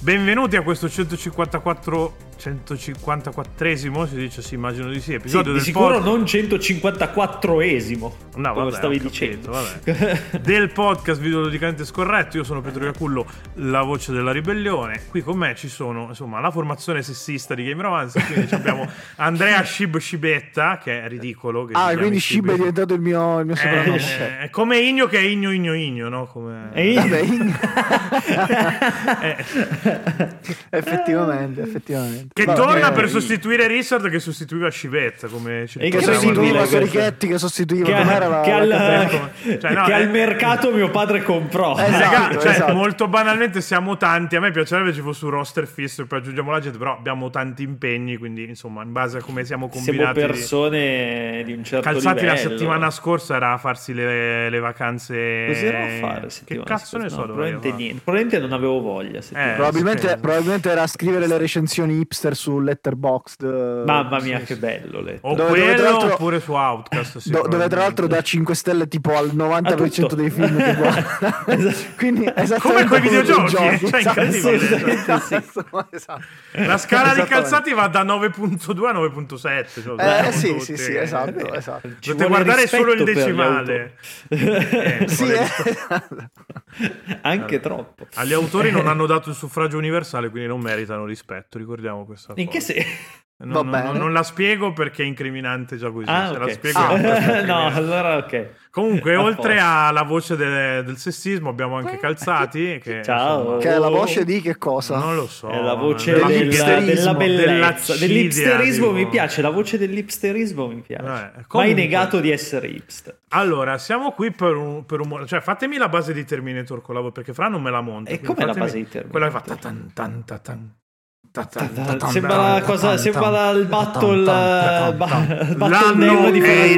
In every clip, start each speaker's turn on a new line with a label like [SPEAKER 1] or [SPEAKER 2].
[SPEAKER 1] Benvenuti a questo 154 154esimo, si dice, sì, immagino di sì,
[SPEAKER 2] Sì,
[SPEAKER 1] episodio
[SPEAKER 2] di
[SPEAKER 1] del
[SPEAKER 2] sicuro
[SPEAKER 1] podcast.
[SPEAKER 2] non 154esimo.
[SPEAKER 1] No,
[SPEAKER 2] come
[SPEAKER 1] vabbè,
[SPEAKER 2] stavi
[SPEAKER 1] ho capito,
[SPEAKER 2] dicendo.
[SPEAKER 1] vabbè. del podcast videologicamente scorretto. Io sono Pietro Iacullo, la voce della ribellione. Qui con me ci sono, insomma, la formazione sessista di Game Romance. Quindi ci abbiamo Andrea Scib Scibetta, che è ridicolo. Che si
[SPEAKER 3] Ah, e
[SPEAKER 1] chiami
[SPEAKER 3] quindi Shib
[SPEAKER 1] Scib-
[SPEAKER 3] è diventato il mio, il mio soprannome.
[SPEAKER 1] Eh, eh, come Igno che è Igno Igno Igno, no? Come...
[SPEAKER 2] E io-
[SPEAKER 3] Vabbè, in-
[SPEAKER 1] Eh,
[SPEAKER 3] effettivamente, effettivamente.
[SPEAKER 1] che
[SPEAKER 3] Vabbè,
[SPEAKER 1] torna
[SPEAKER 3] eh,
[SPEAKER 1] per
[SPEAKER 3] eh,
[SPEAKER 1] sostituire Richard che sostituiva Scibetta come ci
[SPEAKER 2] E Che
[SPEAKER 3] che
[SPEAKER 1] ricordiamo
[SPEAKER 2] vuol
[SPEAKER 3] sostituiva
[SPEAKER 2] dire questo?
[SPEAKER 3] Sorichetti, che sostituiva
[SPEAKER 2] che,
[SPEAKER 3] com'era la-
[SPEAKER 2] che al,
[SPEAKER 3] la-
[SPEAKER 1] Cioè, no,
[SPEAKER 2] che
[SPEAKER 1] eh.
[SPEAKER 2] al mercato mio padre comprò.
[SPEAKER 3] Eh,
[SPEAKER 1] Eh, raga,
[SPEAKER 3] Esatto,
[SPEAKER 1] cioè,
[SPEAKER 3] esatto.
[SPEAKER 1] molto banalmente siamo tanti. A me piacerebbe ci fosse un roster fisso e poi aggiungiamo la gente, però abbiamo tanti impegni, quindi insomma, in base a come siamo
[SPEAKER 2] Siamo
[SPEAKER 1] combinati.
[SPEAKER 2] persone di un certo
[SPEAKER 1] Calzati
[SPEAKER 2] livello.
[SPEAKER 1] la settimana scorsa era a farsi le, le vacanze.
[SPEAKER 2] Cosa ero a fare
[SPEAKER 1] Eh, Che
[SPEAKER 2] settimana
[SPEAKER 1] cazzo
[SPEAKER 2] scorsa?
[SPEAKER 1] ne
[SPEAKER 2] No,
[SPEAKER 1] so? dove
[SPEAKER 2] probabilmente
[SPEAKER 1] ero?
[SPEAKER 2] niente. Probabilmente non avevo voglia. settimana-
[SPEAKER 1] Eh,
[SPEAKER 3] probabilmente,
[SPEAKER 1] sì.
[SPEAKER 3] probabilmente era scrivere le recensioni hipster su Letterboxd. eh,
[SPEAKER 2] Mamma mia,
[SPEAKER 3] sì,
[SPEAKER 2] che
[SPEAKER 3] sì.
[SPEAKER 2] bello. le-
[SPEAKER 1] O
[SPEAKER 3] Dove- dove
[SPEAKER 1] quello
[SPEAKER 3] tra l'altro-
[SPEAKER 1] oppure su Outcast. sì,
[SPEAKER 3] Do- dove tra l'altro
[SPEAKER 1] probabilmente.
[SPEAKER 3] dà 5 stelle tipo al 90%
[SPEAKER 2] A tutto.
[SPEAKER 3] dei film che guarda.
[SPEAKER 2] Esatto.
[SPEAKER 3] Quindi esattamente
[SPEAKER 1] Come coi
[SPEAKER 3] tu
[SPEAKER 1] videogiochi,
[SPEAKER 3] giochi.
[SPEAKER 1] cioè,
[SPEAKER 3] Esatto,
[SPEAKER 1] incredibile.
[SPEAKER 3] esatto,
[SPEAKER 2] Sì, sì.
[SPEAKER 3] esatto, esatto.
[SPEAKER 1] La scala di
[SPEAKER 3] Esattamente.
[SPEAKER 1] calzati va da 9.2 a 9.7. cioè,
[SPEAKER 3] Eh, sì,
[SPEAKER 1] tutti,
[SPEAKER 3] sì, sì,
[SPEAKER 1] eh.
[SPEAKER 3] esatto, esatto.
[SPEAKER 2] Ci
[SPEAKER 1] Potete
[SPEAKER 2] vuole
[SPEAKER 1] guardare solo il
[SPEAKER 2] rispetto per gli
[SPEAKER 1] decimale. Eh,
[SPEAKER 3] Sì,
[SPEAKER 1] quale-
[SPEAKER 3] eh.
[SPEAKER 2] Anche troppo.
[SPEAKER 1] Agli autori non hanno dato il suffragio universale, quindi non meritano rispetto. Ricordiamo questa cosa.
[SPEAKER 2] In che senso?
[SPEAKER 1] Non,
[SPEAKER 3] Va
[SPEAKER 1] non-
[SPEAKER 3] bene.
[SPEAKER 1] non la spiego perché è incriminante già così.
[SPEAKER 2] Ah,
[SPEAKER 1] Se
[SPEAKER 2] ok.
[SPEAKER 1] la spiego
[SPEAKER 3] Ah.
[SPEAKER 1] è una cosa
[SPEAKER 2] no,
[SPEAKER 1] incriminante.
[SPEAKER 2] allora ok.
[SPEAKER 1] Comunque,
[SPEAKER 2] A
[SPEAKER 1] oltre
[SPEAKER 2] posto.
[SPEAKER 1] alla voce de- del sessismo, abbiamo anche Calzati. Che,
[SPEAKER 2] Ciao.
[SPEAKER 1] insomma,
[SPEAKER 3] eh. Che è la voce di che cosa?
[SPEAKER 1] Oh. non lo so.
[SPEAKER 2] È la voce
[SPEAKER 3] Della-
[SPEAKER 2] della, della bellezza,
[SPEAKER 1] dell'accidia,
[SPEAKER 2] dell'ipsterismo
[SPEAKER 1] dico.
[SPEAKER 2] mi piace, la voce dell'ipsterismo mi piace.
[SPEAKER 1] Eh,
[SPEAKER 2] Mai
[SPEAKER 1] comunque.
[SPEAKER 2] negato di essere hipster.
[SPEAKER 1] Allora, siamo qui per un, per un mo- Cioè, fatemi la base di Terminator con la voce, perché Fra non me la monta.
[SPEAKER 2] E
[SPEAKER 1] quindi
[SPEAKER 2] com'è la
[SPEAKER 1] fatemi
[SPEAKER 2] base di Terminator?
[SPEAKER 1] Quella che fa... tatan, tan, tatan, tatan, tatan,
[SPEAKER 2] Sembra la cosa, sembra la- il battle, eh, ba- battle
[SPEAKER 1] L'anno
[SPEAKER 2] nero di
[SPEAKER 1] è
[SPEAKER 2] Final
[SPEAKER 1] il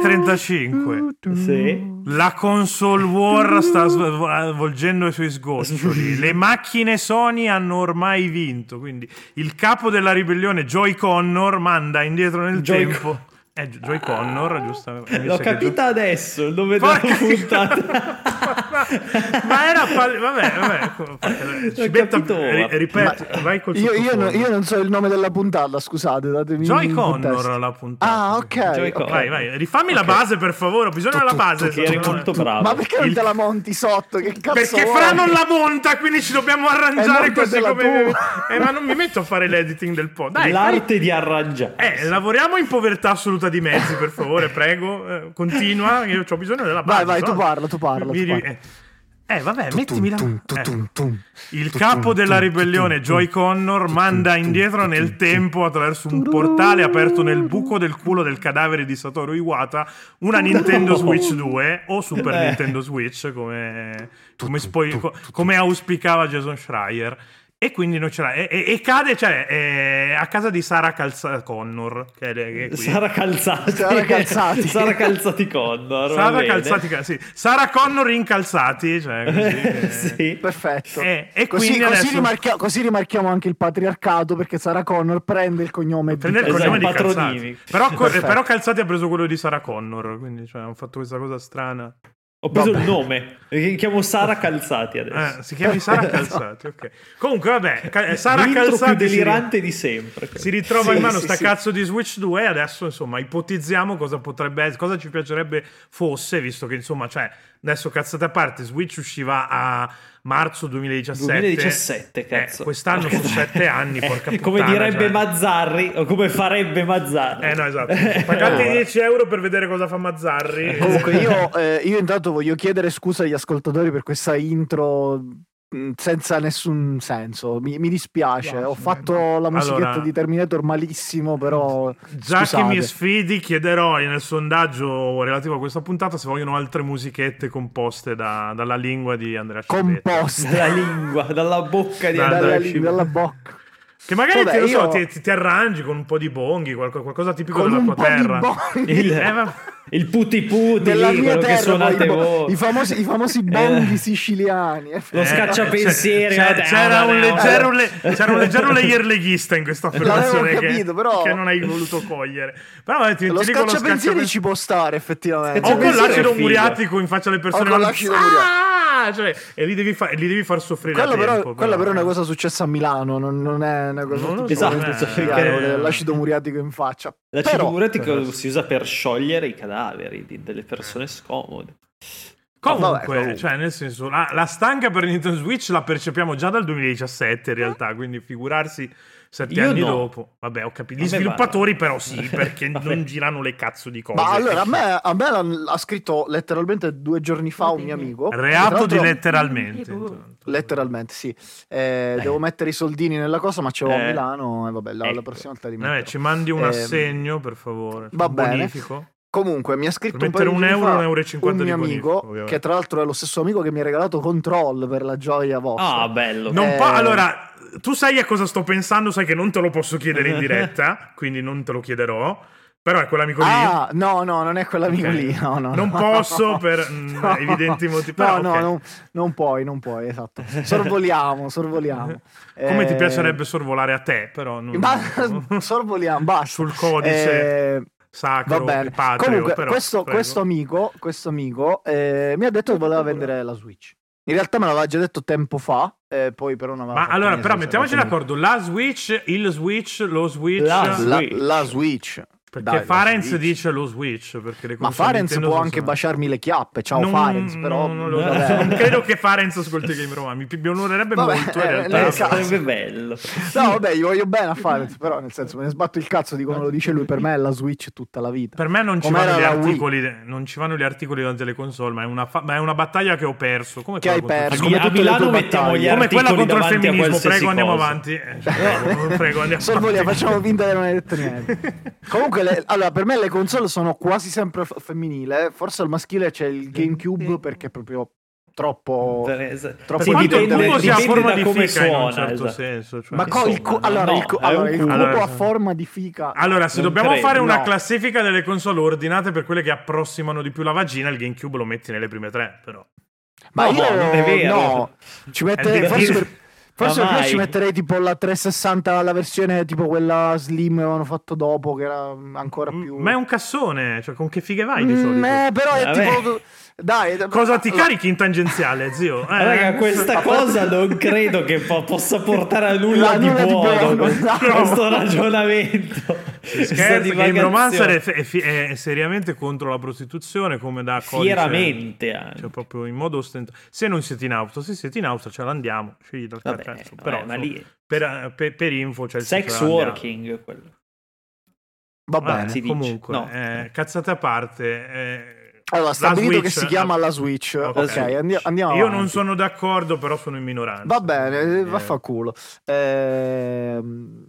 [SPEAKER 2] Fantasy
[SPEAKER 1] 2035.
[SPEAKER 2] Sì.
[SPEAKER 1] La console war sta sv- svolgendo i suoi sgoccioli. Le macchine Sony hanno ormai vinto. Quindi il capo della ribellione, Joy Connor, manda indietro nel
[SPEAKER 2] Joy
[SPEAKER 1] tempo. Eh, Gio- Joy Connor, giustamente. Eh, Mi
[SPEAKER 2] L'ho
[SPEAKER 1] sa che
[SPEAKER 2] capita adesso, il nome della
[SPEAKER 1] Porca-
[SPEAKER 2] puntata.
[SPEAKER 1] Gio- Ma era. pal- vabbè, vabbè. Ci
[SPEAKER 2] L'ho
[SPEAKER 1] metta-
[SPEAKER 2] capito ora.
[SPEAKER 1] ri- ripeto, vai col
[SPEAKER 3] Io, io no-
[SPEAKER 1] sottofondo.
[SPEAKER 3] io non so il nome della puntata, scusate, datemi
[SPEAKER 1] Joy
[SPEAKER 3] un
[SPEAKER 1] Connor
[SPEAKER 3] contesto.
[SPEAKER 1] la puntata.
[SPEAKER 3] Ah, ok.
[SPEAKER 2] Joy
[SPEAKER 3] ok.
[SPEAKER 2] Connor.
[SPEAKER 1] Vai, vai, rifammi la base per favore. Ho bisogno della base.
[SPEAKER 2] Che eri
[SPEAKER 1] secondo me.
[SPEAKER 2] molto bravo.
[SPEAKER 3] Ma perché non
[SPEAKER 1] Il-
[SPEAKER 3] te la monti sotto? Che cazzo
[SPEAKER 1] Perché
[SPEAKER 3] vuoi?
[SPEAKER 1] Fra non la monta, quindi ci dobbiamo arrangiare
[SPEAKER 3] Eh,
[SPEAKER 1] così
[SPEAKER 3] montatela
[SPEAKER 1] come.
[SPEAKER 3] tu.
[SPEAKER 1] Eh, ma non mi metto a fare l'editing del po'. Dai, Eh, fai-
[SPEAKER 2] L'arte di arrangiare.
[SPEAKER 1] eh, lavoriamo in povertà assoluta di mezzi, per favore, prego. eh, continua, io ho bisogno della base.
[SPEAKER 3] Vai, vai,
[SPEAKER 1] no?
[SPEAKER 3] tu parla, tu parla,
[SPEAKER 1] Mi-
[SPEAKER 3] tu
[SPEAKER 1] mi-
[SPEAKER 3] parla.
[SPEAKER 1] eh. Eh, vabbè, mettimi la.
[SPEAKER 3] Tum, tum,
[SPEAKER 1] eh.
[SPEAKER 3] tum, tum.
[SPEAKER 1] Il capo della ribellione, Joy Connor, manda indietro nel tempo attraverso un portale aperto nel buco del culo del cadavere di Satoru Iwata una Nintendo Switch 2 o Super
[SPEAKER 2] Eh.
[SPEAKER 1] Nintendo Switch come, come spoi- co- come auspicava Jason Schreier. E quindi non ce l'ha. E, e- e cade cioè, eh, a casa di Sara Calza Connor, che è, che è qui.
[SPEAKER 2] Sara Calzati.
[SPEAKER 3] Sara Calzati.
[SPEAKER 2] Sara Calzati Connor. va
[SPEAKER 1] Sara
[SPEAKER 2] bene.
[SPEAKER 1] Calzati, sì. Sara Connor incalzati. Cioè, così, eh.
[SPEAKER 2] sì.
[SPEAKER 3] Perfetto.
[SPEAKER 1] Eh, e
[SPEAKER 3] così,
[SPEAKER 1] quindi
[SPEAKER 3] così
[SPEAKER 1] adesso-
[SPEAKER 3] rimarchia- così rimarchiamo anche il patriarcato perché Sara Connor prende il cognome
[SPEAKER 1] Prende il
[SPEAKER 3] di...
[SPEAKER 2] Esatto,
[SPEAKER 1] cognome di Calzati.
[SPEAKER 2] patronimi.
[SPEAKER 1] Però, co-
[SPEAKER 3] Perfetto.
[SPEAKER 1] però Calzati ha preso quello di Sara Connor, quindi cioè, hanno fatto questa cosa strana.
[SPEAKER 2] Ho preso
[SPEAKER 3] Vabbè.
[SPEAKER 2] il nome. Mi chiamo Sara Calzati adesso.
[SPEAKER 1] Eh, si chiama Sara Calzati, ok. Comunque vabbè, Ca- eh, Sara
[SPEAKER 2] Esatto. L'intro più
[SPEAKER 1] Calzati si, ri-
[SPEAKER 2] delirante di sempre.
[SPEAKER 1] si ritrova in
[SPEAKER 3] Sì,
[SPEAKER 1] mano
[SPEAKER 3] sì,
[SPEAKER 1] sta
[SPEAKER 3] sì.
[SPEAKER 1] cazzo di Switch 2 e adesso insomma ipotizziamo cosa potrebbe essere, cosa ci piacerebbe fosse, visto che insomma, cioè, adesso cazzate a parte, Switch usciva a marzo 2017.
[SPEAKER 2] 2017,
[SPEAKER 1] Eh,
[SPEAKER 2] cazzo.
[SPEAKER 1] quest'anno sono sette anni, porca puttana.
[SPEAKER 2] Come direbbe
[SPEAKER 1] cioè.
[SPEAKER 2] Mazzarri, o come farebbe Mazzarri.
[SPEAKER 1] Eh no, esatto. Pagate
[SPEAKER 2] Eh, Esatto.
[SPEAKER 1] 10 euro per vedere cosa fa Mazzarri.
[SPEAKER 3] Comunque io, eh, io intanto voglio chiedere scusa agli ascoltatori per questa intro mh, senza nessun senso. Mi, mi dispiace, ho fatto la musichetta
[SPEAKER 1] Allora-
[SPEAKER 3] di Terminator malissimo, però...
[SPEAKER 1] Già
[SPEAKER 3] scusate.
[SPEAKER 1] che mi sfidi, chiederò nel sondaggio relativo a questa puntata se vogliono altre musichette composte da- dalla lingua di Andrea Scibetta.
[SPEAKER 3] Composta
[SPEAKER 2] Dalla lingua, dalla bocca di
[SPEAKER 1] Dalla
[SPEAKER 3] dalla,
[SPEAKER 2] Andrea
[SPEAKER 3] lì-
[SPEAKER 2] Scibetta.
[SPEAKER 3] dalla bocca.
[SPEAKER 1] Che magari
[SPEAKER 3] Vabbè,
[SPEAKER 1] ti, lo so,
[SPEAKER 3] io-
[SPEAKER 1] ti, ti- ti arrangi con un po' di bonghi, qualco- qualcosa tipico
[SPEAKER 3] Con
[SPEAKER 1] della
[SPEAKER 3] un
[SPEAKER 1] tua
[SPEAKER 3] po'
[SPEAKER 1] terra.
[SPEAKER 3] di bonghi.
[SPEAKER 2] Il,
[SPEAKER 1] Eh, ma-
[SPEAKER 2] il puti puti,
[SPEAKER 3] Della
[SPEAKER 2] lì,
[SPEAKER 3] mia
[SPEAKER 2] quello che
[SPEAKER 3] terra, poi,
[SPEAKER 2] suonate
[SPEAKER 3] i, bo-
[SPEAKER 2] voi.
[SPEAKER 3] i famosi, i famosi
[SPEAKER 2] Eh.
[SPEAKER 3] bonghi siciliani. eh.
[SPEAKER 2] Lo
[SPEAKER 1] eh,
[SPEAKER 2] scacciapensieri,
[SPEAKER 1] c'è-
[SPEAKER 2] eh,
[SPEAKER 1] C'era
[SPEAKER 2] eh,
[SPEAKER 1] un
[SPEAKER 2] eh,
[SPEAKER 1] leggero,
[SPEAKER 2] eh.
[SPEAKER 1] le- c'era un leggero layer leghista in questa affermazione che,
[SPEAKER 3] capito, però-
[SPEAKER 1] che non hai voluto cogliere. Però vabbè, ti,
[SPEAKER 3] Lo
[SPEAKER 1] ti dico lo
[SPEAKER 3] scacciapensieri
[SPEAKER 1] scacciapensieri
[SPEAKER 3] ci può stare, effettivamente.
[SPEAKER 1] O con
[SPEAKER 2] Pensiero è
[SPEAKER 1] l'acido
[SPEAKER 2] figo.
[SPEAKER 1] muriatico in faccia alle persone
[SPEAKER 3] O con
[SPEAKER 1] ma-
[SPEAKER 3] l'acido
[SPEAKER 1] Ah! Cioè, e li devi, fa- li devi far soffrire
[SPEAKER 3] Quella,
[SPEAKER 1] a tempo,
[SPEAKER 3] però, quella però è una cosa successa a Milano, non, non è una cosa
[SPEAKER 1] Non lo
[SPEAKER 3] tipo
[SPEAKER 1] so,
[SPEAKER 2] Esatto,
[SPEAKER 1] eh,
[SPEAKER 2] so
[SPEAKER 3] eh,
[SPEAKER 1] perché-
[SPEAKER 3] l'acido muriatico in faccia.
[SPEAKER 2] L'acido
[SPEAKER 3] Però-
[SPEAKER 2] muriatico si usa per sciogliere i cadaveri di- delle persone scomode.
[SPEAKER 1] Comunque,
[SPEAKER 3] Vabbè, comunque.
[SPEAKER 1] cioè, nel senso, la, la stanca per Nintendo Switch la percepiamo già dal 2017 in realtà, quindi figurarsi sette
[SPEAKER 2] Io
[SPEAKER 1] anni
[SPEAKER 2] no.
[SPEAKER 1] dopo. Vabbè, ho capito. Gli
[SPEAKER 2] A me
[SPEAKER 1] sviluppatori
[SPEAKER 2] guarda.
[SPEAKER 1] però sì, perché
[SPEAKER 2] Vabbè.
[SPEAKER 1] non girano le cazzo di cose.
[SPEAKER 3] Ma allora, boh, a me, a me l'ha- ha scritto letteralmente due giorni fa un mio amico. Tra
[SPEAKER 1] Reato
[SPEAKER 3] l'altro-
[SPEAKER 1] di letteralmente.
[SPEAKER 2] Boh.
[SPEAKER 4] Mm,
[SPEAKER 1] intanto.
[SPEAKER 3] Letteralmente, sì. Eh, Devo mettere i soldini nella cosa, ma ce l'ho a
[SPEAKER 2] Eh.
[SPEAKER 3] Milano e vabbè, la, la
[SPEAKER 2] Ecco.
[SPEAKER 3] prossima volta li
[SPEAKER 1] Vabbè,
[SPEAKER 3] metterò.
[SPEAKER 1] ci mandi un
[SPEAKER 3] Ehm,
[SPEAKER 1] assegno, per favore.
[SPEAKER 3] va
[SPEAKER 1] Eh, un
[SPEAKER 3] bene.
[SPEAKER 1] bonifico.
[SPEAKER 3] Comunque, mi ha scritto
[SPEAKER 1] Per
[SPEAKER 3] un,
[SPEAKER 1] mettere
[SPEAKER 3] paio di
[SPEAKER 1] un
[SPEAKER 3] giorni
[SPEAKER 1] euro,
[SPEAKER 3] fa
[SPEAKER 1] un euro e
[SPEAKER 3] un
[SPEAKER 1] cinquanta di
[SPEAKER 3] mio amico,
[SPEAKER 1] bonifico. ovviamente.
[SPEAKER 3] che tra l'altro è lo stesso amico che mi ha regalato Control per la gioia vostra.
[SPEAKER 2] Ah, bello.
[SPEAKER 1] Non
[SPEAKER 3] Eh.
[SPEAKER 1] pa- allora, tu sai a cosa sto pensando, sai che non te lo posso chiedere in diretta, quindi non te lo chiederò. Però è quell'amico lì.
[SPEAKER 3] Ah, no, no, non è quell'amico
[SPEAKER 1] Ok.
[SPEAKER 3] lì. No, no,
[SPEAKER 1] Non
[SPEAKER 3] no.
[SPEAKER 1] posso per, mm, evidenti motivi, però,
[SPEAKER 3] No, no,
[SPEAKER 1] ok.
[SPEAKER 3] non, non puoi, non puoi, esatto. Sorvoliamo, sorvoliamo.
[SPEAKER 1] Come ti
[SPEAKER 3] Eh,
[SPEAKER 1] piacerebbe sorvolare a te, però non,
[SPEAKER 3] ba- sorvoliamo, basta.
[SPEAKER 1] sul codice
[SPEAKER 3] Eh,
[SPEAKER 1] sacro
[SPEAKER 3] va bene.
[SPEAKER 1] e patreo.
[SPEAKER 3] Comunque,
[SPEAKER 1] però,
[SPEAKER 3] questo,
[SPEAKER 1] prego.
[SPEAKER 3] questo amico, questo amico eh, mi ha detto che voleva vendere la Switch. In realtà me l'aveva già detto tempo fa, eh, poi però non aveva
[SPEAKER 1] Ma
[SPEAKER 3] fatto
[SPEAKER 1] allora,
[SPEAKER 3] niente,
[SPEAKER 1] però,
[SPEAKER 3] se-
[SPEAKER 1] mettiamoci
[SPEAKER 3] se-
[SPEAKER 1] d'accordo: la Switch, il Switch, lo Switch.
[SPEAKER 2] La-
[SPEAKER 3] Ah, La,
[SPEAKER 2] Switch.
[SPEAKER 3] la Switch.
[SPEAKER 1] perché
[SPEAKER 3] Dai, la
[SPEAKER 1] Farenz
[SPEAKER 3] Switch.
[SPEAKER 1] dice lo Switch. Perché le
[SPEAKER 3] Ma
[SPEAKER 1] console
[SPEAKER 3] Farenz
[SPEAKER 1] Nintendo
[SPEAKER 3] può
[SPEAKER 1] sono-
[SPEAKER 3] anche baciarmi le chiappe. Ciao
[SPEAKER 1] Non-
[SPEAKER 3] Farenz, però...
[SPEAKER 1] non, lo-
[SPEAKER 3] vabbè.
[SPEAKER 1] non credo che Farenz ascolti Game Roma. Mi, mi onorerebbe
[SPEAKER 3] Vabbè,
[SPEAKER 1] molto in
[SPEAKER 3] eh,
[SPEAKER 1] realtà.
[SPEAKER 2] Eh,
[SPEAKER 3] nel
[SPEAKER 1] però-
[SPEAKER 3] caso.
[SPEAKER 2] sarebbe bello.
[SPEAKER 3] No, vabbè, gli voglio bene a Farenz, però nel senso me ne sbatto il cazzo di come lo dice lui. Per me è la Switch tutta la vita.
[SPEAKER 1] Certo. Per me non ci,
[SPEAKER 3] Com'era
[SPEAKER 1] vanno gli
[SPEAKER 3] la Wii?
[SPEAKER 1] articoli, non ci vanno gli articoli davanti alle console, ma è una, fa- ma è una battaglia che ho perso. Come
[SPEAKER 3] Che hai
[SPEAKER 1] quella contro-
[SPEAKER 3] perso,
[SPEAKER 2] A Mi-
[SPEAKER 3] come
[SPEAKER 2] a
[SPEAKER 3] tutte le
[SPEAKER 2] Milano
[SPEAKER 3] tue
[SPEAKER 2] mettiamo
[SPEAKER 3] battaglie.
[SPEAKER 2] gli
[SPEAKER 1] Come quella
[SPEAKER 2] articoli
[SPEAKER 1] contro il
[SPEAKER 2] davanti a
[SPEAKER 1] femminismo,
[SPEAKER 2] qualsiasi
[SPEAKER 1] prego andiamo
[SPEAKER 2] cosa.
[SPEAKER 1] avanti. Eh, cioè, prego, prego, andiamo
[SPEAKER 3] Sorvoliamo,
[SPEAKER 1] avanti.
[SPEAKER 3] facciamo finta che non hai detto niente. Comunque, le- allora, per me le console sono quasi sempre f- femminile. Forse al maschile c'è il GameCube perché è proprio troppo. Troppo
[SPEAKER 1] Per
[SPEAKER 3] Sì,
[SPEAKER 1] quanto il
[SPEAKER 3] dipende-
[SPEAKER 1] cubo sia a
[SPEAKER 3] dipende
[SPEAKER 1] forma di
[SPEAKER 2] come
[SPEAKER 1] fica in un
[SPEAKER 2] suona,
[SPEAKER 1] certo
[SPEAKER 2] esatto.
[SPEAKER 1] senso. cioè-
[SPEAKER 3] Ma co- il cu-
[SPEAKER 2] insomma,
[SPEAKER 3] allora,
[SPEAKER 2] no,
[SPEAKER 3] il, cu-
[SPEAKER 2] è un
[SPEAKER 3] allora, il
[SPEAKER 2] cubo. Ah,
[SPEAKER 3] cubo
[SPEAKER 1] Allora,
[SPEAKER 3] a forma di fica.
[SPEAKER 1] Allora, se
[SPEAKER 2] Non
[SPEAKER 1] dobbiamo
[SPEAKER 2] credo,
[SPEAKER 1] fare una
[SPEAKER 3] no.
[SPEAKER 1] classifica delle console ordinate per quelle che approssimano di più la vagina, il GameCube lo metti nelle prime tre, però.
[SPEAKER 3] ma
[SPEAKER 2] no,
[SPEAKER 3] io
[SPEAKER 2] non è vero.
[SPEAKER 3] no, ci
[SPEAKER 1] È
[SPEAKER 3] metterei. Forse, per, forse
[SPEAKER 2] Ma
[SPEAKER 3] per me
[SPEAKER 2] vai.
[SPEAKER 3] ci metterei tipo la 360, la versione tipo quella slim che avevano fatto dopo, che era ancora più.
[SPEAKER 1] M- Mm, Ma è un cassone, cioè con che fighe vai di
[SPEAKER 3] Mm,
[SPEAKER 1] solito?
[SPEAKER 3] eh, però è
[SPEAKER 2] Vabbè.
[SPEAKER 3] tipo. Dai,
[SPEAKER 1] Cosa ti
[SPEAKER 3] allora-
[SPEAKER 1] carichi in tangenziale, zio? Eh,
[SPEAKER 2] Raga, questa cosa non credo che po- possa portare a nulla
[SPEAKER 3] A
[SPEAKER 2] di
[SPEAKER 3] nulla di
[SPEAKER 2] buono
[SPEAKER 3] buono,
[SPEAKER 2] questo-
[SPEAKER 3] no.
[SPEAKER 2] questo ragionamento. Questa
[SPEAKER 1] Scherzo, Game
[SPEAKER 2] divagazione.
[SPEAKER 1] Romancer è, è fi- è seriamente contro la prostituzione come da codice-
[SPEAKER 2] Fieramente anche.
[SPEAKER 1] Cioè, proprio in modo ostentato. Se non siete in auto, se siete in auto, ce l'andiamo. Scegli dal
[SPEAKER 2] Vabbè,
[SPEAKER 1] cazzo.
[SPEAKER 2] vabbè,
[SPEAKER 1] Però,
[SPEAKER 2] ma
[SPEAKER 1] insomma,
[SPEAKER 2] lì-
[SPEAKER 1] per, per- per info cioè, c'è il sito
[SPEAKER 2] Sex
[SPEAKER 1] Ce l'Andiamo.
[SPEAKER 2] working quello.
[SPEAKER 3] Va
[SPEAKER 1] Vabbè,
[SPEAKER 3] bene.
[SPEAKER 2] si dice.
[SPEAKER 1] comunque,
[SPEAKER 2] No.
[SPEAKER 1] eh, cazzate a parte. eh,
[SPEAKER 3] Allora,
[SPEAKER 1] la
[SPEAKER 3] stabilito che
[SPEAKER 1] Switch- ah,
[SPEAKER 3] si chiama la Switch.
[SPEAKER 1] Ok.
[SPEAKER 3] Ok, andi- andiamo.
[SPEAKER 1] Io
[SPEAKER 3] avanti.
[SPEAKER 1] non sono d'accordo, però sono in minoranza.
[SPEAKER 3] Va bene,
[SPEAKER 1] Quindi,
[SPEAKER 3] eh,
[SPEAKER 1] eh,
[SPEAKER 3] vaffanculo. Ehm,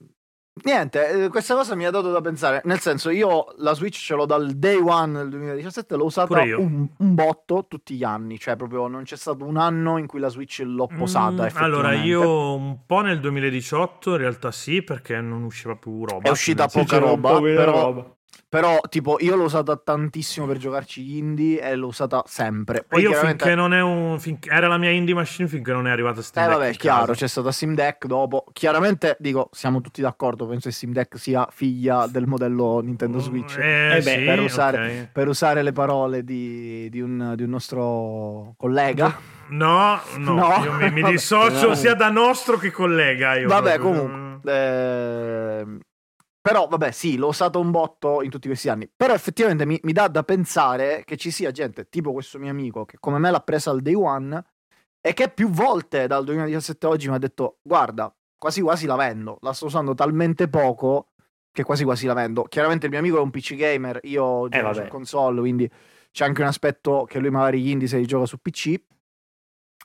[SPEAKER 3] Niente, eh, questa cosa mi ha dato da pensare. Nel senso, io la Switch ce l'ho dal day one del 2017, l'ho usata
[SPEAKER 1] Pure io.
[SPEAKER 3] un, un botto tutti gli anni, cioè proprio non c'è stato un anno in cui la Switch l'ho posata.
[SPEAKER 1] Mm, allora,
[SPEAKER 3] effettivamente.
[SPEAKER 1] io un po' nel 2018 in realtà sì, perché non usciva più roba.
[SPEAKER 3] È uscita
[SPEAKER 1] Nel senso-
[SPEAKER 3] poca
[SPEAKER 2] c'era un
[SPEAKER 3] roba,
[SPEAKER 2] po' meno
[SPEAKER 3] però-
[SPEAKER 2] roba.
[SPEAKER 3] Però, tipo, io l'ho usata tantissimo per giocarci gli indie e l'ho usata sempre. Poi
[SPEAKER 1] io
[SPEAKER 3] chiaramente-
[SPEAKER 1] finché non è un. finché- era la mia indie machine finché non è arrivata Steam
[SPEAKER 3] Eh
[SPEAKER 1] Deck
[SPEAKER 3] vabbè,
[SPEAKER 1] in
[SPEAKER 3] chiaro,
[SPEAKER 1] casa.
[SPEAKER 3] c'è stata Steam Deck dopo. Chiaramente, dico, siamo tutti d'accordo, penso che Steam Deck sia figlia del modello Nintendo Switch.
[SPEAKER 1] Eh,
[SPEAKER 2] Eh beh,
[SPEAKER 1] sì,
[SPEAKER 3] per usare-
[SPEAKER 1] ok.
[SPEAKER 3] Per usare le parole di, di un, di un nostro collega.
[SPEAKER 1] No, no,
[SPEAKER 3] No.
[SPEAKER 1] io mi, mi
[SPEAKER 3] Vabbè.
[SPEAKER 1] dissocio
[SPEAKER 2] No.
[SPEAKER 1] sia da nostro che collega. Io
[SPEAKER 3] Vabbè,
[SPEAKER 1] proprio.
[SPEAKER 3] comunque. ehm, però, vabbè, sì, l'ho usato un botto in tutti questi anni. Però effettivamente mi, mi dà da pensare che ci sia gente, tipo questo mio amico, che come me l'ha presa al day one e che più volte dal 2017 a oggi mi ha detto, guarda, quasi quasi la vendo, la sto usando talmente poco che quasi quasi la vendo. Chiaramente il mio amico è un PC gamer, io gioco
[SPEAKER 2] vabbè.
[SPEAKER 3] su console, quindi c'è anche un aspetto che lui magari gli indie se li gioca su PC.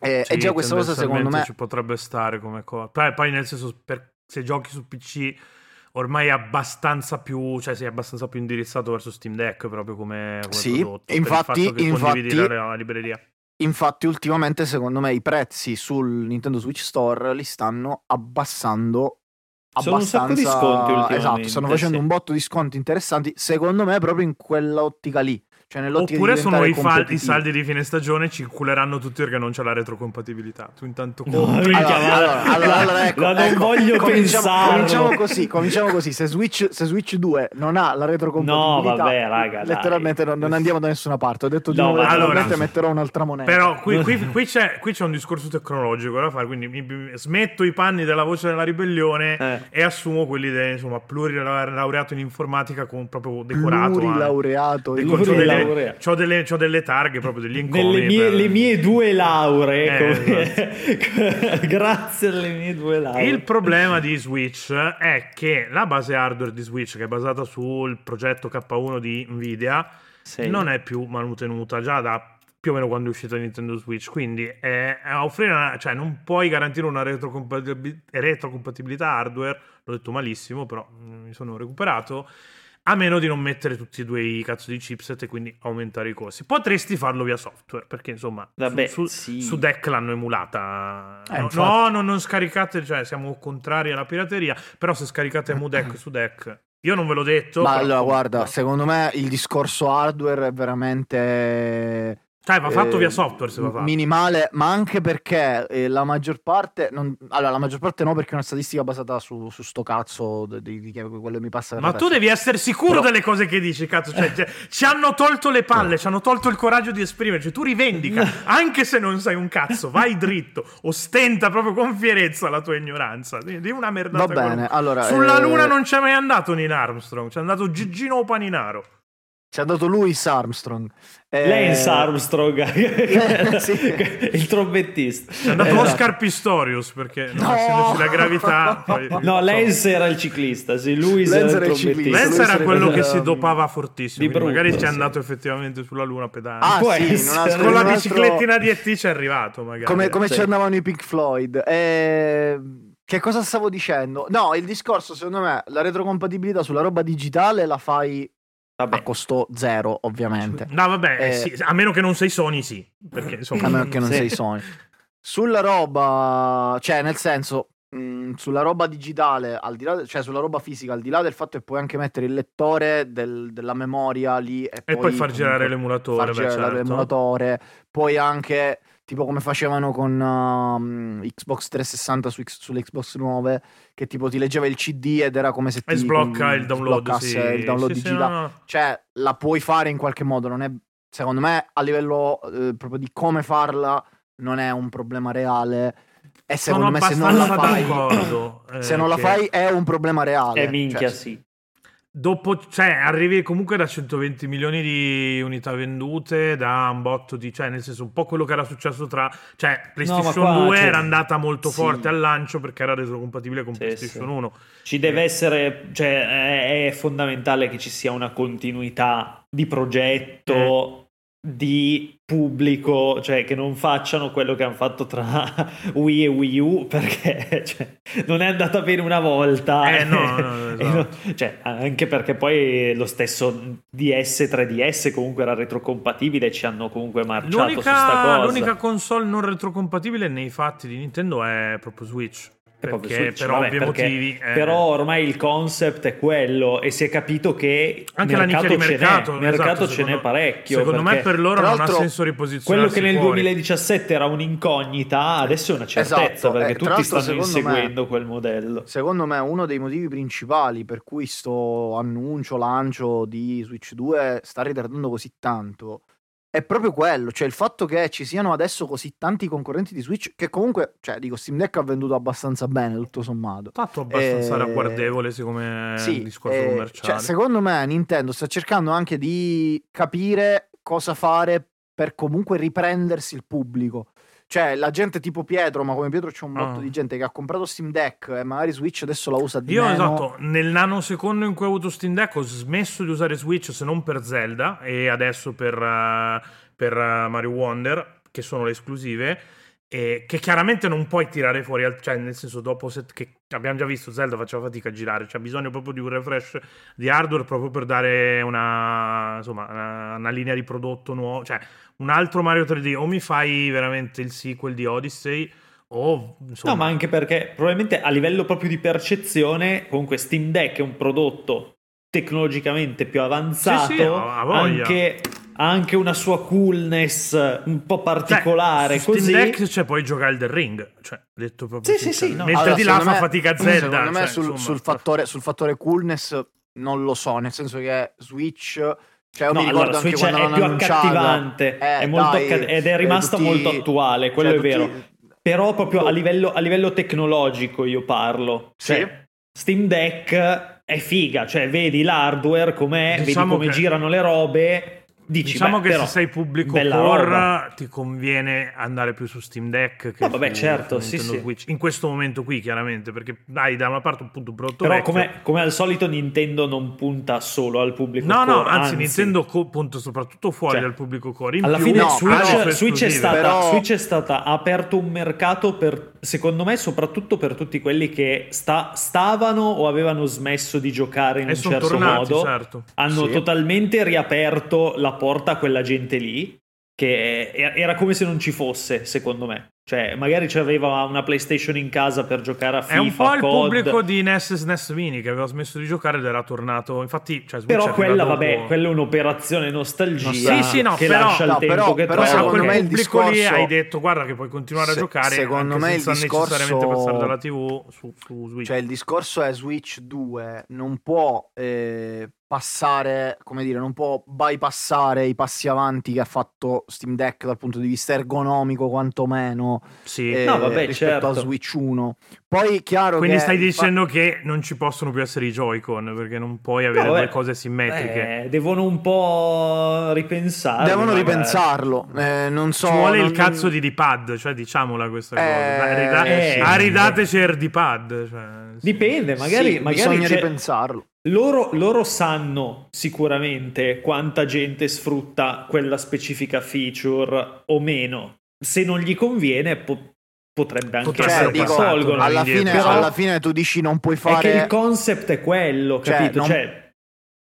[SPEAKER 3] E,
[SPEAKER 1] Sì,
[SPEAKER 3] e Eh, già questa cosa secondo
[SPEAKER 1] tendenzialmente
[SPEAKER 3] me...
[SPEAKER 1] ci potrebbe stare come cosa. Poi, poi nel senso, per- se giochi su PC ormai è abbastanza più, cioè sei abbastanza più indirizzato verso Steam Deck proprio come, come
[SPEAKER 3] Sì,
[SPEAKER 1] prodotto. per il
[SPEAKER 3] infatti-
[SPEAKER 1] fatto che condividi
[SPEAKER 3] infatti-
[SPEAKER 1] la, la libreria.
[SPEAKER 3] Infatti, ultimamente, secondo me, i prezzi sul Nintendo Switch Store li stanno abbassando
[SPEAKER 2] Sono un sacco di sconti ultimamente,
[SPEAKER 3] Esatto, stanno facendo
[SPEAKER 2] sì.
[SPEAKER 3] un botto di sconti interessanti, secondo me proprio in quell'ottica lì. Cioè nell'ottica
[SPEAKER 1] Oppure
[SPEAKER 3] di
[SPEAKER 1] sono i,
[SPEAKER 3] diventare
[SPEAKER 1] fal- i
[SPEAKER 3] competitivi.
[SPEAKER 1] saldi di fine stagione, ci culeranno tutti perché non c'è la retrocompatibilità. Tu intanto compri.
[SPEAKER 2] minchia,
[SPEAKER 3] Allora,
[SPEAKER 2] guarda.
[SPEAKER 3] allora, allora, allora, ecco,
[SPEAKER 2] Ma non
[SPEAKER 3] ecco.
[SPEAKER 2] voglio
[SPEAKER 3] cominciamo,
[SPEAKER 2] pensarlo.
[SPEAKER 3] cominciamo così, cominciamo così. Se Switch, se Switch 2 non ha la retrocompatibilità,
[SPEAKER 2] No, vabbè, raga, dai.
[SPEAKER 3] letteralmente non, non andiamo da nessuna parte. Ho detto di
[SPEAKER 2] No,
[SPEAKER 3] nuovo,
[SPEAKER 2] ma-
[SPEAKER 1] allora-
[SPEAKER 3] metterò un'altra moneta.
[SPEAKER 1] Però qui, qui- qui c'è, qui c'è un discorso tecnologico da fare, quindi mi- mi- smetto i panni della voce della ribellione
[SPEAKER 2] Eh.
[SPEAKER 1] e assumo quelli del insomma, plurilaureato in informatica con proprio decorato.
[SPEAKER 3] Pluri
[SPEAKER 1] anche.
[SPEAKER 3] laureato
[SPEAKER 1] Dico, c'ho, delle,
[SPEAKER 2] Plurilaureato.
[SPEAKER 1] c'ho delle- c'ho delle targhe proprio degli incomi.
[SPEAKER 2] Nelle mie,
[SPEAKER 1] per-
[SPEAKER 2] le mie due lauree,
[SPEAKER 1] Eh, esatto.
[SPEAKER 2] come- grazie alle mie due lauree.
[SPEAKER 1] Il problema di Switch è che la base hardware di Switch, che è basata sul progetto K1 di Nvidia,
[SPEAKER 2] Sì.
[SPEAKER 1] non è più manutenuta già da più o meno quando è uscita Nintendo Switch. Quindi eh, a offrire una- cioè, non puoi garantire una retrocompatibil- retrocompatibilità hardware. L'ho detto malissimo, però mm, mi sono recuperato. A meno di non mettere tutti e due i cazzo di chipset e quindi aumentare i costi. Potresti farlo via software, perché insomma
[SPEAKER 2] Vabbè,
[SPEAKER 1] su, su-
[SPEAKER 2] sì.
[SPEAKER 1] su Deck l'hanno emulata.
[SPEAKER 3] Eh,
[SPEAKER 1] No,
[SPEAKER 3] infatti.
[SPEAKER 1] no, no, non scaricate, cioè siamo contrari alla pirateria, però se scaricate Mudeck su Deck, io non ve l'ho detto.
[SPEAKER 3] Ma
[SPEAKER 1] però-
[SPEAKER 3] allora, guarda, secondo me il discorso hardware è veramente
[SPEAKER 1] Dai, cioè, va fatto
[SPEAKER 3] eh,
[SPEAKER 1] via software se va fatto.
[SPEAKER 3] minimale, ma anche perché eh, la maggior parte, non- allora la maggior parte no, perché è una statistica basata su, su sto cazzo di, di- di che- quello che mi passa. per
[SPEAKER 1] Ma
[SPEAKER 3] la
[SPEAKER 1] tu
[SPEAKER 3] testa.
[SPEAKER 1] devi essere sicuro
[SPEAKER 3] Però- Eh.
[SPEAKER 1] delle cose che dici, cazzo. Cioè, cioè, ci hanno tolto le palle, ci hanno tolto il coraggio di esprimerci. Tu rivendica, anche se non sai un cazzo, vai dritto, ostenta proprio con fierezza la tua ignoranza. Di di una merdata.
[SPEAKER 3] Va bene,
[SPEAKER 1] qualunque.
[SPEAKER 3] allora
[SPEAKER 1] Sulla
[SPEAKER 3] eh,
[SPEAKER 1] luna non c'è mai andato Neil Armstrong, c'è andato Gigino Paninaro.
[SPEAKER 3] c'è andato Louis Armstrong. Eh,
[SPEAKER 2] Lance Armstrong,
[SPEAKER 3] sì.
[SPEAKER 2] il trombettista. Eh,
[SPEAKER 1] C'è andato
[SPEAKER 3] Esatto.
[SPEAKER 1] Oscar Pistorius perché non
[SPEAKER 3] No!
[SPEAKER 1] essendoci la gravità. poi-
[SPEAKER 2] No,
[SPEAKER 1] insomma.
[SPEAKER 2] Lance era il ciclista, sì, lui
[SPEAKER 3] Lance
[SPEAKER 2] era il
[SPEAKER 3] era il
[SPEAKER 2] trombettista.
[SPEAKER 3] ciclista.
[SPEAKER 1] Lance era
[SPEAKER 3] sarebbe
[SPEAKER 1] quello
[SPEAKER 3] stato-
[SPEAKER 1] che si dopava fortissimo.
[SPEAKER 2] Di
[SPEAKER 1] quindi magari
[SPEAKER 2] brutto,
[SPEAKER 1] ci è
[SPEAKER 2] sì.
[SPEAKER 1] andato effettivamente sulla luna pedale.
[SPEAKER 3] Ah,
[SPEAKER 2] Può
[SPEAKER 3] sì, non ha-
[SPEAKER 2] essere.
[SPEAKER 1] Con la
[SPEAKER 3] un altro-
[SPEAKER 1] biciclettina di ET ci è arrivato, magari.
[SPEAKER 3] Come, come
[SPEAKER 2] Sì.
[SPEAKER 3] ci andavano i Pink Floyd. Eh, che cosa stavo dicendo? No, il discorso secondo me, la retrocompatibilità sulla roba digitale la fai a
[SPEAKER 2] Vabbè,
[SPEAKER 3] costo zero, ovviamente.
[SPEAKER 1] No, vabbè,
[SPEAKER 3] Eh,
[SPEAKER 1] sì, a meno che non sei Sony, sì. Perché
[SPEAKER 3] a
[SPEAKER 1] insomma.
[SPEAKER 3] meno che non
[SPEAKER 2] Sì.
[SPEAKER 3] sei Sony. Sulla roba, cioè nel senso, mh, sulla roba digitale, al di là, de- cioè sulla roba fisica, al di là del fatto che puoi anche mettere il lettore del- della memoria lì e,
[SPEAKER 1] E poi far
[SPEAKER 3] comunque
[SPEAKER 1] girare l'emulatore. beh,
[SPEAKER 3] far girare
[SPEAKER 1] certo.
[SPEAKER 3] l'emulatore, poi anche tipo come facevano con um, Xbox 360 su X- sull'Xbox 9, che tipo ti leggeva il CD ed era come se ti
[SPEAKER 1] E sblocca
[SPEAKER 3] com-
[SPEAKER 1] il download. Sì.
[SPEAKER 3] sbloccasse mm, il download
[SPEAKER 1] Sì, sì,
[SPEAKER 3] digitale
[SPEAKER 1] no, no.
[SPEAKER 3] cioè la puoi fare in qualche modo, non è, secondo me a livello eh, proprio di come farla non è un problema reale e secondo
[SPEAKER 1] Sono
[SPEAKER 3] me se non la
[SPEAKER 1] abbastanza
[SPEAKER 3] fai
[SPEAKER 1] d'accordo. eh,
[SPEAKER 3] se non la
[SPEAKER 1] che-
[SPEAKER 3] fai è un problema reale.
[SPEAKER 2] eh, minchia,
[SPEAKER 3] Cioè,
[SPEAKER 2] sì.
[SPEAKER 1] Dopo, cioè, arrivi comunque da 120 milioni di unità vendute, da un botto di, cioè, nel senso, un po' quello che era successo tra, cioè, PlayStation
[SPEAKER 2] ma qua
[SPEAKER 1] 2
[SPEAKER 2] c'è-
[SPEAKER 1] era andata molto
[SPEAKER 2] sì.
[SPEAKER 1] forte al lancio perché era reso compatibile con
[SPEAKER 2] Sì,
[SPEAKER 1] PlayStation
[SPEAKER 2] sì.
[SPEAKER 1] 1.
[SPEAKER 2] Ci deve essere, cioè, è, è fondamentale che ci sia una continuità di
[SPEAKER 1] Eh.
[SPEAKER 2] progetto, di pubblico, cioè che non facciano quello che hanno fatto tra Wii e Wii U, perché cioè, non è andata bene una volta.
[SPEAKER 1] Eh, no, no, no,
[SPEAKER 2] E
[SPEAKER 1] esatto.
[SPEAKER 2] non- cioè, anche perché poi lo stesso DS 3DS comunque era retrocompatibile e ci hanno comunque marciato su sta
[SPEAKER 1] L'unica,
[SPEAKER 2] cosa.
[SPEAKER 1] l'unica console non retrocompatibile nei fatti di Nintendo è proprio Switch.
[SPEAKER 2] È
[SPEAKER 1] Perché,
[SPEAKER 2] proprio Switch,
[SPEAKER 1] per
[SPEAKER 2] vabbè,
[SPEAKER 1] ovvi
[SPEAKER 2] perché-
[SPEAKER 1] motivi. eh,
[SPEAKER 2] Però ormai il concept è quello e si è capito che
[SPEAKER 1] anche la nicchia di
[SPEAKER 2] ce n'è,
[SPEAKER 1] mercato.
[SPEAKER 2] mercato
[SPEAKER 1] esatto,
[SPEAKER 2] ce
[SPEAKER 1] secondo-
[SPEAKER 2] n'è parecchio.
[SPEAKER 1] Secondo me
[SPEAKER 2] perché
[SPEAKER 1] per loro
[SPEAKER 3] tra
[SPEAKER 1] non ha
[SPEAKER 3] l'altro,
[SPEAKER 1] senso riposizionare
[SPEAKER 2] quello che nel 2017 era un'incognita, adesso è una certezza
[SPEAKER 3] Esatto, eh,
[SPEAKER 2] perché
[SPEAKER 3] tra
[SPEAKER 2] tutti
[SPEAKER 3] l'altro,
[SPEAKER 2] stanno
[SPEAKER 3] secondo me-
[SPEAKER 2] inseguendo quel modello.
[SPEAKER 3] Secondo me uno dei motivi principali per cui sto annuncio, lancio di Switch 2 sta ritardando così tanto è proprio quello, cioè il fatto che ci siano adesso così tanti concorrenti di Switch che comunque, cioè dico, Steam Deck ha venduto abbastanza bene tutto sommato.
[SPEAKER 1] fatto abbastanza
[SPEAKER 3] Eh,
[SPEAKER 1] ragguardevole, siccome è un discorso
[SPEAKER 3] eh,
[SPEAKER 1] commerciale.
[SPEAKER 3] cioè, secondo me Nintendo sta cercando anche di capire cosa fare per comunque riprendersi il pubblico. Cioè, la gente tipo Pietro, ma come Pietro c'è un
[SPEAKER 1] Ah.
[SPEAKER 3] botto di gente che ha comprato Steam Deck e magari Switch adesso la usa di
[SPEAKER 1] Io
[SPEAKER 3] meno.
[SPEAKER 1] esatto, nel nanosecondo in cui ho avuto Steam Deck ho smesso di usare Switch se non per Zelda e adesso per, eh, per, eh, Mario Wonder, che sono le esclusive, e che chiaramente non puoi tirare fuori, al- cioè nel senso dopo set- che abbiamo già visto Zelda faceva fatica a girare, c'è bisogno proprio di un refresh di hardware proprio per dare una, insomma, una, una linea di prodotto nuovo, cioè un altro Mario 3D o mi fai veramente il sequel di Odyssey O, insomma,
[SPEAKER 2] No, ma anche perché probabilmente a livello proprio di percezione, comunque Steam Deck è un prodotto tecnologicamente più avanzato,
[SPEAKER 1] Sì, sì, ha- ha voglia.
[SPEAKER 2] anche, ha anche una sua coolness un po'
[SPEAKER 1] cioè,
[SPEAKER 2] particolare,
[SPEAKER 1] su
[SPEAKER 2] così.
[SPEAKER 1] Steam Deck cioè, puoi giocare il The Ring. Cioè, detto proprio
[SPEAKER 2] Sì, sì, sì,
[SPEAKER 1] sinceramente.
[SPEAKER 2] no.
[SPEAKER 1] Mentre di
[SPEAKER 3] Allora,
[SPEAKER 1] là
[SPEAKER 3] secondo
[SPEAKER 1] fa
[SPEAKER 3] me-
[SPEAKER 1] fatica Zelda.
[SPEAKER 3] Secondo me
[SPEAKER 1] cioè,
[SPEAKER 3] sul,
[SPEAKER 1] insomma.
[SPEAKER 3] sul fattore, sul fattore coolness non lo so, nel senso che Switch, cioè io
[SPEAKER 2] No,
[SPEAKER 3] mi ricordo
[SPEAKER 2] allora,
[SPEAKER 3] anche
[SPEAKER 2] Switch
[SPEAKER 3] quando
[SPEAKER 2] è
[SPEAKER 3] l'hanno
[SPEAKER 2] più
[SPEAKER 3] annunciata,
[SPEAKER 2] accattivante,
[SPEAKER 3] eh,
[SPEAKER 2] è molto
[SPEAKER 3] dai,
[SPEAKER 2] acca- ed è
[SPEAKER 3] eh,
[SPEAKER 2] rimasto
[SPEAKER 3] tutti-
[SPEAKER 2] molto attuale, quello
[SPEAKER 3] cioè,
[SPEAKER 2] è vero.
[SPEAKER 3] tutti-
[SPEAKER 2] Però proprio
[SPEAKER 3] boh.
[SPEAKER 2] a livello, a livello tecnologico io parlo.
[SPEAKER 3] Sì.
[SPEAKER 2] Cioè, Steam Deck è figa, cioè vedi l'hardware com'è,
[SPEAKER 1] Diciamo
[SPEAKER 2] vedi come
[SPEAKER 1] che-
[SPEAKER 2] girano le robe, dici
[SPEAKER 1] Diciamo
[SPEAKER 2] beh,
[SPEAKER 1] che
[SPEAKER 2] però,
[SPEAKER 1] se sei pubblico
[SPEAKER 2] bella roba.
[SPEAKER 1] core ti conviene andare più su Steam Deck che
[SPEAKER 2] No, vabbè,
[SPEAKER 1] su-
[SPEAKER 2] certo,
[SPEAKER 1] su
[SPEAKER 2] sì,
[SPEAKER 1] Nintendo
[SPEAKER 2] sì.
[SPEAKER 1] Switch. In questo momento qui, chiaramente, perché dai, da una parte appunto un prodotto
[SPEAKER 2] Però
[SPEAKER 1] vecchio.
[SPEAKER 2] come, come al solito Nintendo non punta solo al pubblico
[SPEAKER 1] No, no,
[SPEAKER 2] core,
[SPEAKER 1] anzi, Nintendo co- punta soprattutto fuori
[SPEAKER 2] Cioè,
[SPEAKER 1] dal pubblico core. In
[SPEAKER 2] alla
[SPEAKER 1] più,
[SPEAKER 2] fine
[SPEAKER 3] no,
[SPEAKER 1] ha le sue
[SPEAKER 2] Switch, Switch è
[SPEAKER 1] esclusive.
[SPEAKER 2] stata,
[SPEAKER 3] Però-
[SPEAKER 2] Switch è stata- ha aperto un mercato per, secondo me, soprattutto per tutti quelli che sta- stavano o avevano smesso di giocare in
[SPEAKER 1] E
[SPEAKER 2] un
[SPEAKER 1] sono
[SPEAKER 2] certo
[SPEAKER 1] tornati,
[SPEAKER 2] modo.
[SPEAKER 1] certo.
[SPEAKER 2] Hanno
[SPEAKER 3] Sì.
[SPEAKER 2] totalmente riaperto la porta a quella gente lì, che è- era come se non ci fosse, secondo me. Cioè, magari c'aveva una PlayStation in casa per giocare a FIFA,
[SPEAKER 1] È un po' il
[SPEAKER 2] COD.
[SPEAKER 1] pubblico di NES e SNES Mini che aveva smesso di giocare ed era tornato. Infatti, cioè, Switch è
[SPEAKER 2] Però
[SPEAKER 1] arrivato
[SPEAKER 2] quella,
[SPEAKER 1] dopo.
[SPEAKER 2] vabbè, quella è un'operazione nostalgia
[SPEAKER 1] Sì, sì, no,
[SPEAKER 2] che
[SPEAKER 1] però-
[SPEAKER 2] lascia il
[SPEAKER 3] no,
[SPEAKER 2] tempo
[SPEAKER 3] però-
[SPEAKER 2] che
[SPEAKER 3] però
[SPEAKER 1] Però
[SPEAKER 2] trova.
[SPEAKER 1] a quel
[SPEAKER 3] secondo me il
[SPEAKER 1] pubblico lì
[SPEAKER 3] discorso-
[SPEAKER 1] hai detto guarda che puoi continuare a
[SPEAKER 3] Se-
[SPEAKER 1] giocare
[SPEAKER 3] secondo
[SPEAKER 1] anche
[SPEAKER 3] me il
[SPEAKER 1] senza
[SPEAKER 3] discorso-
[SPEAKER 1] necessariamente passare dalla TV su, su Switch.
[SPEAKER 3] Cioè, il discorso è Switch 2 non può eh, passare, come dire, non può bypassare i passi avanti che ha fatto Steam Deck dal punto di vista ergonomico, quantomeno,
[SPEAKER 1] sì.
[SPEAKER 3] eh,
[SPEAKER 2] No, vabbè,
[SPEAKER 3] rispetto a
[SPEAKER 2] certo.
[SPEAKER 3] Switch 1. Poi, chiaro
[SPEAKER 1] Quindi
[SPEAKER 3] che
[SPEAKER 1] stai
[SPEAKER 3] il fa-
[SPEAKER 1] dicendo che non ci possono più essere i Joy-Con perché non puoi avere
[SPEAKER 2] vabbè.
[SPEAKER 1] due cose simmetriche.
[SPEAKER 2] Eh, devono un po' ripensare.
[SPEAKER 3] Devono
[SPEAKER 2] magari.
[SPEAKER 3] ripensarlo, eh, non so...
[SPEAKER 1] Ci vuole
[SPEAKER 3] non-
[SPEAKER 1] il cazzo di D-pad, cioè diciamola questa cosa.
[SPEAKER 3] Eh,
[SPEAKER 1] Dai, rida-
[SPEAKER 2] eh, sì.
[SPEAKER 1] Aridateci il D-pad. cioè, sì.
[SPEAKER 2] Dipende, magari,
[SPEAKER 3] Sì,
[SPEAKER 2] magari
[SPEAKER 3] bisogna
[SPEAKER 2] cioè,
[SPEAKER 3] ripensarlo.
[SPEAKER 2] loro, loro sanno sicuramente quanta gente sfrutta quella specifica feature o meno. Se non gli conviene, po- potrebbe anche
[SPEAKER 1] Potrebbe
[SPEAKER 2] essere
[SPEAKER 3] Cioè,
[SPEAKER 1] essere
[SPEAKER 2] che
[SPEAKER 3] dico,
[SPEAKER 1] passato,
[SPEAKER 2] tolgono.
[SPEAKER 1] no?
[SPEAKER 3] alla
[SPEAKER 1] indietro.
[SPEAKER 3] fine,
[SPEAKER 2] Però-
[SPEAKER 3] alla fine tu dici non puoi
[SPEAKER 2] È che il
[SPEAKER 3] fare...
[SPEAKER 2] concept è quello,
[SPEAKER 3] Cioè,
[SPEAKER 2] capito?
[SPEAKER 3] non-
[SPEAKER 2] Cioè,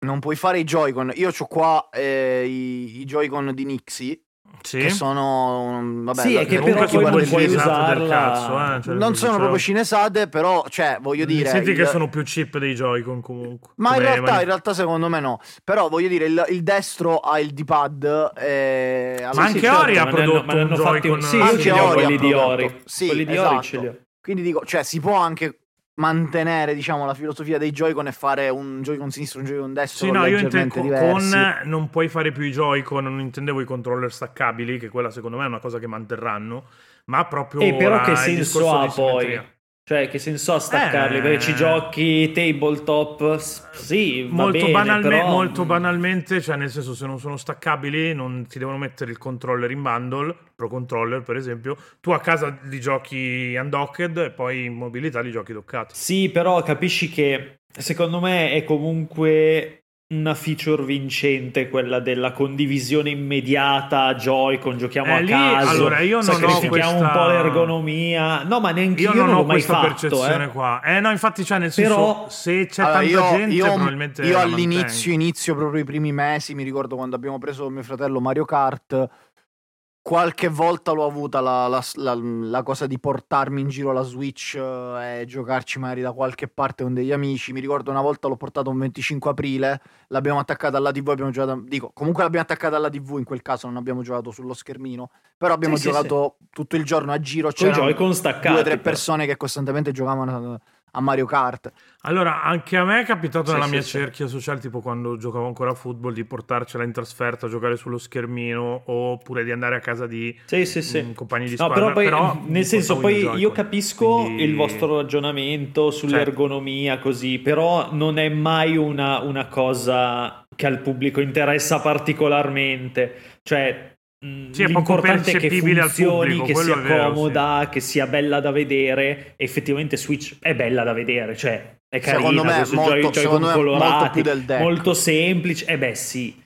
[SPEAKER 3] non puoi fare i Joy-Con. Io ho qua eh, i, i Joy-Con di Nixie,
[SPEAKER 1] Sì.
[SPEAKER 3] che sono... mm, Vabbè,
[SPEAKER 2] Sì,
[SPEAKER 3] la-
[SPEAKER 2] è che
[SPEAKER 3] per
[SPEAKER 1] Comunque
[SPEAKER 2] però
[SPEAKER 3] chi
[SPEAKER 1] sono
[SPEAKER 2] poi
[SPEAKER 3] guarda
[SPEAKER 1] due
[SPEAKER 3] il
[SPEAKER 2] puoi
[SPEAKER 3] video-
[SPEAKER 1] cinesate
[SPEAKER 2] usarla-
[SPEAKER 1] del cazzo, eh, cioè,
[SPEAKER 3] Non sono
[SPEAKER 1] diciamo-
[SPEAKER 3] proprio cinesate, però, cioè, voglio dire...
[SPEAKER 1] Senti che
[SPEAKER 3] il-
[SPEAKER 1] sono più chip dei Joy-Con comunque.
[SPEAKER 3] Ma in
[SPEAKER 1] come
[SPEAKER 3] realtà,
[SPEAKER 1] mani-
[SPEAKER 3] in realtà secondo me no. Però voglio dire, il, il destro ha il D-pad. eh, alla-
[SPEAKER 1] Ma anche
[SPEAKER 3] certo.
[SPEAKER 1] Ori ha
[SPEAKER 2] ma ne hanno-
[SPEAKER 1] prodotto
[SPEAKER 2] ma ne hanno
[SPEAKER 1] un
[SPEAKER 2] fatti
[SPEAKER 1] Joy-Con-
[SPEAKER 2] Sì, io
[SPEAKER 1] Anche
[SPEAKER 2] ce li ho
[SPEAKER 3] Ori ha
[SPEAKER 2] quelli di
[SPEAKER 3] prodotto.
[SPEAKER 2] Ori.
[SPEAKER 3] Sì,
[SPEAKER 2] quelli di Ori
[SPEAKER 3] esatto.
[SPEAKER 2] ce li ho.
[SPEAKER 3] Quindi dico, cioè, si può anche mantenere, diciamo, la filosofia dei Joy-Con e fare un Joy-Con sinistro e un Joy-Con destro
[SPEAKER 1] Sì, no, io intendo
[SPEAKER 3] leggermente
[SPEAKER 1] con
[SPEAKER 3] diversi.
[SPEAKER 1] non puoi fare più i Joy-Con, non intendevo i controller staccabili, che quella secondo me è una cosa che manterranno, ma proprio
[SPEAKER 2] E Eh, però
[SPEAKER 1] la-
[SPEAKER 2] che
[SPEAKER 1] il
[SPEAKER 2] senso
[SPEAKER 1] discorso
[SPEAKER 2] ha
[SPEAKER 1] di
[SPEAKER 2] poi?
[SPEAKER 1] simmetria.
[SPEAKER 2] Cioè, che senso ha staccarli?
[SPEAKER 1] Eh.
[SPEAKER 2] Perché ci giochi tabletop? S- Sì, va
[SPEAKER 1] Molto,
[SPEAKER 2] bene,
[SPEAKER 1] banalme-
[SPEAKER 2] però- mm,
[SPEAKER 1] molto banalmente, cioè nel senso se non sono staccabili non ti devono mettere il controller in bundle, Pro Controller per esempio, tu a casa li giochi undocked e poi in mobilità li giochi doccati.
[SPEAKER 2] Sì, però capisci che secondo me è comunque una feature vincente quella della condivisione immediata, Joy-Con, giochiamo
[SPEAKER 1] Eh,
[SPEAKER 2] a
[SPEAKER 1] lì,
[SPEAKER 2] caso,
[SPEAKER 1] allora, io non ho
[SPEAKER 2] sacrifichiamo un
[SPEAKER 1] questa-
[SPEAKER 2] po' l'ergonomia. No, ma neanche
[SPEAKER 1] Io,
[SPEAKER 2] io
[SPEAKER 1] non
[SPEAKER 2] l'ho
[SPEAKER 1] ho
[SPEAKER 2] mai
[SPEAKER 1] questa
[SPEAKER 2] fatto,
[SPEAKER 1] percezione
[SPEAKER 2] eh.
[SPEAKER 1] qua. Eh no, infatti, cioè, nel senso,
[SPEAKER 2] Però-
[SPEAKER 1] se c'è
[SPEAKER 3] Allora,
[SPEAKER 1] tanta
[SPEAKER 3] io,
[SPEAKER 1] gente,
[SPEAKER 3] io-
[SPEAKER 1] probabilmente.
[SPEAKER 3] io
[SPEAKER 1] la
[SPEAKER 3] all'inizio,
[SPEAKER 1] mantengo.
[SPEAKER 3] inizio proprio i primi mesi, mi ricordo quando abbiamo preso mio fratello Mario Kart, qualche volta l'ho avuta la, la- la- la cosa di portarmi in giro la Switch eh, e giocarci magari da qualche parte con degli amici. Mi ricordo una volta l'ho portato un 25 aprile, l'abbiamo attaccata alla TV, abbiamo giocato, dico, comunque l'abbiamo attaccata alla TV in quel caso, non abbiamo giocato sullo schermino, però abbiamo
[SPEAKER 2] Sì, sì,
[SPEAKER 3] giocato tutto il giorno a giro,
[SPEAKER 2] Con i
[SPEAKER 3] c'erano due
[SPEAKER 2] Joy-Con staccati.
[SPEAKER 3] o tre
[SPEAKER 2] però.
[SPEAKER 3] persone che costantemente giocavano a- a Mario Kart.
[SPEAKER 1] Allora, anche a me è capitato
[SPEAKER 2] Sì,
[SPEAKER 1] nella
[SPEAKER 2] sì,
[SPEAKER 1] mia
[SPEAKER 2] sì.
[SPEAKER 1] cerchia sociale, tipo quando giocavo ancora a football, di portarcela in trasferta a giocare sullo schermino oppure di andare a casa di
[SPEAKER 2] Sì, sì, sì.
[SPEAKER 1] mm, compagni di
[SPEAKER 2] No,
[SPEAKER 1] squadra.
[SPEAKER 2] però poi,
[SPEAKER 1] mi
[SPEAKER 2] nel senso,
[SPEAKER 1] portavo i
[SPEAKER 2] poi io
[SPEAKER 1] Joy-Con.
[SPEAKER 2] capisco
[SPEAKER 1] Quindi- Certo.
[SPEAKER 2] il vostro ragionamento sull'ergonomia, così, però non è mai una, una cosa che al pubblico interessa particolarmente. Cioè, mh,
[SPEAKER 1] Sì, è poco
[SPEAKER 2] l'importante è che
[SPEAKER 1] percepibile al
[SPEAKER 2] funzioni,
[SPEAKER 1] pubblico,
[SPEAKER 2] che
[SPEAKER 1] quello
[SPEAKER 2] sia
[SPEAKER 1] è vero,
[SPEAKER 2] comoda, che sia bella da vedere. Effettivamente Switch è bella da vedere, cioè, è carina,
[SPEAKER 3] Secondo me
[SPEAKER 2] con sui
[SPEAKER 3] molto-
[SPEAKER 2] Joy- Joy-Con
[SPEAKER 3] secondo me molto
[SPEAKER 2] colorati,
[SPEAKER 3] più del deck.
[SPEAKER 2] molto semplice. Eh beh, sì.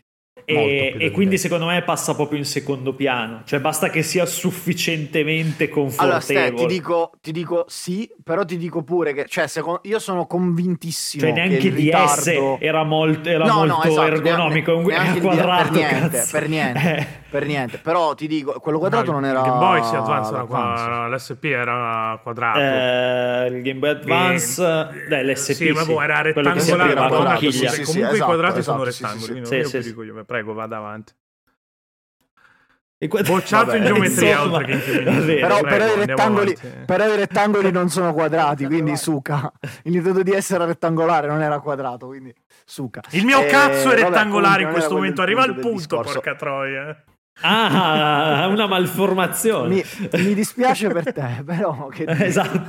[SPEAKER 3] Molto
[SPEAKER 2] E,
[SPEAKER 3] più
[SPEAKER 2] e
[SPEAKER 3] del
[SPEAKER 2] quindi
[SPEAKER 3] deck.
[SPEAKER 2] secondo me passa proprio in secondo piano. Cioè basta che sia sufficientemente
[SPEAKER 3] Allora,
[SPEAKER 2] confortevole.
[SPEAKER 3] Ste, ti dico, ti dico sì, però ti dico pure che, cioè, secondo, io sono convintissimo
[SPEAKER 2] cioè
[SPEAKER 3] che
[SPEAKER 2] neanche
[SPEAKER 3] il
[SPEAKER 2] DS
[SPEAKER 3] ritardo...
[SPEAKER 2] era molto, era molto
[SPEAKER 3] esatto,
[SPEAKER 2] ergonomico, è un- è
[SPEAKER 3] neanche- neanche
[SPEAKER 2] un
[SPEAKER 3] il D-
[SPEAKER 2] quadrato,
[SPEAKER 3] per niente,
[SPEAKER 2] cazzo.
[SPEAKER 3] per niente.
[SPEAKER 2] Eh.
[SPEAKER 3] per niente. Però ti dico, quello quadrato
[SPEAKER 1] No,
[SPEAKER 3] non
[SPEAKER 1] il
[SPEAKER 3] era.
[SPEAKER 1] Game Boy si Advance era
[SPEAKER 3] l'Advance.
[SPEAKER 1] qua- l'SP era quadrato.
[SPEAKER 2] Eh, il Game Boy Advance,
[SPEAKER 1] Eh,
[SPEAKER 2] deh, l'SP,
[SPEAKER 1] sì, ma boh, era
[SPEAKER 2] quello che
[SPEAKER 1] rettangolare,
[SPEAKER 2] si apriva
[SPEAKER 1] ma
[SPEAKER 2] con
[SPEAKER 3] era
[SPEAKER 2] la
[SPEAKER 1] quadrato,
[SPEAKER 3] quadrato,
[SPEAKER 2] conchiglia.
[SPEAKER 1] sì,
[SPEAKER 3] sì,
[SPEAKER 1] comunque
[SPEAKER 3] esatto,
[SPEAKER 1] i quadrati
[SPEAKER 3] esatto,
[SPEAKER 1] sono
[SPEAKER 3] sì, sì, sì.
[SPEAKER 1] rettangoli, quindi
[SPEAKER 2] Sì,
[SPEAKER 1] io
[SPEAKER 2] sì,
[SPEAKER 1] vi
[SPEAKER 2] sì.
[SPEAKER 1] dico io, prego, vada avanti.
[SPEAKER 2] Il quadra-
[SPEAKER 1] Bocciato
[SPEAKER 3] Vabbè,
[SPEAKER 1] in geometria
[SPEAKER 2] insomma,
[SPEAKER 1] oltre che in
[SPEAKER 2] va bene.
[SPEAKER 1] femminismo. prego,
[SPEAKER 3] Però- però i
[SPEAKER 1] andiamo
[SPEAKER 3] rettangoli-
[SPEAKER 1] avanti.
[SPEAKER 3] Però i rettangoli non sono quadrati, quindi suca. Il Nintendo DS era rettangolare, non era quadrato, quindi suca.
[SPEAKER 1] Il mio
[SPEAKER 3] Eh,
[SPEAKER 1] cazzo è
[SPEAKER 3] vabbè,
[SPEAKER 1] rettangolare in
[SPEAKER 3] comunque non
[SPEAKER 1] questo
[SPEAKER 3] era
[SPEAKER 1] momento,
[SPEAKER 3] quello
[SPEAKER 1] arriva
[SPEAKER 3] il
[SPEAKER 1] al
[SPEAKER 3] del
[SPEAKER 1] punto,
[SPEAKER 3] discorso.
[SPEAKER 1] porca troia.
[SPEAKER 2] Ah, una malformazione.
[SPEAKER 3] Mi, mi dispiace per te, però che dire.
[SPEAKER 2] esatto.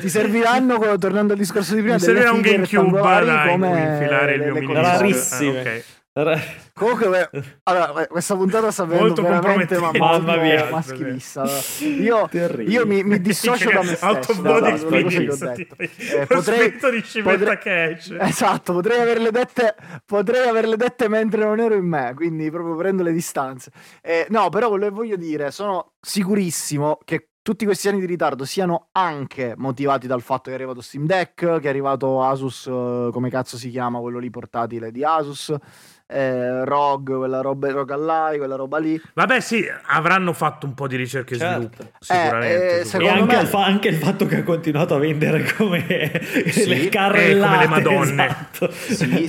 [SPEAKER 3] ti serviranno, co- tornando al discorso di prima,
[SPEAKER 1] Mi
[SPEAKER 3] delle
[SPEAKER 1] serviva un
[SPEAKER 3] fighe
[SPEAKER 1] GameCube
[SPEAKER 3] rettangolari
[SPEAKER 1] dai, in cui
[SPEAKER 3] come
[SPEAKER 1] infilare il
[SPEAKER 3] le-
[SPEAKER 1] mio
[SPEAKER 3] le
[SPEAKER 1] minimo.
[SPEAKER 3] console.
[SPEAKER 2] Rarissime.
[SPEAKER 1] ok.
[SPEAKER 2] Ra-
[SPEAKER 3] Comunque, beh, allora, questa puntata sta avvenendo
[SPEAKER 1] Molto
[SPEAKER 3] veramente
[SPEAKER 1] compromettente.
[SPEAKER 2] Mamma mia.
[SPEAKER 3] maschilista. Io,
[SPEAKER 2] Terribile.
[SPEAKER 3] io mi, mi dissocio da me stesso.
[SPEAKER 1] Out of
[SPEAKER 3] da-
[SPEAKER 1] body
[SPEAKER 3] da- da quello che gli ho
[SPEAKER 1] experience,
[SPEAKER 3] detto.
[SPEAKER 1] tipo,
[SPEAKER 3] Eh,
[SPEAKER 1] lo spetto di Scimetta Catch.
[SPEAKER 3] Esatto, potrei averle, dette, potrei averle dette mentre non ero in me, quindi proprio prendo le distanze. Eh, no, però quello che voglio dire, sono sicurissimo che tutti questi anni di ritardo siano anche motivati dal fatto che è arrivato Steam Deck, che è arrivato Asus, eh, come cazzo si chiama, quello lì portatile di Asus, eh, ROG, quella roba, ROG Ally, quella roba lì.
[SPEAKER 1] Vabbè, sì, avranno fatto un po' di ricerca e
[SPEAKER 2] Certo.
[SPEAKER 1] sviluppo, sicuramente.
[SPEAKER 3] eh,
[SPEAKER 1] sicuramente.
[SPEAKER 2] E
[SPEAKER 3] Secondo
[SPEAKER 2] anche,
[SPEAKER 3] me-
[SPEAKER 2] il fa- anche il fatto che ha continuato a vendere come le carrellate.
[SPEAKER 1] eh, come le Madonne.
[SPEAKER 2] esatto.
[SPEAKER 3] Sì,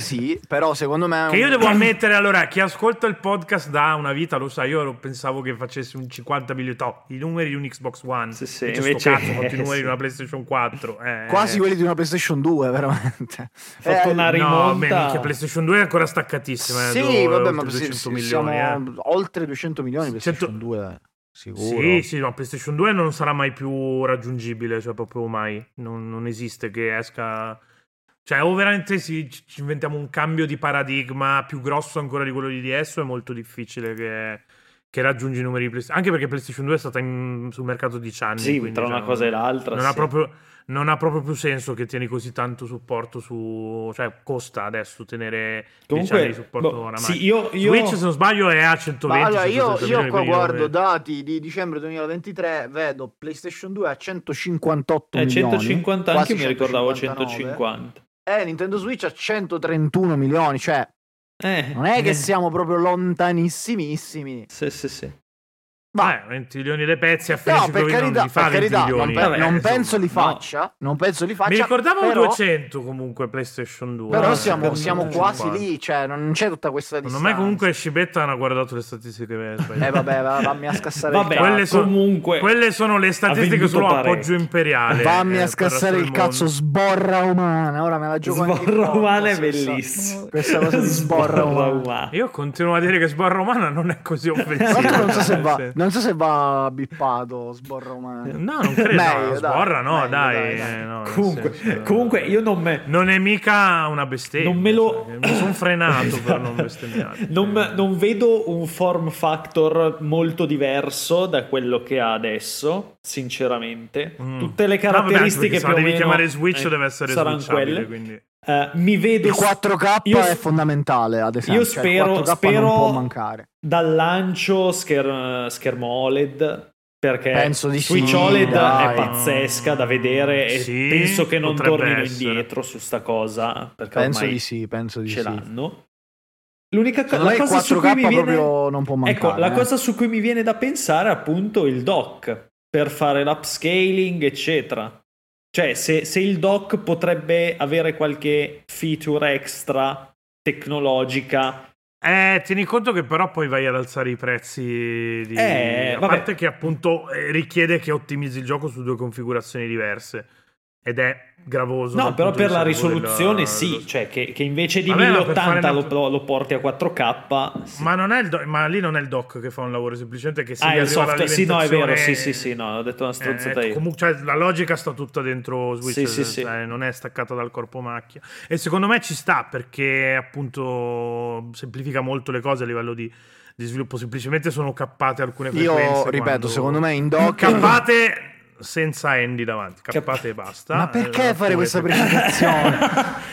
[SPEAKER 3] sì, però secondo me... è
[SPEAKER 1] Che io
[SPEAKER 3] un-
[SPEAKER 1] devo ammettere, allora, chi ascolta il podcast da una vita lo sa, io lo- pensavo che facessi un 50 milioni, no, i numeri di un Xbox One,
[SPEAKER 2] Sì, sì,
[SPEAKER 1] invece,
[SPEAKER 2] invece-
[SPEAKER 1] sto cazzo, ho fatto i numeri
[SPEAKER 2] sì.
[SPEAKER 1] di una PlayStation 4. eh.
[SPEAKER 3] Quasi quelli di una PlayStation 2, veramente.
[SPEAKER 2] Fatto
[SPEAKER 3] Eh,
[SPEAKER 2] una
[SPEAKER 1] No, beh,
[SPEAKER 2] rimonta.
[SPEAKER 1] minchia, PlayStation 2 è ancora staccatissima. eh,
[SPEAKER 3] Sì,
[SPEAKER 1] due-
[SPEAKER 3] vabbè,
[SPEAKER 1] oltre
[SPEAKER 3] ma
[SPEAKER 1] 200
[SPEAKER 3] sì, sì,
[SPEAKER 1] milioni. eh.
[SPEAKER 3] siamo oltre 200 milioni per
[SPEAKER 1] 100
[SPEAKER 3] PlayStation 2, sicuro.
[SPEAKER 1] Sì, sì, ma PlayStation 2 non sarà mai più raggiungibile, cioè proprio mai. Non, non esiste che esca. Cioè, o veramente si- ci ci inventiamo un cambio di paradigma più grosso ancora di quello di DS, o è molto difficile che, che raggiungi i numeri di PlayStation. Anche perché PlayStation 2 è stata in- sul mercato 10 anni.
[SPEAKER 2] Sì,
[SPEAKER 1] quindi,
[SPEAKER 2] tra
[SPEAKER 1] cioè,
[SPEAKER 2] una
[SPEAKER 1] non-
[SPEAKER 2] cosa e l'altra.
[SPEAKER 1] non
[SPEAKER 2] sì.
[SPEAKER 1] ha, proprio, non ha proprio più senso che tieni così tanto supporto su. Cioè, costa adesso tenere 10 anni di supporto
[SPEAKER 2] boh,
[SPEAKER 1] a una
[SPEAKER 2] sì,
[SPEAKER 1] macchina.
[SPEAKER 2] io, io-
[SPEAKER 1] Switch, se non sbaglio, è a 120.
[SPEAKER 3] Ma allora io,
[SPEAKER 1] 160
[SPEAKER 3] io
[SPEAKER 1] milioni,
[SPEAKER 3] qua
[SPEAKER 1] quindi non
[SPEAKER 3] guardo
[SPEAKER 1] è-
[SPEAKER 3] dati di dicembre 2023, vedo PlayStation 2 a 158
[SPEAKER 2] eh,
[SPEAKER 3] milioni.
[SPEAKER 2] 150,
[SPEAKER 3] quasi
[SPEAKER 2] anche io mi ricordavo
[SPEAKER 3] 159,
[SPEAKER 2] 150.
[SPEAKER 3] E Nintendo Switch a 131 milioni, cioè
[SPEAKER 2] Eh,
[SPEAKER 3] non è che
[SPEAKER 2] eh,
[SPEAKER 3] siamo proprio lontanissimissimi.
[SPEAKER 2] Sì, sì, sì.
[SPEAKER 3] Va.
[SPEAKER 1] Eh, 20 milioni di pezzi a
[SPEAKER 3] No,
[SPEAKER 1] Felice
[SPEAKER 3] per
[SPEAKER 1] Dovino
[SPEAKER 3] carità,
[SPEAKER 1] non li fa
[SPEAKER 3] per
[SPEAKER 1] 20
[SPEAKER 3] carità, non,
[SPEAKER 1] milioni.
[SPEAKER 3] pe-
[SPEAKER 2] Vabbè,
[SPEAKER 3] non
[SPEAKER 1] insomma.
[SPEAKER 3] penso li
[SPEAKER 2] no.
[SPEAKER 3] faccia, non penso li faccia.
[SPEAKER 1] Mi ricordavo
[SPEAKER 3] però,
[SPEAKER 1] 200 comunque PlayStation 2.
[SPEAKER 3] però
[SPEAKER 1] eh,
[SPEAKER 3] siamo,
[SPEAKER 1] per
[SPEAKER 3] siamo
[SPEAKER 1] 150.
[SPEAKER 3] quasi lì, cioè non c'è tutta questa distanza.
[SPEAKER 1] Secondo me comunque Scibetta non ha guardato le statistiche che aveva sbagliato.
[SPEAKER 3] Eh vabbè, va- vammi a scassare
[SPEAKER 2] Vabbè,
[SPEAKER 3] il cazzo.
[SPEAKER 1] Quelle sono-
[SPEAKER 2] comunque...
[SPEAKER 1] Quelle sono le statistiche
[SPEAKER 2] venduto
[SPEAKER 1] solo
[SPEAKER 2] parecchio.
[SPEAKER 1] appoggio imperiale.
[SPEAKER 3] Vammi
[SPEAKER 1] eh,
[SPEAKER 3] a
[SPEAKER 1] per
[SPEAKER 3] scassare
[SPEAKER 1] resto
[SPEAKER 3] il
[SPEAKER 1] del
[SPEAKER 3] cazzo,
[SPEAKER 1] mondo.
[SPEAKER 3] sborra umana. Ora me la gioco anche
[SPEAKER 2] Sborra
[SPEAKER 3] io.
[SPEAKER 2] umana è
[SPEAKER 3] Questa-
[SPEAKER 2] bellissimo.
[SPEAKER 3] Questa cosa di sborra umana.
[SPEAKER 2] umana.
[SPEAKER 1] Io continuo a dire che Sbarra Romana non è così
[SPEAKER 3] Tra
[SPEAKER 1] offensivo.
[SPEAKER 3] l'altro non so se
[SPEAKER 1] nel
[SPEAKER 3] va,
[SPEAKER 1] senso-
[SPEAKER 3] non so se va bippato sborra umana.
[SPEAKER 1] No, non credo.
[SPEAKER 3] Meglio,
[SPEAKER 1] no,
[SPEAKER 3] dai,
[SPEAKER 1] Sbarra no,
[SPEAKER 3] meglio,
[SPEAKER 1] dai.
[SPEAKER 3] dai, dai.
[SPEAKER 1] eh, no, nel
[SPEAKER 2] Comunque,
[SPEAKER 1] senso-
[SPEAKER 2] comunque io non me...
[SPEAKER 1] Non è mica una bestemmia.
[SPEAKER 2] Non me lo...
[SPEAKER 1] cioè, mi sono frenato per non bestemmiare.
[SPEAKER 2] Non,
[SPEAKER 1] Eh.
[SPEAKER 2] non vedo un form factor molto diverso da quello che ha adesso, sinceramente.
[SPEAKER 1] Mm.
[SPEAKER 2] Tutte le
[SPEAKER 1] No, vabbè, anche perché
[SPEAKER 2] caratteristiche
[SPEAKER 1] se la
[SPEAKER 2] più o
[SPEAKER 1] devi
[SPEAKER 2] meno,
[SPEAKER 1] chiamare Switch
[SPEAKER 2] eh,
[SPEAKER 1] deve essere
[SPEAKER 2] saranno
[SPEAKER 1] switchabile,
[SPEAKER 2] quelle.
[SPEAKER 1] quindi
[SPEAKER 2] Eh, mi vedo
[SPEAKER 3] Il 4K
[SPEAKER 2] io-
[SPEAKER 3] è fondamentale, ad esempio.
[SPEAKER 2] io
[SPEAKER 3] cioè,
[SPEAKER 2] spero-
[SPEAKER 3] il 4K
[SPEAKER 2] spero-
[SPEAKER 3] non può mancare.
[SPEAKER 2] dal lancio scher- schermo OLED perché
[SPEAKER 3] Penso di
[SPEAKER 2] Switch
[SPEAKER 3] sì,
[SPEAKER 2] OLED
[SPEAKER 3] dai.
[SPEAKER 2] è pazzesca da vedere e
[SPEAKER 1] Sì,
[SPEAKER 2] penso che non
[SPEAKER 1] potrebbe
[SPEAKER 2] tornino
[SPEAKER 1] essere.
[SPEAKER 2] indietro su sta cosa perché
[SPEAKER 3] Penso
[SPEAKER 2] ormai
[SPEAKER 3] di sì, penso di
[SPEAKER 2] ce
[SPEAKER 3] sì.
[SPEAKER 2] l'hanno. L'unica co-
[SPEAKER 3] Secondo me
[SPEAKER 2] la
[SPEAKER 3] il
[SPEAKER 2] cosa su
[SPEAKER 3] 4K
[SPEAKER 2] cui mi
[SPEAKER 3] proprio
[SPEAKER 2] viene
[SPEAKER 3] non può mancare.
[SPEAKER 2] Ecco, la
[SPEAKER 3] eh.
[SPEAKER 2] cosa su cui mi viene da pensare è appunto il dock per fare l'upscaling, eccetera. Cioè, se, se il dock potrebbe avere qualche feature extra tecnologica,
[SPEAKER 1] Eh, tieni conto che però poi vai ad alzare i prezzi di...
[SPEAKER 2] Eh,
[SPEAKER 1] a
[SPEAKER 2] vabbè.
[SPEAKER 1] parte che appunto eh, richiede che ottimizzi il gioco su due configurazioni diverse ed è gravoso.
[SPEAKER 2] no,
[SPEAKER 1] dal
[SPEAKER 2] però
[SPEAKER 1] punto
[SPEAKER 2] per
[SPEAKER 1] di
[SPEAKER 2] la
[SPEAKER 1] vista proprio
[SPEAKER 2] risoluzione
[SPEAKER 1] della-
[SPEAKER 2] sì,
[SPEAKER 1] dello-
[SPEAKER 2] cioè che, che invece di
[SPEAKER 1] Vabbè, ma per
[SPEAKER 2] 1080
[SPEAKER 1] fare
[SPEAKER 2] lo, lo porti a 4K. sì.
[SPEAKER 1] Ma, non è il do- ma lì non è il doc che fa un lavoro, semplicemente che se
[SPEAKER 2] ah,
[SPEAKER 1] gli
[SPEAKER 2] il
[SPEAKER 1] arriva
[SPEAKER 2] software, sì, no, è vero, sì,
[SPEAKER 1] l'alimentazione-
[SPEAKER 2] sì, sì, no, ho detto una
[SPEAKER 1] Eh,
[SPEAKER 2] stronzata
[SPEAKER 1] ecco,
[SPEAKER 2] io.
[SPEAKER 1] comunque, cioè, la logica sta tutta dentro Switch,
[SPEAKER 2] Sì, sì, sì.
[SPEAKER 1] cioè, non è staccata dal corpo macchia. E secondo me ci sta perché appunto semplifica molto le cose a livello di, di sviluppo. Semplicemente sono cappate alcune frequenze.
[SPEAKER 3] Io ripeto,
[SPEAKER 1] quando-
[SPEAKER 3] secondo me in doc
[SPEAKER 1] cappate senza Andy davanti, cappate e basta.
[SPEAKER 3] Ma perché
[SPEAKER 1] Eh,
[SPEAKER 3] fare questa
[SPEAKER 1] oppure-
[SPEAKER 3] precisazione?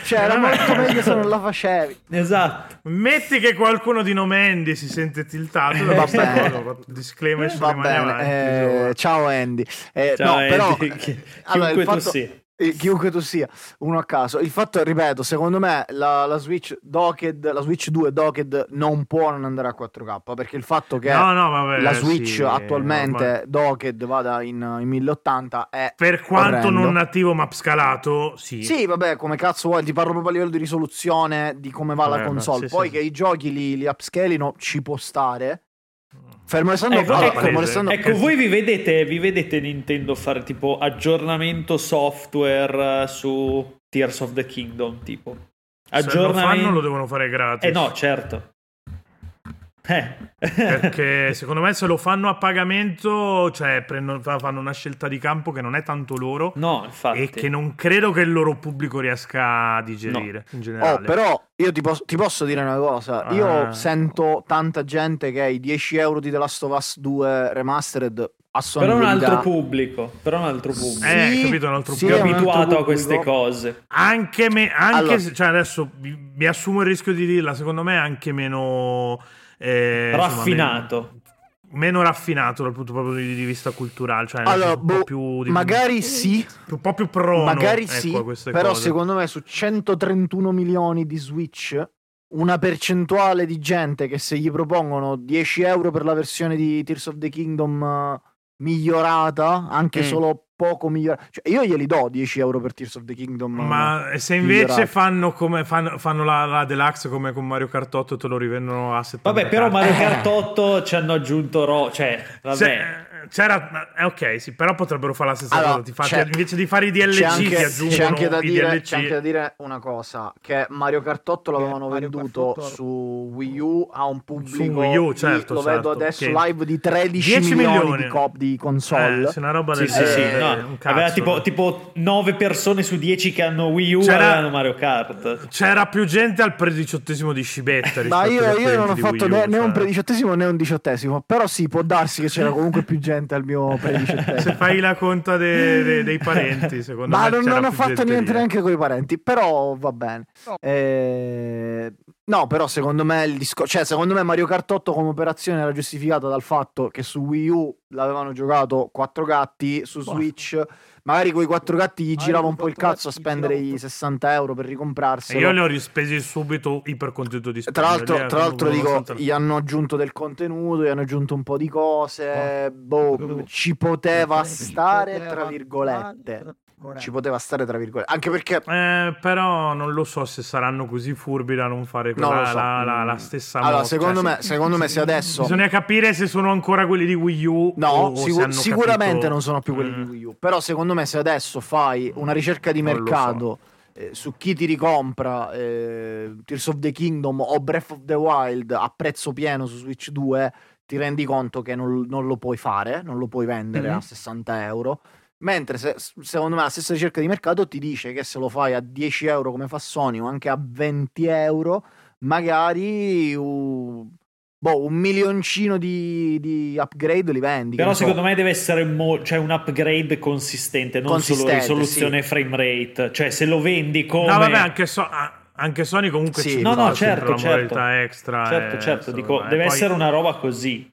[SPEAKER 3] cioè, era
[SPEAKER 1] Vabbè.
[SPEAKER 3] molto meglio se non la facevi.
[SPEAKER 2] Esatto.
[SPEAKER 1] Metti che qualcuno di Nomendi si sente tiltato da
[SPEAKER 3] Va
[SPEAKER 1] questa
[SPEAKER 3] bene.
[SPEAKER 1] cosa, ho fatto disclaimer sulle
[SPEAKER 3] Eh, Va
[SPEAKER 1] mani avanti,
[SPEAKER 3] bene, eh,
[SPEAKER 1] insomma.
[SPEAKER 3] ciao Andy. Eh,
[SPEAKER 2] Ciao,
[SPEAKER 3] no, però eh,
[SPEAKER 2] Andy, chi-
[SPEAKER 3] allora, il
[SPEAKER 2] chiunque tu
[SPEAKER 3] fatto-
[SPEAKER 2] sia.
[SPEAKER 3] E chiunque tu sia, uno a caso. Il fatto, ripeto, secondo me la, la Switch Docked, la Switch 2 Docked non può non andare a 4K perché il fatto che
[SPEAKER 1] No, no, vabbè,
[SPEAKER 3] la Switch
[SPEAKER 1] sì,
[SPEAKER 3] attualmente
[SPEAKER 1] ormai-
[SPEAKER 3] Docked vada in, in 1080 è
[SPEAKER 1] per quanto
[SPEAKER 3] orrendo.
[SPEAKER 1] non nativo ma scalato, sì.
[SPEAKER 3] Sì, vabbè, come cazzo vuoi, ti parlo proprio a livello di risoluzione di come va la
[SPEAKER 1] Eh,
[SPEAKER 3] console.
[SPEAKER 1] sì,
[SPEAKER 3] Poi
[SPEAKER 1] sì,
[SPEAKER 3] che
[SPEAKER 1] sì.
[SPEAKER 3] i giochi li, li upscalino ci può stare.
[SPEAKER 1] Mm.
[SPEAKER 3] Fermo
[SPEAKER 1] Eh,
[SPEAKER 3] restando,
[SPEAKER 2] Ecco,
[SPEAKER 3] allora,
[SPEAKER 2] ecco,
[SPEAKER 3] fermo restando-
[SPEAKER 2] Ecco, voi vi vedete, vi vedete Nintendo fare tipo aggiornamento software eh, su Tears of the Kingdom,
[SPEAKER 1] Se
[SPEAKER 2] tipo.
[SPEAKER 1] lo fanno lo
[SPEAKER 2] Aggiornamento...
[SPEAKER 1] devono fare gratis.
[SPEAKER 2] Eh no, certo. Eh.
[SPEAKER 1] Perché secondo me se lo fanno a pagamento, cioè prendono- fa- fanno una scelta di campo che non è tanto loro
[SPEAKER 2] No, infatti.
[SPEAKER 1] e che non credo che il loro pubblico riesca a digerire in
[SPEAKER 3] Oh,
[SPEAKER 1] generale.
[SPEAKER 3] però io ti, pos- ti posso dire una cosa. Io
[SPEAKER 1] Ah.
[SPEAKER 3] sento tanta gente che i 10 euro di The Last of Us 2 Remastered
[SPEAKER 2] Però un altro
[SPEAKER 3] assolutamente.
[SPEAKER 2] pubblico, però un altro pubblico.
[SPEAKER 1] Eh,
[SPEAKER 3] Sì,
[SPEAKER 1] capito, un altro
[SPEAKER 3] sì,
[SPEAKER 1] pubblico.
[SPEAKER 2] Io
[SPEAKER 3] è un altro
[SPEAKER 2] abituato a queste
[SPEAKER 3] pubblico.
[SPEAKER 2] cose.
[SPEAKER 1] Anche, me- anche
[SPEAKER 3] Allora.
[SPEAKER 1] se- cioè adesso mi, mi assumo il rischio di dirla, secondo me è anche meno... eh, insomma,
[SPEAKER 2] Raffinato.
[SPEAKER 1] me- meno raffinato dal punto proprio di, di vista culturale, cioè nel
[SPEAKER 3] Allora,
[SPEAKER 1] senso un po'
[SPEAKER 3] boh,
[SPEAKER 1] più, di-
[SPEAKER 3] magari sì,
[SPEAKER 1] un po' più prono.
[SPEAKER 3] magari
[SPEAKER 1] ecco,
[SPEAKER 3] sì,
[SPEAKER 1] a queste
[SPEAKER 3] però
[SPEAKER 1] cose.
[SPEAKER 3] secondo me su 131 milioni di Switch una percentuale di gente che se gli propongono 10 euro per la versione di Tears of the Kingdom eh, migliorata, anche
[SPEAKER 2] Mm.
[SPEAKER 3] solo poco migliorata, cioè, io glieli do 10 euro per Tears of the Kingdom. eh,
[SPEAKER 1] Ma se invece
[SPEAKER 3] migliorati.
[SPEAKER 1] fanno, come, fanno, fanno la, la deluxe come con Mario Kart 8 e te lo rivendono a 70
[SPEAKER 2] Vabbè, però Mario
[SPEAKER 3] Eh.
[SPEAKER 2] Kart 8 ci hanno aggiunto Ro, cioè, vabbè.
[SPEAKER 1] Se- c'era, eh, ok, sì, però potrebbero fare la stessa
[SPEAKER 3] Allora,
[SPEAKER 1] cosa. ti fa- cioè,
[SPEAKER 3] c'è-
[SPEAKER 1] invece di fare i DLC,
[SPEAKER 3] c'è
[SPEAKER 1] ti
[SPEAKER 3] anche,
[SPEAKER 1] aggiungono
[SPEAKER 3] c'è anche da
[SPEAKER 1] i
[SPEAKER 3] dire,
[SPEAKER 1] DLC.
[SPEAKER 3] c'è anche da dire una cosa: che Mario Kart 8 l'avevano
[SPEAKER 4] Mario Kart
[SPEAKER 3] venduto
[SPEAKER 4] 8
[SPEAKER 3] su Wii U a un pubblico.
[SPEAKER 1] Wii U,
[SPEAKER 3] di-
[SPEAKER 1] certo,
[SPEAKER 3] lo
[SPEAKER 1] certo,
[SPEAKER 3] vedo adesso
[SPEAKER 1] che-
[SPEAKER 3] live di 13
[SPEAKER 1] 10
[SPEAKER 3] milioni,
[SPEAKER 1] milioni.
[SPEAKER 3] di, cop- di
[SPEAKER 1] Eh,
[SPEAKER 3] console.
[SPEAKER 1] se una roba
[SPEAKER 2] Sì,
[SPEAKER 1] del
[SPEAKER 2] sì, sì,
[SPEAKER 1] genere,
[SPEAKER 2] no.
[SPEAKER 1] eh, un cazzo,
[SPEAKER 2] Aveva tipo,
[SPEAKER 1] no?
[SPEAKER 2] tipo 9 persone su 10 che hanno Wii U
[SPEAKER 1] C'era-
[SPEAKER 2] avevano Mario Kart.
[SPEAKER 1] C'era più gente al prediciottesimo di Scibetta rispetto
[SPEAKER 3] Ma io,
[SPEAKER 1] agli
[SPEAKER 3] io non ho
[SPEAKER 1] acquirenti di
[SPEAKER 3] fatto
[SPEAKER 1] Wii
[SPEAKER 3] né,
[SPEAKER 1] U,
[SPEAKER 3] né
[SPEAKER 1] cioè.
[SPEAKER 3] un prediciottesimo né un diciottesimo. Però sì, può darsi che c'era comunque più gente al mio
[SPEAKER 1] Se
[SPEAKER 3] prediciottesimo.
[SPEAKER 1] fai la conta de- de- dei parenti, secondo
[SPEAKER 3] Ma
[SPEAKER 1] me
[SPEAKER 3] non,
[SPEAKER 1] c'era
[SPEAKER 3] non ho
[SPEAKER 1] più
[SPEAKER 3] fatto
[SPEAKER 1] gente
[SPEAKER 3] niente
[SPEAKER 1] lì. eh.
[SPEAKER 3] neanche con i parenti, però va bene.
[SPEAKER 4] No.
[SPEAKER 3] Eh, no, però secondo me il disco- cioè, secondo me Mario Kart 8 come operazione era giustificata dal fatto che su Wii U l'avevano giocato quattro gatti, su
[SPEAKER 1] Boh.
[SPEAKER 3] Switch magari con i quattro gatti gli
[SPEAKER 4] Magari
[SPEAKER 3] girava
[SPEAKER 4] coi
[SPEAKER 3] un po' il
[SPEAKER 4] quattro
[SPEAKER 3] cazzo a
[SPEAKER 4] gatti gli girava
[SPEAKER 3] spendere
[SPEAKER 4] un
[SPEAKER 3] i
[SPEAKER 4] po'.
[SPEAKER 3] 60 euro per
[SPEAKER 1] E io
[SPEAKER 3] ricomprarselo. Cioè,
[SPEAKER 1] li ho rispesi subito ipercontento di
[SPEAKER 3] Tra
[SPEAKER 1] spenderli,
[SPEAKER 3] l'altro,
[SPEAKER 1] eh,
[SPEAKER 3] tra l'altro
[SPEAKER 1] non
[SPEAKER 3] dico,
[SPEAKER 1] volevo saltare.
[SPEAKER 3] gli hanno aggiunto del contenuto, gli hanno aggiunto un po' di cose, boh,
[SPEAKER 4] Boh.
[SPEAKER 3] ci poteva
[SPEAKER 4] Ci
[SPEAKER 3] stare,
[SPEAKER 4] poteva
[SPEAKER 3] tra virgolette.
[SPEAKER 4] stare, ora.
[SPEAKER 3] Ci poteva stare, tra virgolette. Anche perché
[SPEAKER 1] Eh, però non lo so se saranno così furbi da non fare
[SPEAKER 3] No,
[SPEAKER 1] quella-
[SPEAKER 3] lo so.
[SPEAKER 1] la, la- la
[SPEAKER 3] Mm.
[SPEAKER 1] stessa
[SPEAKER 3] Allora,
[SPEAKER 1] mossa.
[SPEAKER 3] secondo,
[SPEAKER 1] Cioè,
[SPEAKER 3] me, secondo me se adesso...
[SPEAKER 1] Bisogna capire se sono ancora quelli di Wii U.
[SPEAKER 3] No,
[SPEAKER 1] o- o se
[SPEAKER 3] sicur-
[SPEAKER 1] hanno
[SPEAKER 3] sicuramente
[SPEAKER 1] capito-
[SPEAKER 3] non sono più quelli di
[SPEAKER 1] Mm.
[SPEAKER 3] Wii U. Però secondo me se adesso fai una ricerca di
[SPEAKER 1] Non lo so.
[SPEAKER 3] mercato eh, su chi ti ricompra eh, Tears of the Kingdom o Breath of the Wild a prezzo pieno su Switch 2, ti rendi conto che non, non lo puoi fare, non lo puoi vendere
[SPEAKER 2] Mhm.
[SPEAKER 1] Mm-hmm.
[SPEAKER 3] a 60 euro. Mentre se- s- secondo me la stessa ricerca di mercato ti dice che se lo fai a 10 euro come fa Sony o anche a 20 euro, magari uh, boh, un milioncino di, di upgrade li vendi.
[SPEAKER 2] Però secondo me deve essere mo- cioè un upgrade consistente, non
[SPEAKER 3] Consistente,
[SPEAKER 2] solo risoluzione e frame rate. Cioè se lo vendi come...
[SPEAKER 1] No, vabbè, anche, so- ah, anche Sony comunque
[SPEAKER 3] Sì,
[SPEAKER 1] ci
[SPEAKER 3] no,
[SPEAKER 1] fa
[SPEAKER 3] no,
[SPEAKER 1] sempre
[SPEAKER 2] certo,
[SPEAKER 1] la
[SPEAKER 2] certo.
[SPEAKER 1] modalità extra.
[SPEAKER 2] Certo,
[SPEAKER 1] eh,
[SPEAKER 2] certo,
[SPEAKER 1] insomma,
[SPEAKER 2] dico,
[SPEAKER 1] eh.
[SPEAKER 2] deve
[SPEAKER 1] Poi,
[SPEAKER 2] essere una roba così.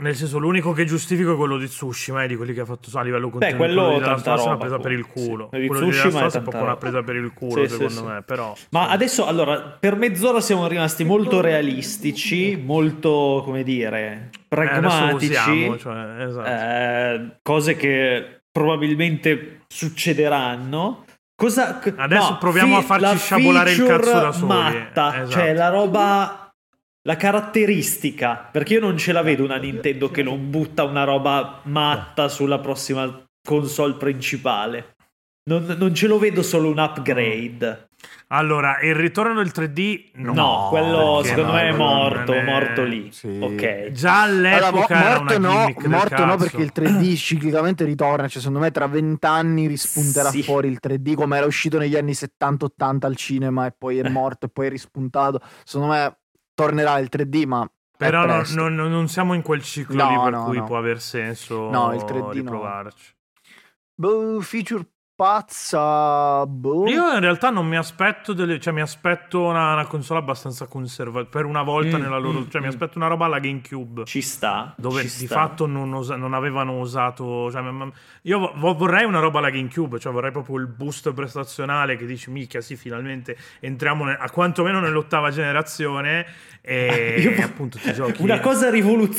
[SPEAKER 1] Nel senso, l'unico che giustifico è quello di Tsushima, eh, di quelli che ha fatto so, a livello
[SPEAKER 2] Beh,
[SPEAKER 1] contenuto.
[SPEAKER 2] quello
[SPEAKER 1] di
[SPEAKER 2] è
[SPEAKER 1] Last of
[SPEAKER 2] tanta
[SPEAKER 1] Us è
[SPEAKER 2] roba.
[SPEAKER 1] una presa per il
[SPEAKER 2] comunque, sì.
[SPEAKER 1] culo.
[SPEAKER 2] Di
[SPEAKER 1] Quello di
[SPEAKER 2] Tsushima
[SPEAKER 1] Last of
[SPEAKER 2] è
[SPEAKER 1] Us è
[SPEAKER 2] tanta
[SPEAKER 1] proprio una
[SPEAKER 2] roba.
[SPEAKER 1] presa per il culo,
[SPEAKER 2] Sì, sì,
[SPEAKER 1] secondo
[SPEAKER 2] sì.
[SPEAKER 1] me. Però,
[SPEAKER 2] Ma adesso, allora, per mezz'ora siamo rimasti molto realistici, molto, come dire,
[SPEAKER 1] Eh, adesso
[SPEAKER 2] pragmatici.
[SPEAKER 1] usiamo, cioè, esatto.
[SPEAKER 2] eh, cose che probabilmente succederanno. Cosa, c-
[SPEAKER 1] Adesso proviamo a farci
[SPEAKER 2] la
[SPEAKER 1] sciabolare il
[SPEAKER 2] feature
[SPEAKER 1] cazzo da soli,
[SPEAKER 2] Matta,
[SPEAKER 1] eh, esatto.
[SPEAKER 2] Cioè la roba, la caratteristica, perché io non ce la vedo una Nintendo che non butta una roba matta sulla prossima console principale. Non, non ce lo vedo solo un upgrade.
[SPEAKER 1] Allora, il ritorno del 3D no.
[SPEAKER 2] No, quello
[SPEAKER 1] perché
[SPEAKER 2] secondo
[SPEAKER 1] no,
[SPEAKER 2] me è
[SPEAKER 1] quello non
[SPEAKER 2] morto,
[SPEAKER 1] è-
[SPEAKER 2] morto lì.
[SPEAKER 3] Sì.
[SPEAKER 2] Ok.
[SPEAKER 1] Già
[SPEAKER 3] Allora, mo-
[SPEAKER 1] all'epoca era una
[SPEAKER 3] morto no,
[SPEAKER 1] gimmick del
[SPEAKER 3] morto
[SPEAKER 1] cazzo.
[SPEAKER 3] no perché il 3D ciclicamente ritorna, cioè secondo me tra vent'anni rispunterà
[SPEAKER 2] Sì.
[SPEAKER 3] fuori il 3D come era uscito negli anni 70-80 al cinema e poi è morto e poi è rispuntato, secondo me tornerà il 3D ma... è
[SPEAKER 1] Però no-
[SPEAKER 3] presto.
[SPEAKER 1] non, non siamo in quel ciclo
[SPEAKER 3] No,
[SPEAKER 1] lì per
[SPEAKER 3] no,
[SPEAKER 1] cui
[SPEAKER 3] no.
[SPEAKER 1] può aver senso
[SPEAKER 3] No, il 3D no.
[SPEAKER 1] riprovarci.
[SPEAKER 3] Boh, feature pazza. Boh.
[SPEAKER 1] Io in realtà non mi aspetto delle, cioè mi aspetto una, una console abbastanza conservativa per una volta
[SPEAKER 2] Mm,
[SPEAKER 1] nella loro,
[SPEAKER 2] mm,
[SPEAKER 1] cioè mi
[SPEAKER 2] mm.
[SPEAKER 1] aspetto una roba alla GameCube.
[SPEAKER 2] Ci sta.
[SPEAKER 1] Dove
[SPEAKER 2] ci
[SPEAKER 1] di
[SPEAKER 2] sta.
[SPEAKER 1] fatto non, osa- non avevano usato. Cioè, ma- ma- io vo- vo- vorrei una roba alla GameCube, cioè vorrei proprio il boost prestazionale che dici, mica, sì, finalmente entriamo ne- a quantomeno nell'ottava generazione e,
[SPEAKER 2] Ah, Io vo-
[SPEAKER 1] appunto ti giochi.
[SPEAKER 2] Una cosa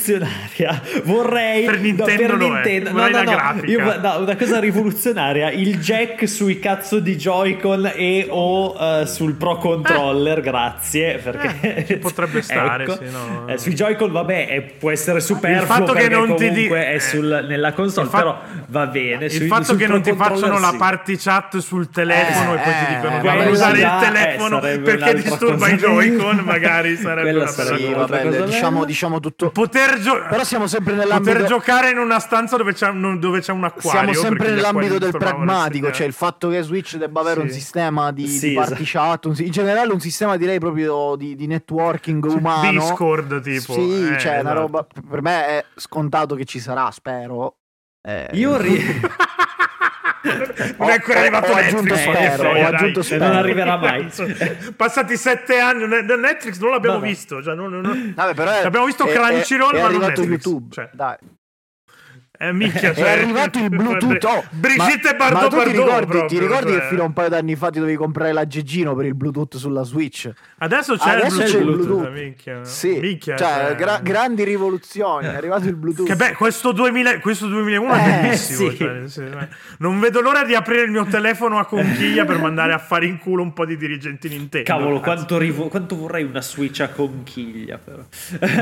[SPEAKER 2] rivoluzionaria. Vorrei
[SPEAKER 1] Per Nintendo lo è. Vorrei la grafica.
[SPEAKER 2] Io- no, una cosa rivoluzionaria, il jack sui cazzo di Joy-Con e o eh, sul Pro Controller, grazie, perché
[SPEAKER 1] Eh, Ah. ci potrebbe stare,
[SPEAKER 2] Ecco.
[SPEAKER 1] sì, no.
[SPEAKER 2] Eh, sui Joy-Con vabbè, eh, può essere superfluo
[SPEAKER 1] Il fatto che
[SPEAKER 2] perché
[SPEAKER 1] non ti
[SPEAKER 2] comunque
[SPEAKER 1] di- eh.
[SPEAKER 2] è sul- nella console,
[SPEAKER 1] il fa-
[SPEAKER 2] però va bene,
[SPEAKER 1] il
[SPEAKER 2] sui-
[SPEAKER 1] fatto
[SPEAKER 2] sul
[SPEAKER 1] che
[SPEAKER 2] Pro
[SPEAKER 1] non ti
[SPEAKER 2] Controller
[SPEAKER 1] facciano la
[SPEAKER 2] sì.
[SPEAKER 1] party chat sul telefono e poi ti
[SPEAKER 3] Eh,
[SPEAKER 1] dicono
[SPEAKER 3] eh,
[SPEAKER 1] "Vai
[SPEAKER 3] vabbè,
[SPEAKER 1] a usare
[SPEAKER 3] sì,
[SPEAKER 1] il
[SPEAKER 2] là, eh,
[SPEAKER 1] telefono
[SPEAKER 2] sarebbe
[SPEAKER 1] perché
[SPEAKER 2] un'altra
[SPEAKER 1] disturba
[SPEAKER 2] cosa.
[SPEAKER 1] i Joy-Con, magari sarebbe
[SPEAKER 2] Quella
[SPEAKER 1] una
[SPEAKER 2] sarebbe
[SPEAKER 1] bella
[SPEAKER 3] Sì,
[SPEAKER 1] cosa.
[SPEAKER 2] un'altra
[SPEAKER 3] vabbè,
[SPEAKER 2] cosa
[SPEAKER 3] diciamo,
[SPEAKER 2] bella.
[SPEAKER 3] diciamo tutto.
[SPEAKER 1] Poter gio-
[SPEAKER 3] Però siamo sempre nell'ambito.
[SPEAKER 1] Poter giocare in una stanza dove c'è, non- dove c'è un acquario.
[SPEAKER 3] Siamo sempre
[SPEAKER 1] perché gli
[SPEAKER 3] nell'ambito
[SPEAKER 1] acquari
[SPEAKER 3] del
[SPEAKER 1] disturbavano
[SPEAKER 3] pragmatico,
[SPEAKER 1] le
[SPEAKER 3] cioè il fatto che Switch debba avere
[SPEAKER 1] Sì. esatto.
[SPEAKER 3] un sistema di, di
[SPEAKER 2] Sì,
[SPEAKER 3] party chat, un si- in generale un sistema direi proprio di, di networking umano.
[SPEAKER 1] Discord, tipo.
[SPEAKER 3] Sì,
[SPEAKER 1] Eh,
[SPEAKER 3] cioè una
[SPEAKER 1] esatto.
[SPEAKER 3] roba. Per me è scontato che ci sarà, spero. Eh,
[SPEAKER 2] Io ri-
[SPEAKER 1] Non è ancora
[SPEAKER 3] Ho-
[SPEAKER 1] arrivato
[SPEAKER 3] ho aggiunto
[SPEAKER 1] Netflix.
[SPEAKER 2] spero,
[SPEAKER 1] che
[SPEAKER 2] ho
[SPEAKER 1] dai.
[SPEAKER 3] aggiunto spero. Non
[SPEAKER 2] arriverà mai.
[SPEAKER 1] Passati sette anni, ne- ne- Netflix non l'abbiamo
[SPEAKER 2] No, no.
[SPEAKER 1] visto. Cioè, non- non-
[SPEAKER 3] Vabbè, però è-
[SPEAKER 1] Abbiamo visto
[SPEAKER 3] è-
[SPEAKER 1] Crunchyroll,
[SPEAKER 3] è, è
[SPEAKER 1] ma non
[SPEAKER 3] arrivato
[SPEAKER 1] Netflix,
[SPEAKER 3] YouTube.
[SPEAKER 1] cioè.
[SPEAKER 3] Dai.
[SPEAKER 1] Eh, minchia,
[SPEAKER 3] È
[SPEAKER 1] cioè-
[SPEAKER 3] arrivato il Bluetooth. Oh,
[SPEAKER 1] Brigitte
[SPEAKER 3] ma,
[SPEAKER 1] Bardot
[SPEAKER 3] ma tu ti
[SPEAKER 1] Bardot
[SPEAKER 3] ricordi, ti
[SPEAKER 1] proprio,
[SPEAKER 3] ricordi
[SPEAKER 1] cioè.
[SPEAKER 3] che fino a un paio d'anni fa ti dovevi comprare la Gigino per il Bluetooth sulla Switch?
[SPEAKER 1] cioè, Adesso c'è
[SPEAKER 3] Adesso
[SPEAKER 1] il
[SPEAKER 2] c'è il
[SPEAKER 1] Bluetooth.
[SPEAKER 3] Bluetooth.
[SPEAKER 1] eh, Minchia.
[SPEAKER 3] Sì,
[SPEAKER 1] Minchia,
[SPEAKER 3] cioè,
[SPEAKER 1] cioè.
[SPEAKER 3] gra- grandi rivoluzioni. È arrivato il Bluetooth.
[SPEAKER 1] Che beh, questo, 2000 questo 2001 è
[SPEAKER 3] Eh,
[SPEAKER 1] bellissimo.
[SPEAKER 2] sì.
[SPEAKER 1] cioè, nel senso, eh, non vedo l'ora di aprire il mio telefono a conchiglia per mandare a fare in culo un po' di dirigenti Eh, Nintendo.
[SPEAKER 2] Cavolo,
[SPEAKER 1] Cazzo.
[SPEAKER 2] quanto, rivo- quanto vorrei una Switch a conchiglia, però.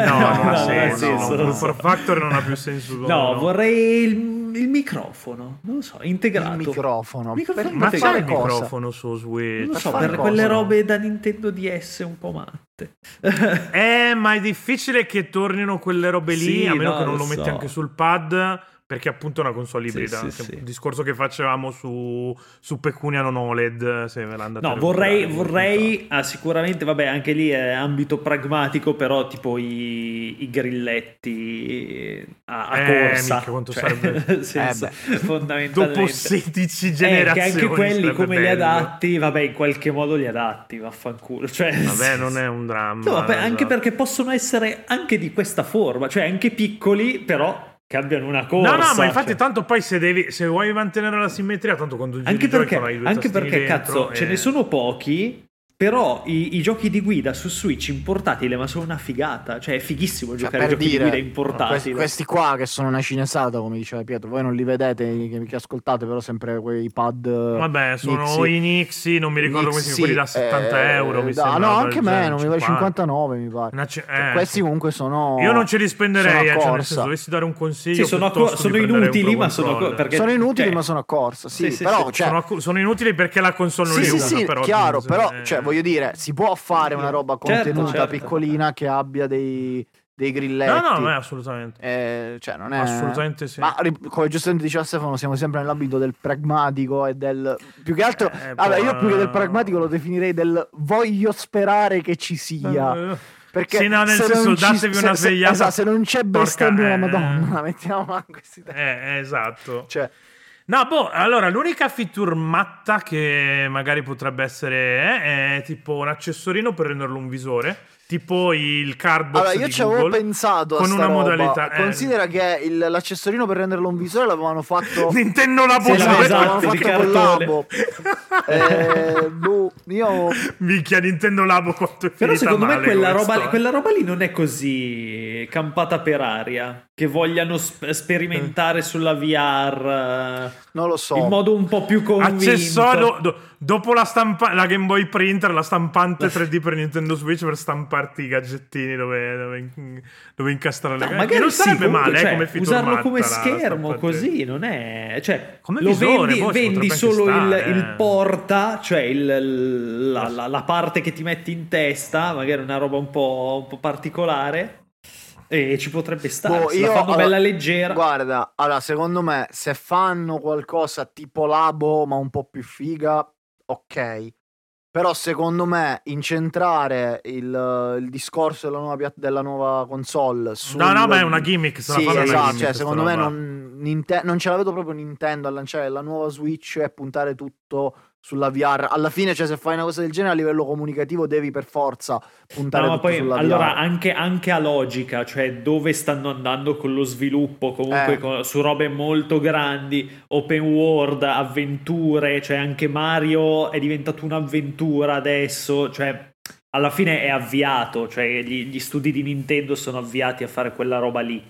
[SPEAKER 1] No,
[SPEAKER 3] No,
[SPEAKER 1] no,
[SPEAKER 3] no,
[SPEAKER 1] sì,
[SPEAKER 2] nel
[SPEAKER 1] no,
[SPEAKER 2] senso,
[SPEAKER 1] no,
[SPEAKER 2] non so.
[SPEAKER 1] For Factor non ha più senso.
[SPEAKER 2] No,
[SPEAKER 1] no.
[SPEAKER 2] vorrei il, il microfono, non lo so,
[SPEAKER 3] il
[SPEAKER 2] integrato.
[SPEAKER 3] microfono.
[SPEAKER 2] Microfono
[SPEAKER 1] Ma
[SPEAKER 3] per
[SPEAKER 1] c'è
[SPEAKER 3] fare
[SPEAKER 1] il
[SPEAKER 3] cosa?
[SPEAKER 1] microfono su Switch?
[SPEAKER 2] Non lo so,
[SPEAKER 3] fare
[SPEAKER 2] per
[SPEAKER 3] cosa?
[SPEAKER 2] quelle robe da Nintendo DS un po' matte.
[SPEAKER 1] Eh, ma è difficile che tornino quelle robe lì,
[SPEAKER 2] Sì,
[SPEAKER 1] a meno
[SPEAKER 2] no,
[SPEAKER 1] che non
[SPEAKER 2] lo
[SPEAKER 1] lo metti
[SPEAKER 2] so.
[SPEAKER 1] anche sul pad, perché appunto è una console
[SPEAKER 2] Sì,
[SPEAKER 1] ibrida.
[SPEAKER 2] sì,
[SPEAKER 1] che-
[SPEAKER 2] sì.
[SPEAKER 1] Discorso che facevamo su, su Pecunia non OLED, se ve la andate a
[SPEAKER 2] No,
[SPEAKER 1] recuperare,
[SPEAKER 2] vorrei, vorrei ah, sicuramente, vabbè, anche lì è ambito pragmatico, però tipo i, i grilletti a, a
[SPEAKER 1] Eh,
[SPEAKER 2] corsa.
[SPEAKER 1] minchia, quanto sarebbe-
[SPEAKER 2] nel senso,
[SPEAKER 3] Eh,
[SPEAKER 2] fondamentalmente.
[SPEAKER 1] Dopo 16
[SPEAKER 2] Eh, che
[SPEAKER 1] generazioni.
[SPEAKER 2] anche quelli
[SPEAKER 1] sarebbe
[SPEAKER 2] come li
[SPEAKER 1] bello.
[SPEAKER 2] adatti, vabbè, in qualche modo li adatti, vaffanculo. Cioè, nel
[SPEAKER 1] Vabbè,
[SPEAKER 2] senso-
[SPEAKER 1] non è un dramma.
[SPEAKER 2] No, vabbè,
[SPEAKER 1] esatto.
[SPEAKER 2] anche perché possono essere anche di questa forma, cioè anche piccoli, però che abbiano una corsa.
[SPEAKER 1] No, no, ma infatti
[SPEAKER 2] cioè.
[SPEAKER 1] tanto poi se, devi, se vuoi mantenere la simmetria, tanto quando giri
[SPEAKER 2] anche
[SPEAKER 1] i Joy-Con
[SPEAKER 2] perché,
[SPEAKER 1] hai due
[SPEAKER 2] anche
[SPEAKER 1] tastini
[SPEAKER 2] perché
[SPEAKER 1] dentro
[SPEAKER 2] cazzo,
[SPEAKER 1] e-
[SPEAKER 2] ce ne sono pochi. Però i, i giochi di guida su Switch in portatile, ma sono una figata. Cioè, è fighissimo
[SPEAKER 3] Cioè,
[SPEAKER 2] giocare ai giochi di guida in
[SPEAKER 3] questi,
[SPEAKER 2] portatile.
[SPEAKER 3] questi qua che sono una cinesata, come diceva Pietro, voi non li vedete, che, che ascoltate, però sempre quei pad. eh,
[SPEAKER 1] Vabbè, sono
[SPEAKER 3] Nixi.
[SPEAKER 1] i Nixi, non mi ricordo come si
[SPEAKER 3] Nixi,
[SPEAKER 1] quelli da 70
[SPEAKER 3] eh,
[SPEAKER 1] euro. Mi
[SPEAKER 3] da-
[SPEAKER 1] sembra, cioè,
[SPEAKER 3] no,
[SPEAKER 1] del
[SPEAKER 3] anche
[SPEAKER 1] genere,
[SPEAKER 3] meno, mi pare 59, mi pare.
[SPEAKER 1] Una ce-
[SPEAKER 3] Cioè,
[SPEAKER 1] eh,
[SPEAKER 3] questi comunque sono.
[SPEAKER 1] Io non ce li spenderei,
[SPEAKER 3] sono a
[SPEAKER 1] eh, cioè, nel
[SPEAKER 3] corsa.
[SPEAKER 1] senso, dovessi dare un consiglio.
[SPEAKER 2] Sì, sono a
[SPEAKER 1] piuttosto
[SPEAKER 2] cor-
[SPEAKER 1] di
[SPEAKER 2] sono
[SPEAKER 1] prendere un
[SPEAKER 2] inutili,
[SPEAKER 1] Pro
[SPEAKER 2] ma sono a cor-
[SPEAKER 1] Controller.
[SPEAKER 2] perché-
[SPEAKER 3] Sono inutili,
[SPEAKER 2] cioè-
[SPEAKER 3] ma sono a corsa. Sì,
[SPEAKER 2] Sì, sì,
[SPEAKER 3] però,
[SPEAKER 2] sì,
[SPEAKER 3] cioè,
[SPEAKER 1] Sono a cor- sono inutili perché la console non
[SPEAKER 3] sì,
[SPEAKER 1] li
[SPEAKER 3] sì,
[SPEAKER 1] usa,
[SPEAKER 3] sì,
[SPEAKER 1] però,
[SPEAKER 3] chiaro,
[SPEAKER 1] eh,
[SPEAKER 3] però
[SPEAKER 1] eh.
[SPEAKER 3] cioè, voglio dire, si può fare una roba
[SPEAKER 2] Certo,
[SPEAKER 3] contenuta
[SPEAKER 2] certo.
[SPEAKER 3] piccolina che abbia dei, dei
[SPEAKER 1] No,
[SPEAKER 3] grilletti.
[SPEAKER 1] no, no, assolutamente.
[SPEAKER 3] Eh, cioè, non è...
[SPEAKER 1] Assolutamente sì.
[SPEAKER 3] Ma ri- come giustamente diceva Stefano, siamo sempre nell'ambito del pragmatico e del... Più che altro...
[SPEAKER 1] Eh,
[SPEAKER 3] allora,
[SPEAKER 1] poi-
[SPEAKER 3] io più che del pragmatico lo definirei del voglio sperare che ci sia.
[SPEAKER 1] Eh,
[SPEAKER 3] Perché
[SPEAKER 1] Sì, no, nel
[SPEAKER 3] se
[SPEAKER 1] senso,
[SPEAKER 3] non ci-
[SPEAKER 1] datevi
[SPEAKER 3] se-
[SPEAKER 1] una
[SPEAKER 3] se-
[SPEAKER 1] svegliata
[SPEAKER 3] esatto, se non c'è
[SPEAKER 1] porca,
[SPEAKER 3] bestemmia
[SPEAKER 1] eh.
[SPEAKER 3] la madonna, mettiamo anche questi termini.
[SPEAKER 1] eh, esatto.
[SPEAKER 3] Cioè,
[SPEAKER 1] No, boh, allora l'unica feature matta che magari potrebbe essere eh, è tipo un accessorino per renderlo un visore, tipo il cardbox
[SPEAKER 3] Allora, io
[SPEAKER 1] di
[SPEAKER 3] ci avevo
[SPEAKER 1] boh, Google,
[SPEAKER 3] pensato a
[SPEAKER 1] con
[SPEAKER 3] sta
[SPEAKER 1] una
[SPEAKER 3] roba.
[SPEAKER 1] modalità eh,
[SPEAKER 3] Considera che il- l'accessorino per renderlo un visore l'avevano fatto.
[SPEAKER 1] Nintendo la
[SPEAKER 2] Sì,
[SPEAKER 1] bolla.
[SPEAKER 2] esatto,
[SPEAKER 3] l'avevano
[SPEAKER 2] di
[SPEAKER 3] fatto con
[SPEAKER 2] cartone.
[SPEAKER 3] l'abo. Eh, boh, io
[SPEAKER 1] Minchia Nintendo Labo quanto è
[SPEAKER 2] Però
[SPEAKER 1] finita
[SPEAKER 2] secondo me
[SPEAKER 1] male
[SPEAKER 2] quella
[SPEAKER 1] questa,
[SPEAKER 2] roba,
[SPEAKER 1] eh.
[SPEAKER 2] quella roba lì non è così campata per aria, che vogliano sp-
[SPEAKER 1] Eh.
[SPEAKER 2] sperimentare sulla VR eh,
[SPEAKER 3] non lo so.
[SPEAKER 2] in modo un po' più convinto.
[SPEAKER 1] Accessorio do- dopo la, stampa- la Game Boy Printer, la stampante 3D per Nintendo Switch per stamparti i gadgettini dove, dove, dove incastrare
[SPEAKER 2] No,
[SPEAKER 1] le
[SPEAKER 2] magari
[SPEAKER 1] Eh, Non
[SPEAKER 2] sì,
[SPEAKER 1] sarebbe
[SPEAKER 2] comunque,
[SPEAKER 1] male eh,
[SPEAKER 2] cioè,
[SPEAKER 1] come feature
[SPEAKER 2] usarlo
[SPEAKER 1] matta,
[SPEAKER 2] come
[SPEAKER 1] la
[SPEAKER 2] schermo
[SPEAKER 1] stampante.
[SPEAKER 2] così non è cioè
[SPEAKER 1] Come
[SPEAKER 2] lo
[SPEAKER 1] visore,
[SPEAKER 2] vendi,
[SPEAKER 1] boh, ci
[SPEAKER 2] vendi
[SPEAKER 1] potrebbe anche
[SPEAKER 2] solo il,
[SPEAKER 1] stare,
[SPEAKER 2] il
[SPEAKER 1] eh.
[SPEAKER 2] porta cioè il- la, la- la parte che ti metti in testa magari una roba un po', un po' particolare e ci potrebbe stare
[SPEAKER 3] Boh,
[SPEAKER 2] se la
[SPEAKER 3] io-
[SPEAKER 2] fanno
[SPEAKER 3] allora,
[SPEAKER 2] bella leggera
[SPEAKER 3] Guarda, allora, secondo me, se fanno qualcosa tipo labo, ma un po' più figa, ok. Però secondo me incentrare il, il discorso della nuova, pia- della nuova console su...
[SPEAKER 1] No, no, ma è una gimmick. Se
[SPEAKER 3] Sì,
[SPEAKER 1] la fanno è una
[SPEAKER 3] esatto,
[SPEAKER 1] gimmick,
[SPEAKER 3] cioè,
[SPEAKER 1] questa
[SPEAKER 3] secondo me
[SPEAKER 1] roba.
[SPEAKER 3] non, Ninte- non ce la vedo proprio Nintendo a lanciare la nuova Switch e puntare tutto sulla VR. Alla fine, cioè, se fai una cosa del genere a livello comunicativo devi per forza puntare
[SPEAKER 2] No, ma
[SPEAKER 3] tutto
[SPEAKER 2] poi
[SPEAKER 3] sulla
[SPEAKER 2] allora
[SPEAKER 3] VR.
[SPEAKER 2] anche, anche a logica, cioè dove stanno andando con lo sviluppo, comunque
[SPEAKER 3] Eh.
[SPEAKER 2] co- su robe molto grandi, open world, avventure, cioè anche Mario è diventato un'avventura adesso, cioè alla fine è avviato, cioè gli, gli studi di Nintendo sono avviati a fare quella roba lì,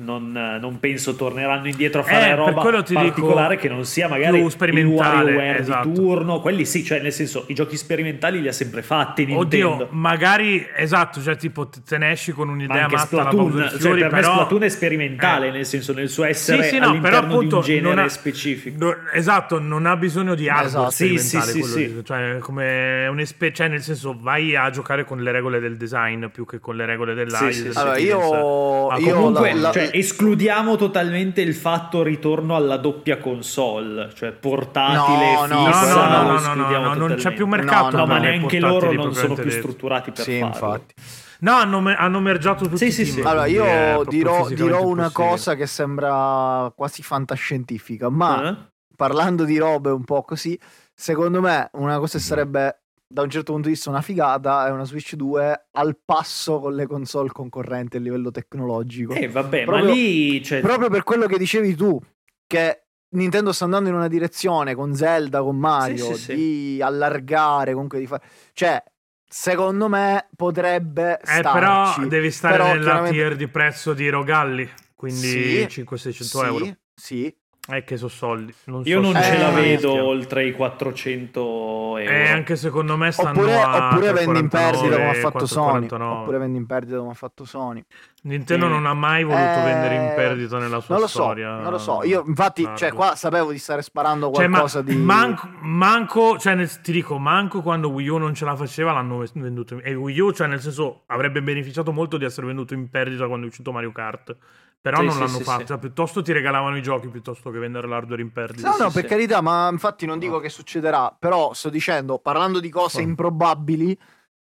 [SPEAKER 2] non, eh, non penso torneranno indietro a fare
[SPEAKER 1] Eh, per
[SPEAKER 2] roba
[SPEAKER 1] quello ti dico,
[SPEAKER 2] particolare che non sia magari
[SPEAKER 1] più
[SPEAKER 2] il
[SPEAKER 1] sperimentale,
[SPEAKER 2] WarioWare
[SPEAKER 1] esatto.
[SPEAKER 2] di turno, quelli sì, cioè nel senso i giochi sperimentali li ha sempre fatti Nintendo.
[SPEAKER 1] Oddio, magari esatto, cioè tipo te te ne esci con
[SPEAKER 2] Ma
[SPEAKER 1] un'idea
[SPEAKER 2] anche
[SPEAKER 1] matta alla Bowser
[SPEAKER 2] Splatoon, cioè,
[SPEAKER 1] Fury,
[SPEAKER 2] per me
[SPEAKER 1] però...
[SPEAKER 2] Splatoon è sperimentale,
[SPEAKER 1] Eh.
[SPEAKER 2] nel senso nel suo
[SPEAKER 1] Sì,
[SPEAKER 2] essere
[SPEAKER 1] sì, no, però
[SPEAKER 2] all'interno di
[SPEAKER 1] appunto
[SPEAKER 2] un genere
[SPEAKER 1] non ha-
[SPEAKER 2] specifico.
[SPEAKER 1] no, esatto, non ha bisogno di hardware
[SPEAKER 3] Esatto.
[SPEAKER 2] Sì,
[SPEAKER 1] sperimentale,
[SPEAKER 2] sì, sì,
[SPEAKER 1] quello
[SPEAKER 2] sì.
[SPEAKER 1] dico, cioè come un'espe- cioè, nel senso vai a giocare con le regole del design più che con le regole della
[SPEAKER 2] Sì, sì, sì.
[SPEAKER 3] Allora, io,
[SPEAKER 1] Ma
[SPEAKER 3] io la-
[SPEAKER 2] Comunque,
[SPEAKER 3] la-
[SPEAKER 2] cioè, escludiamo totalmente il fatto ritorno alla doppia console, cioè portatile,
[SPEAKER 3] No,
[SPEAKER 1] No,
[SPEAKER 3] no,
[SPEAKER 2] fissa,
[SPEAKER 1] no,
[SPEAKER 3] Sì,
[SPEAKER 1] no, no,
[SPEAKER 2] lo
[SPEAKER 1] no, no,
[SPEAKER 2] escludiamo
[SPEAKER 1] no, non c'è
[SPEAKER 2] totalmente.
[SPEAKER 1] più mercato.
[SPEAKER 3] No,
[SPEAKER 2] No,
[SPEAKER 3] no,
[SPEAKER 2] ma
[SPEAKER 1] per
[SPEAKER 3] no,
[SPEAKER 2] neanche
[SPEAKER 1] portatili
[SPEAKER 2] loro non sono
[SPEAKER 1] propriamente
[SPEAKER 2] più
[SPEAKER 1] detti.
[SPEAKER 2] strutturati per
[SPEAKER 3] Sì,
[SPEAKER 2] farlo.
[SPEAKER 3] infatti.
[SPEAKER 1] No, hanno, me- hanno mergiato tutti
[SPEAKER 2] Sì,
[SPEAKER 1] i
[SPEAKER 2] sì,
[SPEAKER 1] team,
[SPEAKER 2] sì.
[SPEAKER 3] Allora,
[SPEAKER 1] quindi è
[SPEAKER 3] io
[SPEAKER 1] proprio
[SPEAKER 3] dirò,
[SPEAKER 1] fisicamente
[SPEAKER 3] dirò una
[SPEAKER 1] impossibile.
[SPEAKER 3] cosa che sembra quasi fantascientifica, ma
[SPEAKER 2] Eh?
[SPEAKER 3] parlando di robe un po' così, secondo me una cosa che sarebbe da un certo punto di vista una figata è una Switch 2 al passo con le console concorrenti a livello tecnologico.
[SPEAKER 2] Eh, vabbè, ma
[SPEAKER 3] Proprio-
[SPEAKER 2] lì cioè,
[SPEAKER 1] certo.
[SPEAKER 3] Proprio per quello che dicevi tu, che Nintendo sta andando in una direzione con Zelda, con Mario,
[SPEAKER 2] Sì, sì, sì.
[SPEAKER 3] di allargare, comunque di fare... Cioè, secondo me potrebbe...
[SPEAKER 1] Eh, però
[SPEAKER 3] starci.
[SPEAKER 1] devi stare
[SPEAKER 3] Però
[SPEAKER 1] nella
[SPEAKER 3] chiaramente-
[SPEAKER 1] tier di prezzo di Rogalli, quindi
[SPEAKER 3] Sì,
[SPEAKER 1] 500-600
[SPEAKER 3] Sì,
[SPEAKER 1] euro.
[SPEAKER 3] Sì,
[SPEAKER 1] Eh, che sono soldi.
[SPEAKER 2] io
[SPEAKER 1] so
[SPEAKER 2] non
[SPEAKER 3] Eh.
[SPEAKER 1] se
[SPEAKER 2] ce
[SPEAKER 1] è
[SPEAKER 2] la
[SPEAKER 1] una
[SPEAKER 2] vedo
[SPEAKER 1] bestia.
[SPEAKER 2] oltre i 400 euro.
[SPEAKER 1] Eh, anche secondo me stanno
[SPEAKER 3] oppure,
[SPEAKER 1] a
[SPEAKER 3] oppure vendi in
[SPEAKER 1] 3,49,
[SPEAKER 3] perdita come ha fatto Sony.
[SPEAKER 1] 4,49.
[SPEAKER 3] Oppure vendi in perdita come ha fatto Sony.
[SPEAKER 1] Nintendo
[SPEAKER 2] Mm.
[SPEAKER 1] non ha mai voluto
[SPEAKER 3] Eh,
[SPEAKER 1] vendere in perdita nella sua
[SPEAKER 3] Non lo so,
[SPEAKER 1] storia.
[SPEAKER 3] non lo so. Io infatti, cioè,
[SPEAKER 1] Largo.
[SPEAKER 3] qua sapevo di stare sparando
[SPEAKER 1] Cioè, ma-
[SPEAKER 3] qualcosa di...
[SPEAKER 1] manco, manco- cioè, nel- ti dico, manco quando Wii U non ce la faceva l'hanno ves- venduto. in- E Wii U, cioè, nel senso, avrebbe beneficiato molto di essere venduto in perdita quando è uscito Mario Kart. Però
[SPEAKER 2] Sì,
[SPEAKER 1] non
[SPEAKER 2] sì,
[SPEAKER 1] l'hanno
[SPEAKER 2] sì,
[SPEAKER 1] fatto.
[SPEAKER 2] sì.
[SPEAKER 1] Cioè, piuttosto ti regalavano i giochi piuttosto che vendere l'hardware in perdita.
[SPEAKER 3] No, no,
[SPEAKER 2] sì,
[SPEAKER 3] per
[SPEAKER 2] sì.
[SPEAKER 3] carità, ma infatti non dico che succederà, però sto dicendo, parlando di cose
[SPEAKER 1] Sì.
[SPEAKER 3] improbabili,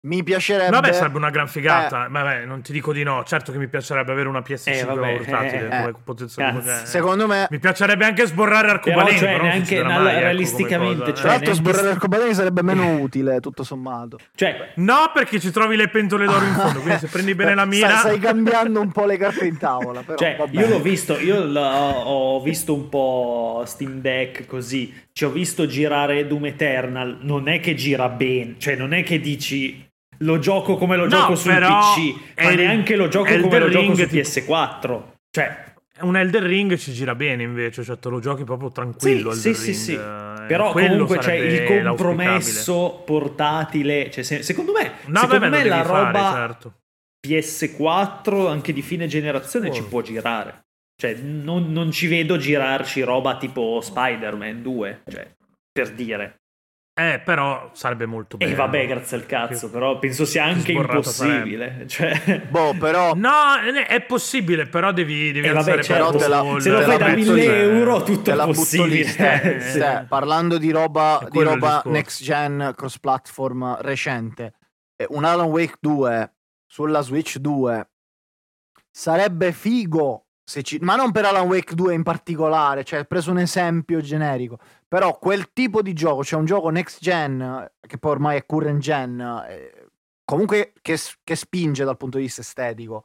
[SPEAKER 3] mi piacerebbe...
[SPEAKER 1] Vabbè, sarebbe una gran
[SPEAKER 3] Eh.
[SPEAKER 1] figata. Vabbè, non ti dico di no. Certo che mi piacerebbe avere una PS5
[SPEAKER 2] Eh, vabbè,
[SPEAKER 1] portatile.
[SPEAKER 3] eh,
[SPEAKER 1] come
[SPEAKER 3] eh.
[SPEAKER 1] potenziale-
[SPEAKER 2] Cazzo.
[SPEAKER 1] cioè,
[SPEAKER 3] Secondo me...
[SPEAKER 1] Mi piacerebbe anche sborrare
[SPEAKER 2] Però,
[SPEAKER 1] arcobaleno.
[SPEAKER 2] cioè,
[SPEAKER 1] però non
[SPEAKER 2] neanche
[SPEAKER 1] succederà
[SPEAKER 2] nal-
[SPEAKER 1] mai, ecco, come
[SPEAKER 2] realisticamente,
[SPEAKER 1] cosa, eh.
[SPEAKER 2] cioè,
[SPEAKER 3] Tra l'altro
[SPEAKER 2] neanche-
[SPEAKER 3] sborrare l'arcobaleno sarebbe meno utile, tutto sommato.
[SPEAKER 2] Cioè,
[SPEAKER 1] No, perché ci trovi le pentole d'oro in fondo. Quindi se prendi bene la mira.
[SPEAKER 3] Stai, stai cambiando un po' le carte in tavola, però
[SPEAKER 2] Cioè,
[SPEAKER 3] vabbè.
[SPEAKER 2] io l'ho visto, io l- ho visto un po' Steam Deck così, ci ho visto girare Doom Eternal, non è che gira bene, cioè non è che dici lo gioco come lo
[SPEAKER 1] No,
[SPEAKER 2] gioco sul
[SPEAKER 1] però
[SPEAKER 2] PC, ma
[SPEAKER 1] El-
[SPEAKER 2] neanche lo gioco
[SPEAKER 1] Elden
[SPEAKER 2] come lo
[SPEAKER 1] Ring
[SPEAKER 2] gioco su
[SPEAKER 1] ti-
[SPEAKER 2] PS4. Cioè,
[SPEAKER 1] Un Elder Ring ci gira bene invece, cioè te lo giochi proprio tranquillo.
[SPEAKER 2] sì,
[SPEAKER 1] Elden
[SPEAKER 2] sì, sì,
[SPEAKER 1] Ring,
[SPEAKER 2] sì.
[SPEAKER 1] eh,
[SPEAKER 2] Però
[SPEAKER 1] quello
[SPEAKER 2] comunque c'è
[SPEAKER 1] sarebbe
[SPEAKER 2] il
[SPEAKER 1] l'auspicabile.
[SPEAKER 2] compromesso portatile, cioè, se- secondo me,
[SPEAKER 1] No,
[SPEAKER 2] secondo
[SPEAKER 1] vabbè,
[SPEAKER 2] me
[SPEAKER 1] lo
[SPEAKER 2] la
[SPEAKER 1] devi
[SPEAKER 2] roba
[SPEAKER 1] fare, certo.
[SPEAKER 2] PS4 anche di fine generazione
[SPEAKER 1] Oh.
[SPEAKER 2] ci può girare. Cioè, non, non ci vedo girarci roba tipo Spider-Man 2, cioè, per dire.
[SPEAKER 1] Eh, però sarebbe molto
[SPEAKER 2] E
[SPEAKER 1] bello.
[SPEAKER 2] Eh, vabbè, grazie al cazzo, però penso sia
[SPEAKER 1] Che
[SPEAKER 2] anche
[SPEAKER 1] sborrato
[SPEAKER 2] impossibile. Cioè,
[SPEAKER 3] Boh, però...
[SPEAKER 1] No, eh, è possibile, però devi, devi
[SPEAKER 2] e vabbè,
[SPEAKER 1] alzare
[SPEAKER 2] certo,
[SPEAKER 1] proprio
[SPEAKER 3] te la-
[SPEAKER 1] il-
[SPEAKER 2] se lo
[SPEAKER 3] te
[SPEAKER 2] fai
[SPEAKER 3] la
[SPEAKER 2] da
[SPEAKER 3] butto
[SPEAKER 2] 1000
[SPEAKER 3] lì.
[SPEAKER 2] euro tutto
[SPEAKER 3] Te
[SPEAKER 2] è
[SPEAKER 3] la butto lì,
[SPEAKER 2] possibile.
[SPEAKER 3] Ste,
[SPEAKER 1] eh,
[SPEAKER 2] Sì.
[SPEAKER 3] Ste, parlando di roba,
[SPEAKER 1] È
[SPEAKER 3] di
[SPEAKER 1] quello il
[SPEAKER 3] roba
[SPEAKER 1] discorso.
[SPEAKER 3] next gen cross platform recente, eh, un Alan Wake 2 sulla Switch 2 sarebbe figo, se ci- ma non per Alan Wake 2 in particolare, cioè ho preso un esempio generico, però quel tipo di gioco, cioè un gioco next gen, eh, che poi ormai è current gen, eh, comunque che, s- che spinge dal punto di vista estetico.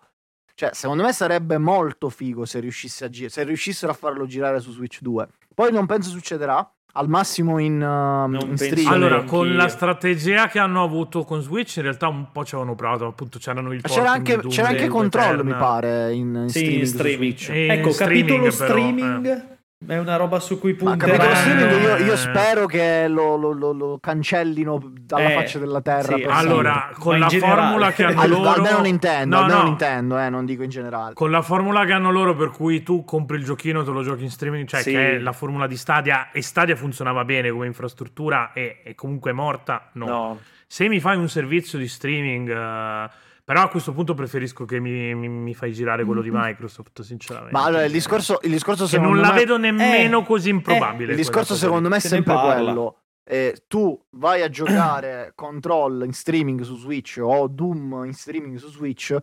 [SPEAKER 3] Cioè, secondo me sarebbe molto figo se, riuscisse a gi- se riuscissero a farlo girare su Switch 2. Poi non penso succederà, al massimo in, um,
[SPEAKER 2] Non
[SPEAKER 3] in
[SPEAKER 2] penso.
[SPEAKER 3] streaming.
[SPEAKER 1] Allora,
[SPEAKER 2] Anch'io.
[SPEAKER 1] con la strategia che hanno avuto con Switch, in realtà un po' ci avevano provato. Appunto, c'erano il
[SPEAKER 3] c'era
[SPEAKER 1] porting
[SPEAKER 3] anche,
[SPEAKER 1] di Doom,
[SPEAKER 3] c'era anche
[SPEAKER 1] Doom
[SPEAKER 3] controllo, mi
[SPEAKER 1] Eternal.
[SPEAKER 3] pare, in, in
[SPEAKER 2] Sì, in
[SPEAKER 3] streaming. su
[SPEAKER 2] streaming.
[SPEAKER 3] Switch.
[SPEAKER 1] E in
[SPEAKER 2] Ecco,
[SPEAKER 1] Eh, streaming,
[SPEAKER 2] capitolo
[SPEAKER 1] però, eh.
[SPEAKER 2] streaming è una roba su cui
[SPEAKER 3] Ma capito
[SPEAKER 1] Punteranno-
[SPEAKER 3] lo streaming? Io,
[SPEAKER 2] punteranno.
[SPEAKER 3] io spero che lo, lo- lo- lo cancellino dalla
[SPEAKER 2] Eh,
[SPEAKER 3] faccia della terra.
[SPEAKER 2] sì,
[SPEAKER 3] per
[SPEAKER 1] Allora,
[SPEAKER 2] Esatto.
[SPEAKER 1] con
[SPEAKER 2] Ma in
[SPEAKER 1] la
[SPEAKER 2] generale.
[SPEAKER 1] formula che hanno
[SPEAKER 3] sempre. Al-
[SPEAKER 1] loro...
[SPEAKER 3] almeno Nintendo,
[SPEAKER 1] No,
[SPEAKER 3] almeno
[SPEAKER 1] no,
[SPEAKER 3] Nintendo, eh, non dico in generale.
[SPEAKER 1] Con la formula che hanno loro, per cui tu compri il giochino, te lo giochi in streaming, cioè
[SPEAKER 2] Sì.
[SPEAKER 1] che è la formula di Stadia, e Stadia funzionava bene come infrastruttura e, e comunque è morta, no.
[SPEAKER 2] No,
[SPEAKER 1] Se mi fai un servizio di streaming, eh, però a questo punto preferisco che mi, mi- mi fai girare quello di Microsoft, sinceramente.
[SPEAKER 3] Mm-hmm. Ma allora, il discorso, il discorso
[SPEAKER 1] Che
[SPEAKER 3] secondo
[SPEAKER 1] non la
[SPEAKER 3] me...
[SPEAKER 1] vedo nemmeno
[SPEAKER 2] Eh,
[SPEAKER 1] così improbabile.
[SPEAKER 3] Il
[SPEAKER 1] quella
[SPEAKER 3] discorso
[SPEAKER 1] cosa lì.
[SPEAKER 3] secondo me è
[SPEAKER 2] Se ne
[SPEAKER 3] sempre
[SPEAKER 2] parla.
[SPEAKER 3] quello. Eh, eh, tu vai a giocare Control in streaming su Switch o Doom in streaming su Switch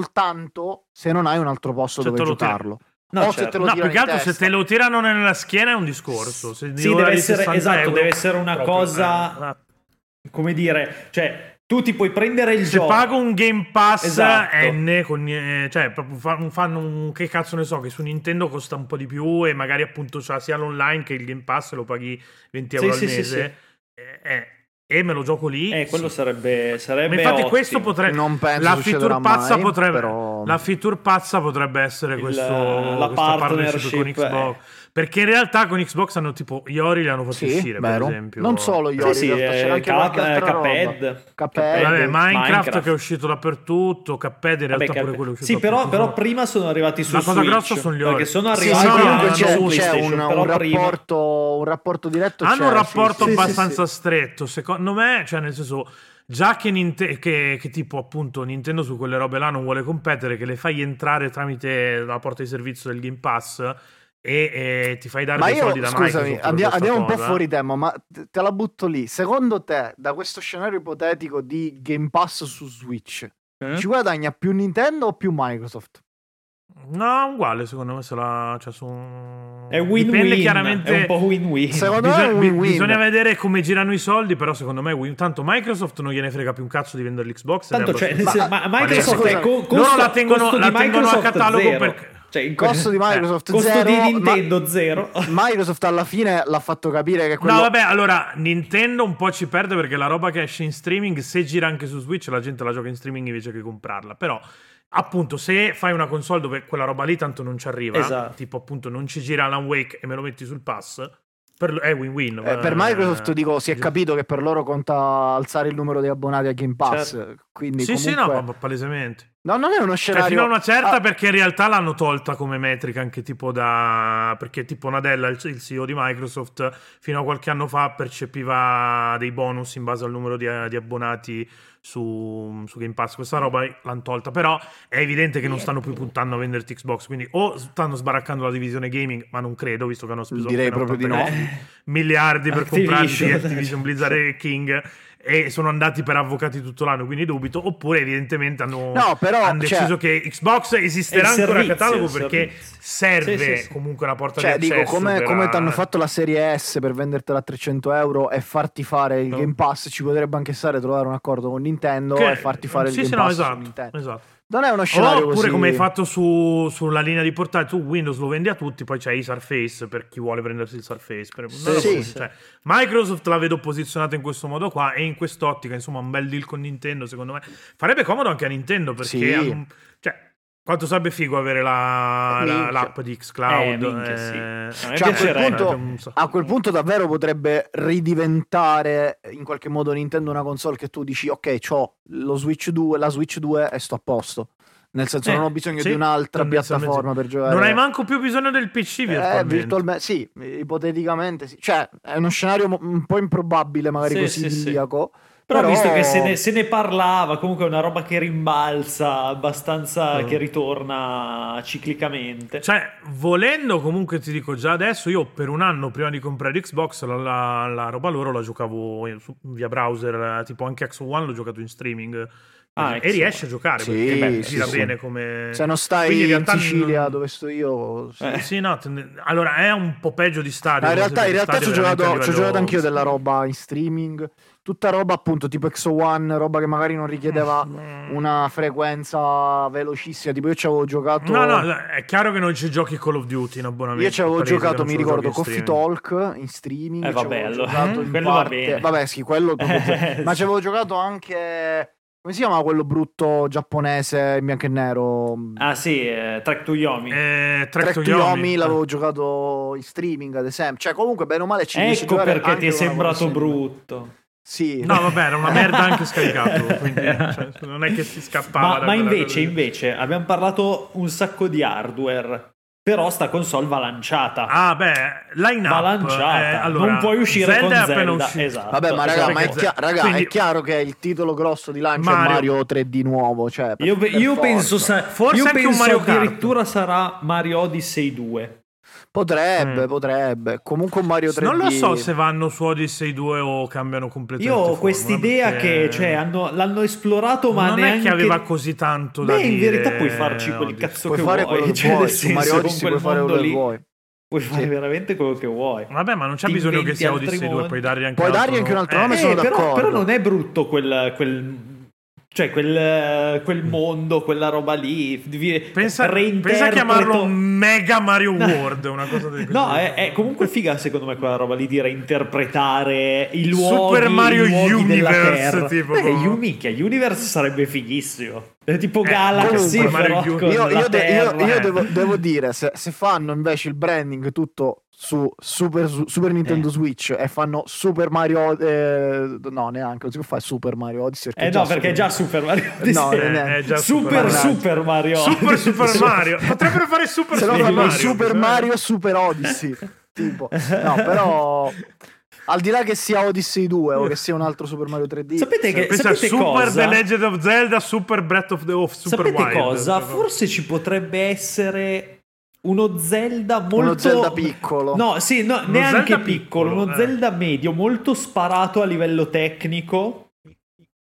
[SPEAKER 3] soltanto se non hai un altro posto
[SPEAKER 1] Se
[SPEAKER 3] dove
[SPEAKER 1] te lo tira-
[SPEAKER 3] giocarlo.
[SPEAKER 2] No,
[SPEAKER 3] o Oh, se
[SPEAKER 2] certo.
[SPEAKER 3] te lo
[SPEAKER 1] No,
[SPEAKER 3] tirano
[SPEAKER 1] più che
[SPEAKER 3] in
[SPEAKER 1] altro se
[SPEAKER 3] testa.
[SPEAKER 1] te lo tirano nella schiena è un discorso. Se
[SPEAKER 2] Sì,
[SPEAKER 1] di ora
[SPEAKER 2] deve
[SPEAKER 1] di
[SPEAKER 2] essere-
[SPEAKER 1] 60
[SPEAKER 2] esatto,
[SPEAKER 1] euro,
[SPEAKER 2] deve essere una
[SPEAKER 1] proprio,
[SPEAKER 2] cosa-
[SPEAKER 1] eh, una-
[SPEAKER 2] Come dire, cioè, tu ti puoi prendere il
[SPEAKER 1] se
[SPEAKER 2] gioco.
[SPEAKER 1] pago un Game Pass
[SPEAKER 2] Esatto.
[SPEAKER 1] N con, eh, cioè proprio fa- un- fanno un che cazzo ne so che su Nintendo costa un po' di più e magari appunto c'ha sia l'online che il Game Pass lo paghi 20
[SPEAKER 2] Sì,
[SPEAKER 1] euro
[SPEAKER 2] sì,
[SPEAKER 1] al
[SPEAKER 2] sì,
[SPEAKER 1] mese eh, eh, e me lo gioco lì
[SPEAKER 2] Eh, quello
[SPEAKER 1] sì.
[SPEAKER 2] sarebbe,
[SPEAKER 1] Ma
[SPEAKER 2] sarebbe
[SPEAKER 1] infatti questo
[SPEAKER 2] ottimo.
[SPEAKER 1] potrebbe
[SPEAKER 3] Non penso
[SPEAKER 1] la
[SPEAKER 3] succederà
[SPEAKER 1] feature pazza
[SPEAKER 3] mai,
[SPEAKER 1] potrebbe
[SPEAKER 3] però-
[SPEAKER 1] la feature pazza potrebbe essere
[SPEAKER 2] Il-
[SPEAKER 1] questo
[SPEAKER 2] la
[SPEAKER 1] questa partnership con
[SPEAKER 2] partnership, eh.
[SPEAKER 1] Xbox perché in realtà con Xbox hanno tipo Iori li hanno fatti
[SPEAKER 3] Sì,
[SPEAKER 1] uscire
[SPEAKER 3] vero.
[SPEAKER 1] per esempio
[SPEAKER 3] Non solo Iori,
[SPEAKER 2] Sì, sì,
[SPEAKER 3] in realtà,
[SPEAKER 2] eh,
[SPEAKER 3] c'era anche
[SPEAKER 2] Cap-
[SPEAKER 3] qualche altra
[SPEAKER 2] eh,
[SPEAKER 3] roba.
[SPEAKER 2] Cuphead. Eh,
[SPEAKER 3] Cuphead.
[SPEAKER 1] Vabbè,
[SPEAKER 3] Minecraft.
[SPEAKER 1] Minecraft, che è uscito dappertutto, Cuphead in realtà
[SPEAKER 2] Vabbè,
[SPEAKER 1] pure
[SPEAKER 2] che-
[SPEAKER 1] quello è uscito
[SPEAKER 2] sì, però,
[SPEAKER 1] dappertutto.
[SPEAKER 2] però prima sono arrivati su
[SPEAKER 1] La cosa
[SPEAKER 2] Switch,
[SPEAKER 1] grossa sono gli ori.
[SPEAKER 2] perché sono
[SPEAKER 1] Sì,
[SPEAKER 3] Sì,
[SPEAKER 2] arrivati
[SPEAKER 1] sì,
[SPEAKER 3] no,
[SPEAKER 1] no,
[SPEAKER 3] comunque
[SPEAKER 1] no,
[SPEAKER 2] su
[SPEAKER 3] c'è,
[SPEAKER 1] no,
[SPEAKER 3] c'è
[SPEAKER 2] PlayStation,
[SPEAKER 3] un,
[SPEAKER 2] però
[SPEAKER 3] un
[SPEAKER 2] prima-
[SPEAKER 3] rapporto, un rapporto diretto.
[SPEAKER 1] hanno un
[SPEAKER 3] c'è, cioè, sì,
[SPEAKER 1] rapporto
[SPEAKER 3] sì, sì,
[SPEAKER 1] abbastanza
[SPEAKER 3] sì, sì.
[SPEAKER 1] stretto, secondo me, cioè nel senso già che, Ninte- che- che tipo appunto Nintendo su quelle robe là non vuole competere, che le fai entrare tramite la porta di servizio del Game Pass e, e ti fai dare
[SPEAKER 3] Ma
[SPEAKER 1] dei soldi
[SPEAKER 3] io,
[SPEAKER 1] da
[SPEAKER 3] scusami,
[SPEAKER 1] Microsoft per
[SPEAKER 3] andia-
[SPEAKER 1] questa
[SPEAKER 3] andiamo un po'
[SPEAKER 1] cosa, eh.
[SPEAKER 3] fuori tema, ma te te la butto lì. Secondo te, da questo scenario ipotetico di Game Pass su Switch,
[SPEAKER 2] Eh?
[SPEAKER 3] ci guadagna più Nintendo o più Microsoft?
[SPEAKER 1] No, uguale, secondo me se la cioè, su...
[SPEAKER 2] È
[SPEAKER 1] Eh?
[SPEAKER 2] win-win,
[SPEAKER 1] Dipende chiaramente
[SPEAKER 2] è un po' win-win.
[SPEAKER 3] Secondo me
[SPEAKER 1] Bisogna,
[SPEAKER 3] è un
[SPEAKER 1] bi-
[SPEAKER 3] win-win.
[SPEAKER 1] bisogna vedere come girano i soldi, però secondo me win- tanto Microsoft non gliene frega più un cazzo di vendere l'Xbox.
[SPEAKER 2] Tanto
[SPEAKER 1] ne
[SPEAKER 2] cioè,
[SPEAKER 1] abbassa-
[SPEAKER 2] nel senso, ma,
[SPEAKER 1] Ma
[SPEAKER 2] Microsoft
[SPEAKER 3] scusa,
[SPEAKER 2] è co- costo,
[SPEAKER 1] loro la tengono-
[SPEAKER 2] costo di
[SPEAKER 1] la tengono a
[SPEAKER 2] Microsoft
[SPEAKER 1] catalogo
[SPEAKER 2] zero.
[SPEAKER 1] perché-
[SPEAKER 2] Cioè, il
[SPEAKER 3] Costo di Microsoft
[SPEAKER 2] costo
[SPEAKER 3] zero,
[SPEAKER 2] di
[SPEAKER 3] ma-
[SPEAKER 2] Nintendo zero.
[SPEAKER 3] Microsoft alla fine l'ha fatto capire che quello
[SPEAKER 1] No, vabbè, allora Nintendo un po' ci perde perché la roba che esce in streaming, se gira anche su Switch, la gente la gioca in streaming invece che comprarla. Però, appunto, se fai una console dove quella roba lì tanto non ci arriva,
[SPEAKER 2] Esatto.
[SPEAKER 1] tipo appunto non ci gira Alan Wake e me lo metti sul pass, per, lo- è win-win.
[SPEAKER 3] Eh, per Microsoft
[SPEAKER 1] Eh,
[SPEAKER 3] dico si è
[SPEAKER 1] gi-
[SPEAKER 3] capito che per loro conta alzare il numero di abbonati a Game Pass quindi
[SPEAKER 1] Certo. Sì, sì, no,
[SPEAKER 3] comunque-
[SPEAKER 1] ma- ma palesemente.
[SPEAKER 3] no, non è uno
[SPEAKER 1] Cioè,
[SPEAKER 3] scenario
[SPEAKER 1] fino a una certa
[SPEAKER 3] Ah,
[SPEAKER 1] perché in realtà l'hanno tolta come metrica anche tipo da... perché tipo Nadella, il il CEO di Microsoft, fino a qualche anno fa percepiva dei bonus in base al numero di, di abbonati su, su Game Pass. Questa roba l'hanno tolta, però è evidente che non stanno più puntando a venderti Xbox, quindi o stanno sbaraccando la divisione gaming, ma non credo, visto che hanno speso
[SPEAKER 3] Direi
[SPEAKER 1] appena
[SPEAKER 3] proprio di
[SPEAKER 2] Eh.
[SPEAKER 3] no.
[SPEAKER 1] 80 miliardi per
[SPEAKER 2] Activision.
[SPEAKER 1] comprarsi Activision Blizzard e King e sono andati per avvocati tutto l'anno, quindi dubito, oppure evidentemente hanno,
[SPEAKER 3] No, però,
[SPEAKER 1] hanno
[SPEAKER 3] cioè-
[SPEAKER 1] deciso che Xbox esisterà
[SPEAKER 2] È il
[SPEAKER 1] ancora a
[SPEAKER 2] servizio,
[SPEAKER 1] catalogo
[SPEAKER 2] il
[SPEAKER 1] perché
[SPEAKER 2] servizio.
[SPEAKER 1] serve
[SPEAKER 2] Sì, sì, sì.
[SPEAKER 1] comunque una porta
[SPEAKER 3] cioè,
[SPEAKER 1] di
[SPEAKER 3] dico,
[SPEAKER 1] accesso.
[SPEAKER 3] come,
[SPEAKER 1] per-
[SPEAKER 3] come ti hanno fatto la serie S per vendertela a 300 euro e farti fare il
[SPEAKER 1] No.
[SPEAKER 3] Game Pass, ci potrebbe anche stare trovare un accordo con Nintendo
[SPEAKER 1] Che-
[SPEAKER 3] e farti fare
[SPEAKER 1] sì,
[SPEAKER 3] il
[SPEAKER 1] sì,
[SPEAKER 3] Game
[SPEAKER 1] no,
[SPEAKER 3] Pass su
[SPEAKER 1] esatto,
[SPEAKER 3] Nintendo.
[SPEAKER 1] esatto.
[SPEAKER 3] Non è uno scenario
[SPEAKER 1] Oppure
[SPEAKER 3] così.
[SPEAKER 1] come hai fatto su- sulla linea di portale, tu Windows lo vendi a tutti, poi c'è i Surface per chi vuole prendersi il Surface. Per-
[SPEAKER 2] Sì,
[SPEAKER 1] non lo so,
[SPEAKER 3] sì,
[SPEAKER 1] cioè, Microsoft la vedo posizionata in questo modo qua e in quest'ottica, insomma, un bel deal con Nintendo secondo me. Farebbe comodo anche a Nintendo perché...
[SPEAKER 3] Sì.
[SPEAKER 1] hanno un- cioè, quanto sarebbe figo avere la- la-
[SPEAKER 3] Minchia.
[SPEAKER 1] l'app di xCloud.
[SPEAKER 2] Eh, minchia, sì. A me
[SPEAKER 3] Cioè, a quel
[SPEAKER 1] piacerebbe.
[SPEAKER 3] punto- Ah,
[SPEAKER 1] un sacco.
[SPEAKER 3] A quel punto davvero potrebbe ridiventare eh, in qualche modo Nintendo una console che tu dici ok, ho lo Switch 2, la Switch 2 e sto a posto. Nel senso
[SPEAKER 1] Eh,
[SPEAKER 3] non ho bisogno
[SPEAKER 1] sì,
[SPEAKER 3] di un'altra
[SPEAKER 1] tendenzialmente
[SPEAKER 3] piattaforma per giocare.
[SPEAKER 1] Non hai manco più bisogno del PC
[SPEAKER 3] eh,
[SPEAKER 1] virtualmente.
[SPEAKER 3] virtualmente sì, ipoteticamente sì. Cioè, è uno scenario mo- un po' improbabile, magari
[SPEAKER 2] Sì,
[SPEAKER 3] così
[SPEAKER 2] sì, sì.
[SPEAKER 3] idilliaco.
[SPEAKER 2] Però,
[SPEAKER 3] però-
[SPEAKER 2] visto che se ne, se ne parlava, comunque è una roba che rimbalza abbastanza,
[SPEAKER 1] Mm.
[SPEAKER 2] che ritorna ciclicamente.
[SPEAKER 1] Cioè, volendo, comunque ti dico già adesso, io per un anno prima di comprare Xbox, la, la- la roba loro la giocavo in- su- via browser, eh, tipo anche Axo One l'ho giocato in streaming.
[SPEAKER 2] Ah,
[SPEAKER 1] e
[SPEAKER 2] Xbox.
[SPEAKER 1] riesci a giocare
[SPEAKER 3] Sì,
[SPEAKER 1] perché beh,
[SPEAKER 3] sì,
[SPEAKER 1] gira
[SPEAKER 3] sì.
[SPEAKER 1] bene come.
[SPEAKER 3] Se non stai
[SPEAKER 1] Quindi
[SPEAKER 3] in,
[SPEAKER 1] realtà
[SPEAKER 3] Sicilia
[SPEAKER 1] non-
[SPEAKER 3] dove sto io. sì.
[SPEAKER 2] Eh.
[SPEAKER 1] Sì, no, tende- allora è un po' peggio di stadio.
[SPEAKER 3] Ma in realtà, in realtà ci ho giocato,
[SPEAKER 1] anche
[SPEAKER 3] ci ho giocato anch'io della roba in streaming. Tutta roba appunto tipo XO1, roba che magari non richiedeva
[SPEAKER 1] Mm.
[SPEAKER 2] Mm.
[SPEAKER 3] una frequenza velocissima. Tipo, io ci avevo giocato.
[SPEAKER 1] No, no, è chiaro che non ci giochi Call of Duty in abbonamento.
[SPEAKER 3] Io ci avevo
[SPEAKER 1] palese,
[SPEAKER 3] giocato,
[SPEAKER 1] non
[SPEAKER 3] mi
[SPEAKER 1] solo
[SPEAKER 3] ricordo,
[SPEAKER 1] giochi in
[SPEAKER 3] Coffee
[SPEAKER 1] streaming.
[SPEAKER 3] Talk in streaming.
[SPEAKER 2] Eh,
[SPEAKER 3] ci
[SPEAKER 2] vabbè,
[SPEAKER 3] avevo
[SPEAKER 2] allora.
[SPEAKER 3] giocato in
[SPEAKER 2] Quello va
[SPEAKER 3] parte-
[SPEAKER 2] bene. Eh,
[SPEAKER 3] Vabbè, sì, quello proprio zero. Ma
[SPEAKER 2] sì.
[SPEAKER 3] ci avevo giocato anche. Come si chiama quello brutto giapponese in bianco e nero? Mm,
[SPEAKER 2] Ah sì, eh, Track to Yomi.
[SPEAKER 1] Eh, Track
[SPEAKER 3] Track
[SPEAKER 1] to
[SPEAKER 3] to Yomi
[SPEAKER 1] Yomi.
[SPEAKER 3] l'avevo giocato in streaming, ad esempio. Cioè, comunque, bene o male ci riesci a
[SPEAKER 2] ecco
[SPEAKER 3] giocare
[SPEAKER 2] perché ti
[SPEAKER 3] anche
[SPEAKER 2] è
[SPEAKER 3] con una
[SPEAKER 2] sembrato
[SPEAKER 3] console.
[SPEAKER 2] brutto.
[SPEAKER 3] Sì,
[SPEAKER 1] No, vabbè, era una merda anche scaricato. Quindi, cioè, non è che si scappava.
[SPEAKER 2] Ma,
[SPEAKER 1] da
[SPEAKER 2] ma
[SPEAKER 1] quella cosa
[SPEAKER 2] invece,
[SPEAKER 1] lì.
[SPEAKER 2] invece, abbiamo parlato un sacco di hardware, però sta console va lanciata.
[SPEAKER 1] Ah, beh, line up.
[SPEAKER 2] va lanciata.
[SPEAKER 1] eh, allora,
[SPEAKER 2] non puoi uscire
[SPEAKER 1] Zelda
[SPEAKER 2] con
[SPEAKER 1] è
[SPEAKER 2] Zelda.
[SPEAKER 1] appena uscito. Cioè,
[SPEAKER 2] Esatto.
[SPEAKER 3] Vabbè, ma raga,
[SPEAKER 2] esatto.
[SPEAKER 3] ma è,
[SPEAKER 1] Perché-
[SPEAKER 3] chia- raga,
[SPEAKER 1] quindi-
[SPEAKER 3] è chiaro che il titolo grosso di lancio
[SPEAKER 1] Mario.
[SPEAKER 3] è Mario 3D nuovo. Cioè, per-
[SPEAKER 2] Io,
[SPEAKER 3] per
[SPEAKER 2] io
[SPEAKER 3] forza.
[SPEAKER 2] penso, sa-
[SPEAKER 1] Forse
[SPEAKER 2] io
[SPEAKER 1] anche un
[SPEAKER 2] penso
[SPEAKER 1] Mario Kart.
[SPEAKER 2] addirittura sarà Mario Odyssey 2.
[SPEAKER 3] Potrebbe,
[SPEAKER 1] Mm.
[SPEAKER 3] potrebbe. Comunque un Mario 3D.
[SPEAKER 1] Non lo so se vanno su Odyssey 2 o cambiano
[SPEAKER 3] Esatto,
[SPEAKER 1] completamente.
[SPEAKER 2] Io ho
[SPEAKER 1] forma,
[SPEAKER 2] quest'idea
[SPEAKER 1] perché
[SPEAKER 2] che cioè, hanno- l'hanno esplorato, ma
[SPEAKER 1] non
[SPEAKER 2] neanche...
[SPEAKER 1] è che aveva così tanto da
[SPEAKER 2] Beh,
[SPEAKER 1] dire.
[SPEAKER 2] in verità puoi farci
[SPEAKER 1] eh,
[SPEAKER 2] quel
[SPEAKER 1] Odyssey.
[SPEAKER 2] cazzo
[SPEAKER 3] Puoi
[SPEAKER 2] che
[SPEAKER 3] fare
[SPEAKER 2] vuoi.
[SPEAKER 3] quello che
[SPEAKER 2] cioè, nel
[SPEAKER 3] vuoi. Su
[SPEAKER 2] senso,
[SPEAKER 3] Mario
[SPEAKER 2] con
[SPEAKER 3] Odyssey
[SPEAKER 2] quel
[SPEAKER 3] puoi fare
[SPEAKER 2] mondo
[SPEAKER 3] quello che
[SPEAKER 2] lì
[SPEAKER 3] vuoi.
[SPEAKER 2] Puoi fare
[SPEAKER 3] Sì.
[SPEAKER 2] veramente quello che vuoi.
[SPEAKER 1] Vabbè, ma non c'è
[SPEAKER 2] Ti
[SPEAKER 1] bisogno che
[SPEAKER 2] inventi
[SPEAKER 1] sia
[SPEAKER 2] altri
[SPEAKER 1] Odyssey 2,
[SPEAKER 2] mondi.
[SPEAKER 1] puoi dargli anche
[SPEAKER 3] Puoi
[SPEAKER 1] un altro
[SPEAKER 3] dargli anche un altro
[SPEAKER 1] eh,
[SPEAKER 3] nome, sono
[SPEAKER 2] però,
[SPEAKER 3] d'accordo.
[SPEAKER 2] però non è brutto quel, quel- cioè quel, quel mondo, quella roba lì. Vi-
[SPEAKER 1] Pensa,
[SPEAKER 2] reinterpreto-
[SPEAKER 1] pensa a chiamarlo Mega Mario World, una cosa del
[SPEAKER 2] No,
[SPEAKER 1] genere.
[SPEAKER 2] è, è comunque figa secondo me quella roba lì di reinterpretare i luoghi
[SPEAKER 1] Super Mario
[SPEAKER 2] i luoghi della
[SPEAKER 1] Universe,
[SPEAKER 2] Terra.
[SPEAKER 1] tipo,
[SPEAKER 2] Beh,
[SPEAKER 1] come-
[SPEAKER 2] yu- minchia, Universe sarebbe fighissimo. È tipo
[SPEAKER 1] Eh,
[SPEAKER 2] Galaxy,
[SPEAKER 3] comunque,
[SPEAKER 1] Mario
[SPEAKER 2] però
[SPEAKER 1] Uni-
[SPEAKER 2] con
[SPEAKER 3] Io,
[SPEAKER 2] la
[SPEAKER 3] io de- io-
[SPEAKER 2] Terra.
[SPEAKER 3] io
[SPEAKER 1] eh.
[SPEAKER 3] devo, devo dire, se, se fanno invece il branding tutto su Super, su- Super Nintendo
[SPEAKER 2] Eh.
[SPEAKER 3] Switch e fanno Super Mario... eh, no, neanche, non si può fare Super Mario Odyssey.
[SPEAKER 2] Eh no, perché è già Super Mario
[SPEAKER 3] No,
[SPEAKER 2] Odyssey.
[SPEAKER 3] non
[SPEAKER 1] Eh,
[SPEAKER 3] è-
[SPEAKER 1] è già
[SPEAKER 2] Super
[SPEAKER 1] Mario.
[SPEAKER 2] Super Mario.
[SPEAKER 1] Super Super Mario. Potrebbero fare Super
[SPEAKER 3] se no
[SPEAKER 1] Super
[SPEAKER 3] fanno
[SPEAKER 1] Mario. cioè.
[SPEAKER 3] il Super Mario Super Odyssey. tipo. No, però... Al di là che sia Odyssey 2 o che sia un altro Super Mario 3D...
[SPEAKER 2] Sapete che
[SPEAKER 1] Pensa a
[SPEAKER 2] Eh, sapete
[SPEAKER 1] Super
[SPEAKER 2] cosa?
[SPEAKER 1] The Legend of Zelda, Super Breath of the Off, Super
[SPEAKER 2] sapete
[SPEAKER 1] Wild.
[SPEAKER 2] cosa?
[SPEAKER 1] Però-
[SPEAKER 2] Forse ci potrebbe essere uno Zelda molto
[SPEAKER 3] Uno Zelda piccolo.
[SPEAKER 2] No, sì, no,
[SPEAKER 1] Uno
[SPEAKER 2] neanche
[SPEAKER 1] Zelda
[SPEAKER 2] piccolo,
[SPEAKER 1] piccolo,
[SPEAKER 2] uno
[SPEAKER 1] eh.
[SPEAKER 2] Zelda medio molto sparato a livello tecnico.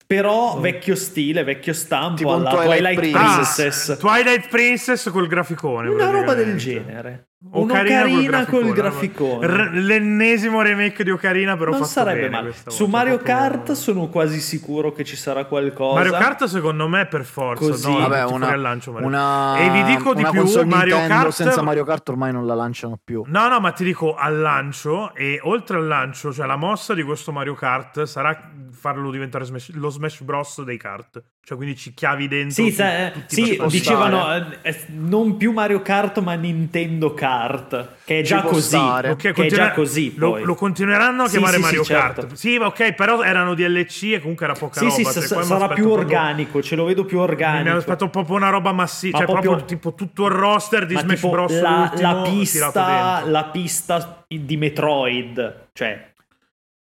[SPEAKER 2] Però
[SPEAKER 1] Mm.
[SPEAKER 2] vecchio stile, vecchio stampo,
[SPEAKER 3] Tipo un
[SPEAKER 2] alla
[SPEAKER 3] Twilight
[SPEAKER 2] Twilight
[SPEAKER 3] Princess.
[SPEAKER 1] Ah,
[SPEAKER 2] Princess.
[SPEAKER 1] Twilight Princess col graficone.
[SPEAKER 2] una roba
[SPEAKER 1] praticamente.
[SPEAKER 2] del genere.
[SPEAKER 1] Ocarina col
[SPEAKER 2] Un'ocarina col
[SPEAKER 1] graficone,
[SPEAKER 2] graficone.
[SPEAKER 1] R- l'ennesimo remake di Ocarina, però
[SPEAKER 2] non
[SPEAKER 1] fatto
[SPEAKER 2] sarebbe
[SPEAKER 1] bene
[SPEAKER 2] male.
[SPEAKER 1] questa
[SPEAKER 2] Su
[SPEAKER 1] volta,
[SPEAKER 2] Mario
[SPEAKER 1] proprio-
[SPEAKER 2] Kart sono quasi sicuro che ci sarà qualcosa.
[SPEAKER 1] Mario Kart secondo me per forza,
[SPEAKER 2] Così.
[SPEAKER 1] no,
[SPEAKER 3] Vabbè,
[SPEAKER 1] tutti
[SPEAKER 3] una-
[SPEAKER 1] fuori al lancio Mario
[SPEAKER 3] Una,
[SPEAKER 1] E vi dico di
[SPEAKER 3] una
[SPEAKER 1] più,
[SPEAKER 3] console
[SPEAKER 1] Mario
[SPEAKER 3] Nintendo
[SPEAKER 1] Kart-
[SPEAKER 3] senza Mario Kart ormai non la lanciano più.
[SPEAKER 1] No, no, ma ti dico al lancio e oltre al lancio, cioè la mossa di questo Mario Kart sarà farlo diventare Smash- lo Smash Bros dei kart. Cioè quindi ci chiavi dentro.
[SPEAKER 2] Sì,
[SPEAKER 1] tu-
[SPEAKER 2] sa-
[SPEAKER 1] tutti
[SPEAKER 2] sì,
[SPEAKER 1] i personaggi.
[SPEAKER 2] dicevano eh, eh, non più Mario Kart ma Nintendo Kart, che è
[SPEAKER 3] Ci
[SPEAKER 2] già
[SPEAKER 3] può
[SPEAKER 2] così.
[SPEAKER 3] stare.
[SPEAKER 1] Ok,
[SPEAKER 2] che è
[SPEAKER 1] continuerà-
[SPEAKER 2] già così.
[SPEAKER 1] lo,
[SPEAKER 2] poi.
[SPEAKER 1] lo continueranno a
[SPEAKER 2] Sì,
[SPEAKER 1] chiamare
[SPEAKER 2] sì, sì,
[SPEAKER 1] Mario Kart.
[SPEAKER 2] certo.
[SPEAKER 1] Sì, ma ok, però erano DLC e comunque era poca
[SPEAKER 2] sì,
[SPEAKER 1] roba.
[SPEAKER 2] sì,
[SPEAKER 1] cioè,
[SPEAKER 2] sa-
[SPEAKER 1] qua mi
[SPEAKER 2] sarà
[SPEAKER 1] aspetto
[SPEAKER 2] più
[SPEAKER 1] proprio-
[SPEAKER 2] organico, ce lo vedo più
[SPEAKER 1] Mi
[SPEAKER 2] organico.
[SPEAKER 1] aspetto proprio una roba massiccia,
[SPEAKER 2] Ma
[SPEAKER 1] cioè proprio
[SPEAKER 2] proprio-
[SPEAKER 1] tipo tutto il roster di
[SPEAKER 2] Ma
[SPEAKER 1] Smash
[SPEAKER 2] tipo
[SPEAKER 1] Bros.
[SPEAKER 2] la,
[SPEAKER 1] ultimo
[SPEAKER 2] la
[SPEAKER 1] tirato
[SPEAKER 2] pista,
[SPEAKER 1] dentro.
[SPEAKER 2] la pista di Metroid, cioè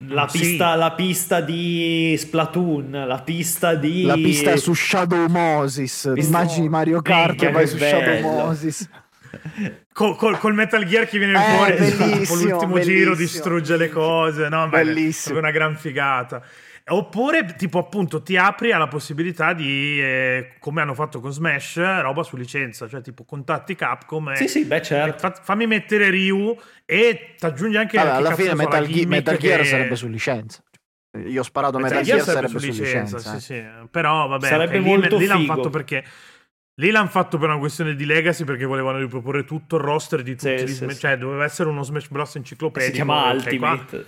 [SPEAKER 2] la
[SPEAKER 1] Sì.
[SPEAKER 2] pista, la pista di Splatoon, la pista di
[SPEAKER 3] La pista è su Shadow Moses.
[SPEAKER 1] Oh,
[SPEAKER 2] Pista-
[SPEAKER 3] Immagini Mario Kart
[SPEAKER 2] Minchia,
[SPEAKER 3] e vai
[SPEAKER 2] che
[SPEAKER 3] su
[SPEAKER 2] bello.
[SPEAKER 3] Shadow Moses.
[SPEAKER 1] Col, col- col Metal Gear che viene
[SPEAKER 3] Eh,
[SPEAKER 1] fuori tipo
[SPEAKER 3] bellissimo,
[SPEAKER 1] l'ultimo
[SPEAKER 3] bellissimo.
[SPEAKER 1] giro distrugge le cose no? Ma è proprio
[SPEAKER 3] Bellissimo.
[SPEAKER 1] una gran figata oppure tipo appunto ti apri alla possibilità di eh, come hanno fatto con Smash roba su licenza cioè tipo contatti Capcom e-
[SPEAKER 2] Sì, sì, beh, certo.
[SPEAKER 1] fa- fammi mettere Ryu e ti aggiungi anche
[SPEAKER 3] Vabbè,
[SPEAKER 1] che
[SPEAKER 3] alla
[SPEAKER 1] cazzo
[SPEAKER 3] fine
[SPEAKER 1] ne so, la
[SPEAKER 3] Metal, Ge-
[SPEAKER 1] gimmick
[SPEAKER 3] Metal Gear
[SPEAKER 1] che-
[SPEAKER 3] sarebbe su licenza. Io ho sparato Metal,
[SPEAKER 1] Metal
[SPEAKER 3] Gear sarebbe su licenza. eh.
[SPEAKER 1] sì, sì. Però vabbè,
[SPEAKER 2] Sarebbe
[SPEAKER 1] ok,
[SPEAKER 2] molto
[SPEAKER 1] lì, lì l'hanno
[SPEAKER 2] figo.
[SPEAKER 1] fatto perché lì l'hanno fatto per una questione di legacy perché volevano riproporre tutto il roster di tutti
[SPEAKER 2] Sì,
[SPEAKER 1] gli
[SPEAKER 2] sì,
[SPEAKER 1] Smash-
[SPEAKER 2] sì. Eh,
[SPEAKER 1] cioè doveva essere uno Smash Bros enciclopedico.
[SPEAKER 2] si chiama
[SPEAKER 1] ok, qua-
[SPEAKER 2] Ultimate.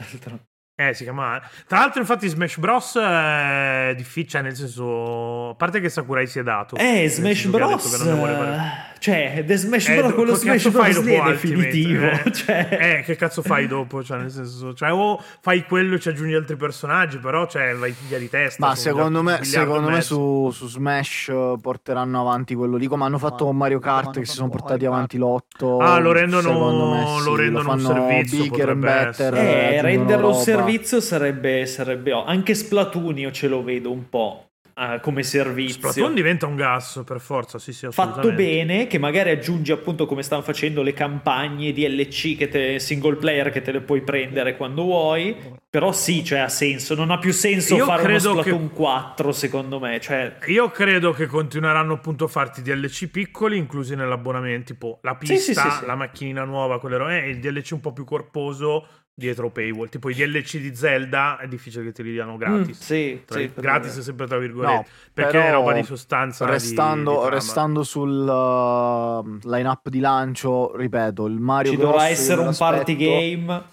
[SPEAKER 1] eh, si chiama. Tra l'altro infatti Smash Bros è difficile, cioè, nel senso a parte che Sakurai si è dato.
[SPEAKER 2] Eh,
[SPEAKER 1] nel
[SPEAKER 2] Smash
[SPEAKER 1] senso che ha
[SPEAKER 2] Bros.
[SPEAKER 1] detto che non ne voleva-
[SPEAKER 2] Cioè, The Smash
[SPEAKER 1] eh,
[SPEAKER 2] Bros.
[SPEAKER 1] do-
[SPEAKER 2] quello
[SPEAKER 1] che
[SPEAKER 2] Smash
[SPEAKER 1] cazzo fai
[SPEAKER 2] Bros. lì è
[SPEAKER 1] dopo Ultimate?
[SPEAKER 2] definitivo.
[SPEAKER 1] Eh,
[SPEAKER 2] cioè,
[SPEAKER 1] eh, che cazzo fai dopo? Cioè, nel senso, cioè, o fai quello e ci aggiungi altri personaggi, però cioè, vai via di testa.
[SPEAKER 3] Ma
[SPEAKER 1] sono
[SPEAKER 3] secondo
[SPEAKER 1] già un
[SPEAKER 3] me,
[SPEAKER 1] miliardo
[SPEAKER 3] secondo
[SPEAKER 1] e
[SPEAKER 3] me
[SPEAKER 1] mezzo.
[SPEAKER 3] su, su Smash eh, porteranno avanti quello lì, come hanno fatto con Mario Kart, che si sono portati avanti l'otto.
[SPEAKER 1] Ah, lo rendono-
[SPEAKER 3] secondo me sì,
[SPEAKER 1] lo rendono un
[SPEAKER 3] fanno
[SPEAKER 1] servizio,
[SPEAKER 3] bigger and
[SPEAKER 1] potrebbe
[SPEAKER 3] better.
[SPEAKER 1] essere.
[SPEAKER 2] eh,
[SPEAKER 3] aggiungono
[SPEAKER 2] renderlo un
[SPEAKER 3] roba.
[SPEAKER 2] servizio sarebbe, sarebbe oh, anche Splatoon io ce lo vedo un po' eh, come servizio.
[SPEAKER 1] Splatoon diventa un gas per forza, sì, sì,
[SPEAKER 2] fatto
[SPEAKER 1] assolutamente.
[SPEAKER 2] bene, che magari aggiungi appunto come stanno facendo le campagne DLC che te, single player che te le puoi prendere quando vuoi. Però sì, cioè ha senso. Non ha più senso
[SPEAKER 1] Io
[SPEAKER 2] fare uno
[SPEAKER 1] credo che- Mm,
[SPEAKER 2] Splatoon 4, secondo me. Cioè,
[SPEAKER 1] Io credo che continueranno appunto a farti DLC piccoli inclusi nell'abbonamento, tipo la pista,
[SPEAKER 2] Sì, sì, sì, sì.
[SPEAKER 1] la macchinina nuova, quelle robe, e il DLC un po' più corposo dietro paywall, tipo i DLC di Zelda è difficile che te li diano gratis.
[SPEAKER 2] mm, sì,
[SPEAKER 1] Tra-
[SPEAKER 2] sì,
[SPEAKER 1] gratis
[SPEAKER 2] per-
[SPEAKER 1] sempre tra virgolette,
[SPEAKER 3] No,
[SPEAKER 1] perché
[SPEAKER 3] però
[SPEAKER 1] è roba di sostanza. di-
[SPEAKER 3] Restando,
[SPEAKER 1] di trama.
[SPEAKER 3] restando sul uh, line-up di lancio, ripeto, il Mario
[SPEAKER 2] Ci
[SPEAKER 3] Bros
[SPEAKER 2] dovrà
[SPEAKER 3] io
[SPEAKER 2] essere
[SPEAKER 3] me
[SPEAKER 2] un party
[SPEAKER 3] l'aspetto.
[SPEAKER 2] game.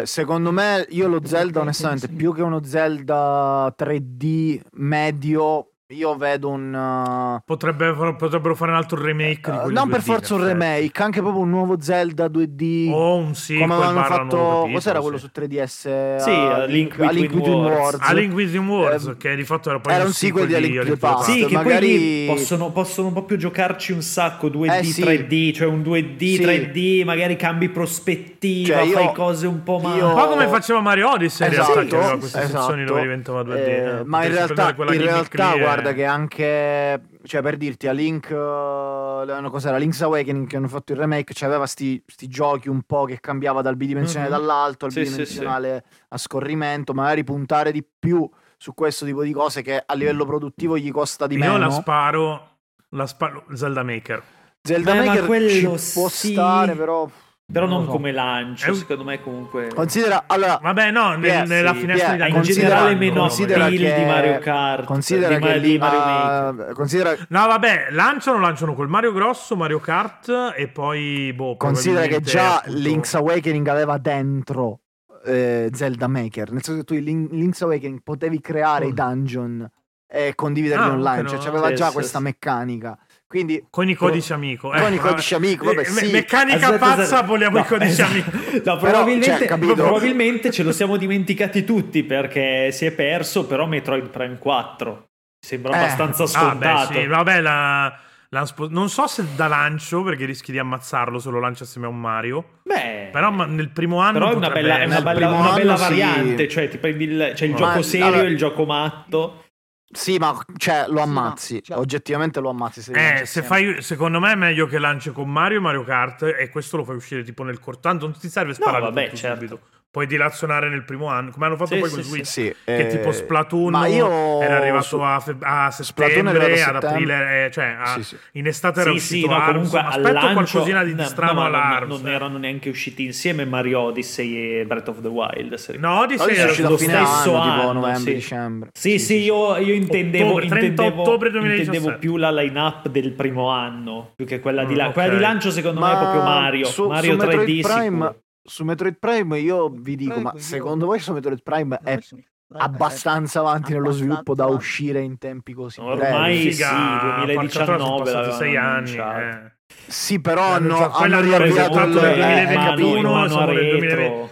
[SPEAKER 3] Eh, secondo me, io lo Zelda, onestamente, più che uno Zelda 3D medio, io vedo un... uh,
[SPEAKER 1] Potrebbe- potrebbero fare un altro remake. di
[SPEAKER 3] uh,
[SPEAKER 1] quelli
[SPEAKER 3] non per
[SPEAKER 1] 2D,
[SPEAKER 3] forza un
[SPEAKER 1] in effetti. Oh,
[SPEAKER 3] remake, anche proprio un nuovo Zelda 2D.
[SPEAKER 1] O un sequel
[SPEAKER 3] come avevano
[SPEAKER 1] barra
[SPEAKER 3] fatto...
[SPEAKER 1] nuovo capitolo,
[SPEAKER 3] cos'era quello
[SPEAKER 1] sì.
[SPEAKER 3] su 3DS?
[SPEAKER 2] Sì,
[SPEAKER 3] Ah,
[SPEAKER 2] a Link
[SPEAKER 3] a
[SPEAKER 2] Between
[SPEAKER 3] Between
[SPEAKER 2] Worlds.
[SPEAKER 1] A Link Between Worlds,
[SPEAKER 3] Eh,
[SPEAKER 1] che di fatto era poi
[SPEAKER 3] era
[SPEAKER 1] un
[SPEAKER 3] un sequel di A Link to the Past.
[SPEAKER 2] Sì, che
[SPEAKER 3] Ah, cioè, magari-
[SPEAKER 2] poi lì possono, possono proprio giocarci un sacco 2D,
[SPEAKER 3] Eh, sì.
[SPEAKER 2] 3D, cioè un 2D,
[SPEAKER 3] Sì.
[SPEAKER 2] 3D, magari cambi prospettiva,
[SPEAKER 3] Cioè, io-
[SPEAKER 2] fai cose un po'
[SPEAKER 3] io-
[SPEAKER 1] Un
[SPEAKER 2] male.
[SPEAKER 1] po' come faceva Mario Odyssey in realtà,
[SPEAKER 3] Esatto,
[SPEAKER 1] che aveva queste sezioni dove
[SPEAKER 3] esatto.
[SPEAKER 1] diventava 2D. eh.
[SPEAKER 3] Eh, ma in
[SPEAKER 1] Potresti prendere
[SPEAKER 3] realtà,
[SPEAKER 1] quella
[SPEAKER 3] in
[SPEAKER 1] gimmick
[SPEAKER 3] realtà
[SPEAKER 1] lì e-
[SPEAKER 3] guarda che anche cioè per dirti a Link eh, lo, lo- cos'era, Link's Awakening che hanno fatto il remake, cioè aveva sti, sti giochi un po' che cambiava dal bidimensionale
[SPEAKER 1] Mhm.
[SPEAKER 3] dall'alto al
[SPEAKER 2] Sì, sì, sì.
[SPEAKER 3] bidimensionale a scorrimento, magari puntare di più su questo tipo di cose che a livello produttivo gli costa di
[SPEAKER 1] Io
[SPEAKER 3] meno.
[SPEAKER 1] la sparo, la sparo Zelda Maker.
[SPEAKER 3] Zelda
[SPEAKER 2] Eh, ma
[SPEAKER 3] Maker ci
[SPEAKER 2] quello
[SPEAKER 3] può
[SPEAKER 2] sì.
[SPEAKER 3] stare, però
[SPEAKER 2] Però
[SPEAKER 1] Non
[SPEAKER 2] non
[SPEAKER 1] lo so.
[SPEAKER 2] come lancio,
[SPEAKER 1] È un-
[SPEAKER 2] secondo me comunque...
[SPEAKER 3] considera allora
[SPEAKER 1] Vabbè, no, nel-
[SPEAKER 3] Pier,
[SPEAKER 1] nella
[SPEAKER 2] sì,
[SPEAKER 1] finestra
[SPEAKER 3] Pier,
[SPEAKER 1] di
[SPEAKER 2] in
[SPEAKER 3] considera-
[SPEAKER 2] generale
[SPEAKER 1] Nintendo,
[SPEAKER 2] Cioè, meno
[SPEAKER 3] considera
[SPEAKER 2] appeal
[SPEAKER 3] che-
[SPEAKER 2] di Mario Kart,
[SPEAKER 3] considera
[SPEAKER 2] di, Ma-
[SPEAKER 3] che
[SPEAKER 2] di
[SPEAKER 3] lì,
[SPEAKER 2] Mario Maker.
[SPEAKER 3] ah, considera
[SPEAKER 1] No, vabbè, lanciano, lanciano col Mario Grosso, Mario Kart e poi boh,
[SPEAKER 3] Considera che
[SPEAKER 1] probabilmente,
[SPEAKER 3] già
[SPEAKER 1] appunto-
[SPEAKER 3] Link's Awakening aveva dentro eh, Zelda Maker, nel senso che tu in Link- Link's Awakening potevi creare
[SPEAKER 1] Oh.
[SPEAKER 3] i dungeon e condividerli
[SPEAKER 1] Ah,
[SPEAKER 3] online,
[SPEAKER 1] ok,
[SPEAKER 3] cioè
[SPEAKER 1] no.
[SPEAKER 3] c'aveva
[SPEAKER 2] Sì,
[SPEAKER 3] già
[SPEAKER 2] sì,
[SPEAKER 3] questa
[SPEAKER 2] sì.
[SPEAKER 3] meccanica. Quindi
[SPEAKER 1] con i codici amico.
[SPEAKER 3] Con
[SPEAKER 1] ecco,
[SPEAKER 3] i
[SPEAKER 1] vabbè.
[SPEAKER 3] codici amico, vabbè,
[SPEAKER 1] Eh, me-
[SPEAKER 3] sì.
[SPEAKER 1] meccanica
[SPEAKER 2] Aspetta,
[SPEAKER 1] pazza,
[SPEAKER 2] aspetta.
[SPEAKER 1] vogliamo
[SPEAKER 2] No,
[SPEAKER 1] i codici
[SPEAKER 2] esatto.
[SPEAKER 1] amico.
[SPEAKER 2] No, probabilmente,
[SPEAKER 3] cioè, capito?
[SPEAKER 2] probabilmente ce lo siamo dimenticati tutti perché si è perso, però Metroid Prime 4 sembra
[SPEAKER 3] Eh,
[SPEAKER 2] abbastanza
[SPEAKER 1] Ah, beh,
[SPEAKER 2] scontato.
[SPEAKER 1] sì, vabbè, la- la spo- non so se da lancio, perché rischi di ammazzarlo se lo lanci assieme a un Mario.
[SPEAKER 2] Beh,
[SPEAKER 1] Però ma- nel primo anno
[SPEAKER 2] però è una
[SPEAKER 1] potrebbe
[SPEAKER 2] bella, è una
[SPEAKER 1] essere.
[SPEAKER 2] bella-
[SPEAKER 3] primo
[SPEAKER 2] una bella
[SPEAKER 3] anno, sì.
[SPEAKER 2] variante, cioè ti prendi il, c'è il
[SPEAKER 1] Ma-
[SPEAKER 2] gioco serio e
[SPEAKER 3] allora-
[SPEAKER 2] il gioco matto.
[SPEAKER 3] sì, ma cioè, lo
[SPEAKER 4] ma-
[SPEAKER 3] ammazzi,
[SPEAKER 4] cioè-
[SPEAKER 3] oggettivamente lo ammazzi. Se,
[SPEAKER 1] Eh, se fai, secondo me è meglio che lanci con Mario Mario Kart e questo lo fai uscire tipo nel corto. Tanto non ti serve sparare
[SPEAKER 2] vabbè,
[SPEAKER 1] tutto
[SPEAKER 2] certo.
[SPEAKER 1] subito. Puoi dilazionare nel primo anno, come hanno fatto
[SPEAKER 2] Sì,
[SPEAKER 1] poi
[SPEAKER 2] sì,
[SPEAKER 1] con
[SPEAKER 2] sì.
[SPEAKER 1] Switch.
[SPEAKER 3] è
[SPEAKER 1] Che
[SPEAKER 3] eh,
[SPEAKER 1] tipo Splatoon era arrivato a, feb- a
[SPEAKER 3] Splatoon era
[SPEAKER 1] settembre,
[SPEAKER 3] arrivato a
[SPEAKER 1] ad
[SPEAKER 3] settembre.
[SPEAKER 1] aprile, eh, cioè a-
[SPEAKER 3] Sì, sì.
[SPEAKER 1] in estate era
[SPEAKER 2] Sì,
[SPEAKER 1] uscito
[SPEAKER 2] sì, no,
[SPEAKER 1] Arms.
[SPEAKER 2] comunque al
[SPEAKER 1] Aspetto
[SPEAKER 2] lancio
[SPEAKER 1] qualcosina di
[SPEAKER 2] no,
[SPEAKER 1] strano
[SPEAKER 2] no, no,
[SPEAKER 1] alla
[SPEAKER 2] no,
[SPEAKER 1] Arms,
[SPEAKER 2] non
[SPEAKER 1] eh.
[SPEAKER 2] erano neanche usciti insieme Mario Odyssey e Breath of the Wild. se ricordo.
[SPEAKER 1] No, di
[SPEAKER 3] Oggi è
[SPEAKER 2] era
[SPEAKER 3] uscito
[SPEAKER 1] sera.
[SPEAKER 3] a
[SPEAKER 2] lo
[SPEAKER 3] fine
[SPEAKER 2] stesso
[SPEAKER 3] anno, tipo
[SPEAKER 2] anno,
[SPEAKER 3] novembre,
[SPEAKER 2] sì.
[SPEAKER 3] dicembre.
[SPEAKER 2] Sì, sì, io, io intendevo,
[SPEAKER 1] Ottobre, 30
[SPEAKER 2] intendevo-
[SPEAKER 1] ottobre 2017.
[SPEAKER 2] intendevo più la line-up del primo anno, più che quella di,
[SPEAKER 1] Mm,
[SPEAKER 2] la-
[SPEAKER 1] ok.
[SPEAKER 2] quella di lancio secondo me è proprio Mario,
[SPEAKER 3] su,
[SPEAKER 2] Mario
[SPEAKER 3] su Metroid
[SPEAKER 2] 3D
[SPEAKER 3] Prime,
[SPEAKER 2] sicuro.
[SPEAKER 3] su Metroid Prime io vi dico, ma
[SPEAKER 4] Prego, io-
[SPEAKER 3] secondo voi su Metroid Prime è
[SPEAKER 4] abbastanza
[SPEAKER 3] abbastanza avanti nello
[SPEAKER 4] certo. abbastanza
[SPEAKER 3] sviluppo da
[SPEAKER 4] avanti.
[SPEAKER 3] uscire in tempi così brevi.
[SPEAKER 2] Ormai sì,
[SPEAKER 1] Figa, porca troia, sono
[SPEAKER 2] 2019
[SPEAKER 1] passati
[SPEAKER 2] l'avevano
[SPEAKER 1] sei anni.
[SPEAKER 2] annunciato.
[SPEAKER 1] eh.
[SPEAKER 3] Sì, però hanno,
[SPEAKER 1] Hanno già- poi
[SPEAKER 3] hanno
[SPEAKER 1] l'hanno
[SPEAKER 2] Esatto,
[SPEAKER 3] riavviato il
[SPEAKER 1] presentato nel
[SPEAKER 3] eh,
[SPEAKER 1] eh, 2021,
[SPEAKER 2] mano, mano
[SPEAKER 1] siamo nel
[SPEAKER 2] retro.
[SPEAKER 1] 2020.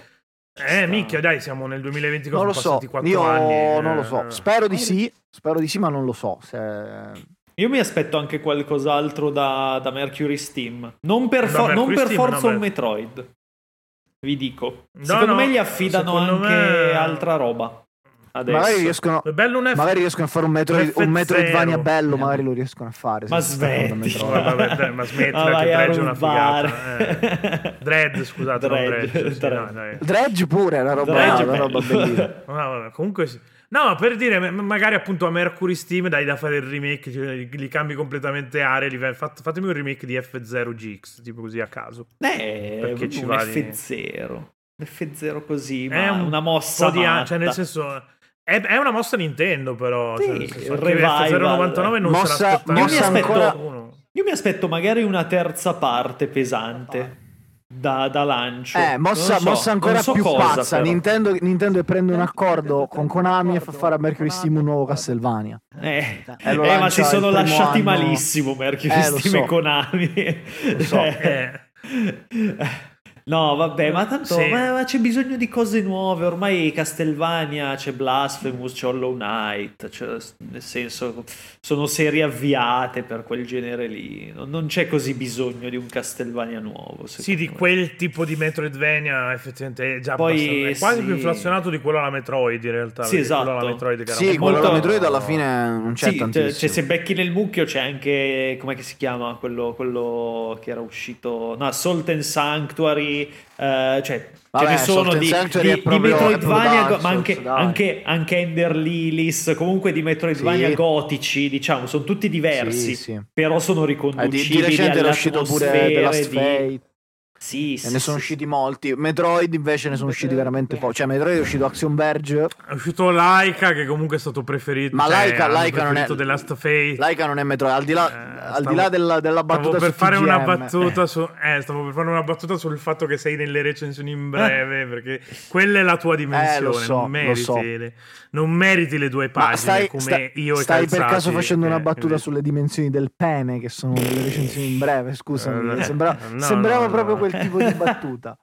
[SPEAKER 2] Ci
[SPEAKER 1] Eh,
[SPEAKER 2] sta.
[SPEAKER 1] minchia, dai, siamo nel 2020,
[SPEAKER 3] Non
[SPEAKER 1] sono
[SPEAKER 3] lo so,
[SPEAKER 1] passati 4
[SPEAKER 3] io
[SPEAKER 1] anni. eh.
[SPEAKER 3] non lo so. Spero di sì, spero di sì, ma non lo so. se-
[SPEAKER 2] Io mi aspetto anche qualcos'altro da, da Mercury Steam. Non per,
[SPEAKER 1] Da
[SPEAKER 2] fo- non
[SPEAKER 1] Mercury
[SPEAKER 2] per
[SPEAKER 1] Steam,
[SPEAKER 2] forza
[SPEAKER 1] no,
[SPEAKER 2] un
[SPEAKER 1] beh.
[SPEAKER 2] Metroid. Vi dico.
[SPEAKER 1] No,
[SPEAKER 2] secondo
[SPEAKER 1] no,
[SPEAKER 2] me gli affidano anche
[SPEAKER 1] secondo me-
[SPEAKER 2] altra roba. Adesso.
[SPEAKER 3] Magari riescono,
[SPEAKER 1] È bello un F.
[SPEAKER 3] magari riescono a fare un, Metroid,
[SPEAKER 1] F0.
[SPEAKER 3] un Metroidvania bello,
[SPEAKER 2] Eh.
[SPEAKER 3] magari lo riescono a fare.
[SPEAKER 2] Ma
[SPEAKER 3] senza stare
[SPEAKER 2] smetti.
[SPEAKER 3] parlando di
[SPEAKER 1] Vabbè,
[SPEAKER 3] Metroid.
[SPEAKER 1] vabbè, dai, ma smettila,
[SPEAKER 2] Ma
[SPEAKER 1] che
[SPEAKER 2] vai a
[SPEAKER 1] Dredge è una
[SPEAKER 2] rubare.
[SPEAKER 1] figata, Dread, scusate, non
[SPEAKER 2] Dredge,
[SPEAKER 1] Dredge, sì,
[SPEAKER 2] Dredge.
[SPEAKER 1] no, dai.
[SPEAKER 3] Dredge pure, è una roba,
[SPEAKER 2] Dredge è
[SPEAKER 3] una roba
[SPEAKER 2] bello.
[SPEAKER 3] bellissima.
[SPEAKER 1] No, vabbè, comunque sì. No, ma per dire, ma- magari appunto a Mercury Steam dai da fare il remake, cioè, li cambi completamente aree, li fai- fat- fatemi un remake di F0GX, tipo così a caso.
[SPEAKER 2] Eh,
[SPEAKER 1] Perché ci
[SPEAKER 2] un
[SPEAKER 1] va di-
[SPEAKER 2] F0. Un F0 così, ma
[SPEAKER 1] È un
[SPEAKER 2] una
[SPEAKER 1] po'
[SPEAKER 2] mossa
[SPEAKER 1] di an-
[SPEAKER 2] matta.
[SPEAKER 1] cioè nel senso è, è una mossa Nintendo però, cioè,
[SPEAKER 2] Sì,
[SPEAKER 1] nel senso,
[SPEAKER 2] il
[SPEAKER 1] anche
[SPEAKER 2] revival.
[SPEAKER 1] F099 non
[SPEAKER 3] Mossa-
[SPEAKER 1] se l'aspettava
[SPEAKER 3] mossa
[SPEAKER 1] nessuno.
[SPEAKER 2] ancora- Io mi aspetto magari una terza parte pesante da, da lancio.
[SPEAKER 3] Eh, mossa,
[SPEAKER 2] Non so,
[SPEAKER 3] mossa ancora
[SPEAKER 2] non so
[SPEAKER 3] più
[SPEAKER 2] cosa,
[SPEAKER 3] pazza.
[SPEAKER 2] però.
[SPEAKER 3] Nintendo, Nintendo prende un
[SPEAKER 4] Nintendo
[SPEAKER 3] accordo
[SPEAKER 4] prende
[SPEAKER 3] con
[SPEAKER 4] un
[SPEAKER 3] Konami e fa
[SPEAKER 4] accordo
[SPEAKER 3] fare a
[SPEAKER 4] con
[SPEAKER 3] Mercury
[SPEAKER 4] Konami.
[SPEAKER 3] Steam un nuovo Castlevania.
[SPEAKER 2] Eh,
[SPEAKER 3] Eh, lo
[SPEAKER 2] eh, ma si
[SPEAKER 3] lancia
[SPEAKER 2] sono
[SPEAKER 3] il primo
[SPEAKER 2] lasciati
[SPEAKER 3] anno.
[SPEAKER 2] malissimo Mercury
[SPEAKER 3] Eh, lo
[SPEAKER 2] Steam e
[SPEAKER 3] so.
[SPEAKER 2] Konami.
[SPEAKER 1] Lo so, eh.
[SPEAKER 2] No, vabbè, ma tanto
[SPEAKER 1] Sì.
[SPEAKER 2] ma, ma c'è bisogno di cose nuove. Ormai Castlevania, c'è Blasphemous, c'è Hollow Knight. cioè, nel senso, sono serie avviate per quel genere lì. Non, non c'è così bisogno di un Castlevania nuovo.
[SPEAKER 1] Sì,
[SPEAKER 2] secondo
[SPEAKER 1] di
[SPEAKER 2] me.
[SPEAKER 1] quel tipo di Metroidvania effettivamente è già
[SPEAKER 2] Poi,
[SPEAKER 1] abbastanza- è quasi
[SPEAKER 2] sì.
[SPEAKER 1] più inflazionato di quello alla Metroid in realtà.
[SPEAKER 2] Sì,
[SPEAKER 1] perché quello alla
[SPEAKER 2] esatto.
[SPEAKER 1] Metroid che era
[SPEAKER 3] Sì,
[SPEAKER 1] un po'
[SPEAKER 3] quello
[SPEAKER 2] molto-
[SPEAKER 3] della Metroid alla fine non c'è
[SPEAKER 2] Sì,
[SPEAKER 3] tantissimo.
[SPEAKER 2] cioè, cioè, se becchi nel mucchio c'è anche come si chiama quello, quello che era uscito no Salt and Sanctuary eh, cioè
[SPEAKER 3] Vabbè,
[SPEAKER 2] ce ne sono
[SPEAKER 3] Salt and
[SPEAKER 2] di,
[SPEAKER 3] Sanctuary
[SPEAKER 2] di-
[SPEAKER 3] è proprio-
[SPEAKER 2] di
[SPEAKER 3] è proprio
[SPEAKER 2] Metroidvania
[SPEAKER 3] Dark
[SPEAKER 2] ma
[SPEAKER 3] Souls,
[SPEAKER 2] anche,
[SPEAKER 3] dai.
[SPEAKER 2] anche, anche Ender Lilies comunque di Metroidvania
[SPEAKER 3] Sì.
[SPEAKER 2] gotici diciamo sono tutti diversi
[SPEAKER 3] Sì, sì.
[SPEAKER 2] però sono
[SPEAKER 3] Eh, di,
[SPEAKER 2] riconducibili
[SPEAKER 3] di recente era
[SPEAKER 2] alle
[SPEAKER 3] uscito pure
[SPEAKER 2] atmosfere
[SPEAKER 3] The Last
[SPEAKER 2] di-
[SPEAKER 3] Fate,
[SPEAKER 2] sì,
[SPEAKER 3] e
[SPEAKER 2] sì,
[SPEAKER 3] ne sono
[SPEAKER 2] sì,
[SPEAKER 3] usciti molti. Metroid invece ne sono usciti veramente pochi. Cioè, Metroid è uscito Action Verge,
[SPEAKER 1] È uscito Laika che comunque è stato preferito.
[SPEAKER 3] ma
[SPEAKER 1] cioè,
[SPEAKER 3] Laika,
[SPEAKER 1] hanno
[SPEAKER 3] Laika non è.
[SPEAKER 1] preferito The Last of Fate.
[SPEAKER 3] Laika non è Metroid. Al di là,
[SPEAKER 1] Eh,
[SPEAKER 3] al
[SPEAKER 1] stavo-
[SPEAKER 3] di là della, della
[SPEAKER 1] Stavo
[SPEAKER 3] battuta
[SPEAKER 1] per
[SPEAKER 3] su
[SPEAKER 1] fare una
[SPEAKER 3] TGM.
[SPEAKER 1] battuta su, eh, stavo per fare una battuta sul fatto che sei nelle recensioni in breve, perché quella è la tua dimensione.
[SPEAKER 3] Eh, lo so,
[SPEAKER 1] non, meriti
[SPEAKER 3] lo so.
[SPEAKER 1] le, non meriti le due pagine
[SPEAKER 3] Ma stai,
[SPEAKER 1] come
[SPEAKER 3] sta-
[SPEAKER 1] io e
[SPEAKER 3] stai per
[SPEAKER 1] Calzati,
[SPEAKER 3] caso facendo una
[SPEAKER 1] eh,
[SPEAKER 3] battuta
[SPEAKER 1] capito?
[SPEAKER 3] sulle dimensioni del pene, che sono delle recensioni in breve, scusami.
[SPEAKER 1] Eh,
[SPEAKER 3] sembra-
[SPEAKER 1] no,
[SPEAKER 3] sembrava
[SPEAKER 1] no,
[SPEAKER 3] proprio
[SPEAKER 1] no.
[SPEAKER 3] quel tipo di battuta.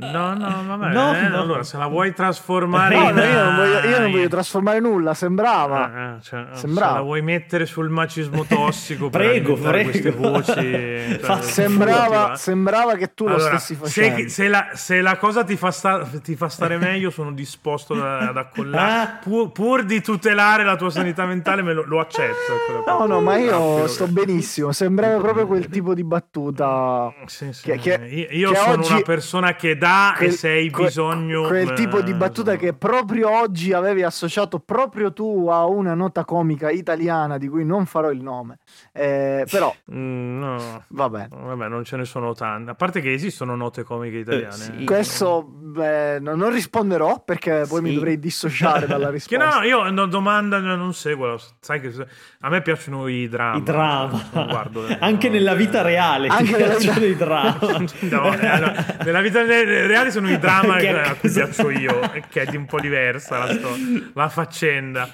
[SPEAKER 1] No, no, vabbè.
[SPEAKER 2] No,
[SPEAKER 1] eh,
[SPEAKER 2] no.
[SPEAKER 1] Allora, se la vuoi trasformare
[SPEAKER 3] No,
[SPEAKER 1] in...
[SPEAKER 3] no, io non voglio, io non voglio trasformare nulla, sembrava.
[SPEAKER 1] Ah, ah, cioè,
[SPEAKER 3] Sembrava.
[SPEAKER 1] Se la vuoi mettere sul macismo tossico
[SPEAKER 2] Prego,
[SPEAKER 1] per aumentare
[SPEAKER 2] prego.
[SPEAKER 1] queste voci...
[SPEAKER 2] Fa-
[SPEAKER 3] Sembrava,
[SPEAKER 1] motiva.
[SPEAKER 3] sembrava che tu lo
[SPEAKER 1] Allora,
[SPEAKER 3] stessi
[SPEAKER 1] se,
[SPEAKER 3] facendo.
[SPEAKER 1] chi- se la, se la cosa ti fa, sta- ti fa stare meglio, sono disposto da- ad accollare.
[SPEAKER 2] Ah.
[SPEAKER 1] Pur, pur di tutelare la tua sanità mentale, me lo, lo accetto. ecco,
[SPEAKER 3] No, no, ma
[SPEAKER 1] proprio-
[SPEAKER 3] io sto benissimo. Sembrava proprio quel tipo di battuta.
[SPEAKER 1] Sì, sì.
[SPEAKER 3] Che- che-
[SPEAKER 1] Eh, io io
[SPEAKER 3] che
[SPEAKER 1] sono
[SPEAKER 3] oggi-
[SPEAKER 1] una persona che dà e
[SPEAKER 3] Quel-
[SPEAKER 1] se hai
[SPEAKER 3] que-
[SPEAKER 1] bisogno.
[SPEAKER 3] Quel
[SPEAKER 1] eh,
[SPEAKER 3] tipo di battuta
[SPEAKER 1] sono-
[SPEAKER 3] che proprio oggi avevi associato proprio tu a una nota comica italiana di cui non farò il nome. Eh, però,
[SPEAKER 1] Mm, no.
[SPEAKER 3] va bene.
[SPEAKER 1] Vabbè, non ce ne sono tante. A parte che esistono note comiche italiane.
[SPEAKER 2] Eh,
[SPEAKER 1] eh.
[SPEAKER 2] sì.
[SPEAKER 3] Questo beh, no- non risponderò perché poi mi
[SPEAKER 2] Sì.
[SPEAKER 3] dovrei dissociare dalla
[SPEAKER 1] Che no,
[SPEAKER 3] risposta.
[SPEAKER 1] io no, domanda no, non seguo. la- Sai che se- a me piacciono i dramma.
[SPEAKER 2] I drama.
[SPEAKER 1] cioè, non guardo-
[SPEAKER 2] Anche
[SPEAKER 1] no,
[SPEAKER 2] nella
[SPEAKER 1] eh.
[SPEAKER 2] vita reale
[SPEAKER 3] Anche
[SPEAKER 2] ti
[SPEAKER 3] nella
[SPEAKER 2] piacciono
[SPEAKER 3] vita-
[SPEAKER 2] i drama.
[SPEAKER 1] No, eh, allora, nella vita re- reale sono i dramma
[SPEAKER 2] Che
[SPEAKER 1] a cui
[SPEAKER 2] cosa-
[SPEAKER 1] piaccio io, eh, che è di un po' diversa la, sto- la faccenda.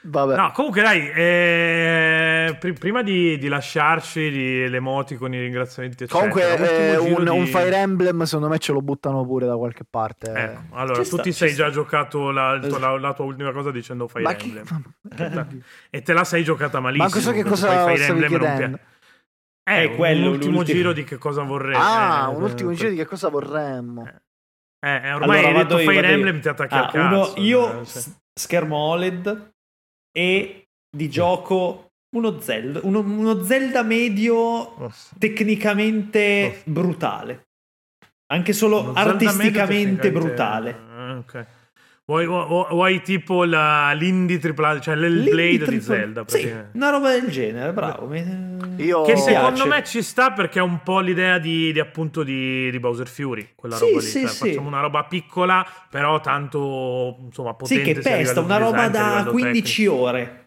[SPEAKER 3] Vabbè.
[SPEAKER 1] No, comunque dai, eh, pri- prima di, di lasciarci di, l'emoticon, i ringraziamenti, eccetera,
[SPEAKER 3] Comunque, eh,
[SPEAKER 1] ultimo
[SPEAKER 3] un,
[SPEAKER 1] cioè, giro
[SPEAKER 3] un
[SPEAKER 1] di-
[SPEAKER 3] Fire Emblem secondo me ce lo buttano pure da qualche parte.
[SPEAKER 1] Ecco, allora,
[SPEAKER 2] Ci
[SPEAKER 1] tu
[SPEAKER 2] sta,
[SPEAKER 1] ti
[SPEAKER 2] ci
[SPEAKER 1] sei
[SPEAKER 2] sta.
[SPEAKER 1] già giocato la, il tuo- la- la tua ultima cosa dicendo Fire
[SPEAKER 3] Esatto. Ma chi-
[SPEAKER 1] Emblem. E te la sei giocata malissimo.
[SPEAKER 3] Ma cosa- che
[SPEAKER 1] perché
[SPEAKER 3] cosa
[SPEAKER 1] poi Fire
[SPEAKER 3] stavi
[SPEAKER 1] Emblem non
[SPEAKER 3] chiedendo?
[SPEAKER 1] piace. Eh,
[SPEAKER 2] È quello,
[SPEAKER 1] un ultimo
[SPEAKER 2] l'ultimo.
[SPEAKER 1] giro di che cosa vorrei.
[SPEAKER 3] Ah,
[SPEAKER 1] eh,
[SPEAKER 3] un
[SPEAKER 1] eh,
[SPEAKER 3] ultimo
[SPEAKER 1] quel-
[SPEAKER 3] giro di che cosa vorremmo.
[SPEAKER 1] Eh, eh, ormai hai
[SPEAKER 2] Allora,
[SPEAKER 1] detto
[SPEAKER 2] vado io,
[SPEAKER 1] Fire
[SPEAKER 2] vado io.
[SPEAKER 1] Emblem, ti attacchi
[SPEAKER 2] Ah,
[SPEAKER 1] al cazzo.
[SPEAKER 2] uno, io
[SPEAKER 1] eh, cioè.
[SPEAKER 2] s- schermo OLED e di gioco uno Zelda, uno, uno Zelda medio tecnicamente brutale. Anche solo
[SPEAKER 1] Oh. Uno Zelda
[SPEAKER 2] artisticamente
[SPEAKER 1] medio,
[SPEAKER 2] brutale.
[SPEAKER 1] eh, ok. Vuoi, vuoi- vuoi tipo la, l'indie tripla, cioè l'Hellblade di
[SPEAKER 2] Little-
[SPEAKER 1] Zelda.
[SPEAKER 2] Sì,
[SPEAKER 1] praticamente.
[SPEAKER 2] una roba del genere, bravo. Mi-
[SPEAKER 3] Io-
[SPEAKER 1] Che
[SPEAKER 2] mi
[SPEAKER 1] secondo
[SPEAKER 2] piace.
[SPEAKER 1] me ci sta perché è un po' l'idea di, di appunto di, di Bowser Fury, quella
[SPEAKER 2] Sì,
[SPEAKER 1] roba lì.
[SPEAKER 2] sì,
[SPEAKER 1] cioè,
[SPEAKER 2] sì.
[SPEAKER 1] Facciamo una roba piccola, però tanto insomma
[SPEAKER 2] Sì,
[SPEAKER 1] potente.
[SPEAKER 2] che
[SPEAKER 1] sia a
[SPEAKER 2] pesta,
[SPEAKER 1] livello
[SPEAKER 2] una
[SPEAKER 1] di
[SPEAKER 2] roba
[SPEAKER 1] design che a
[SPEAKER 2] da
[SPEAKER 1] livello
[SPEAKER 2] 15
[SPEAKER 1] tecnico.
[SPEAKER 2] ore.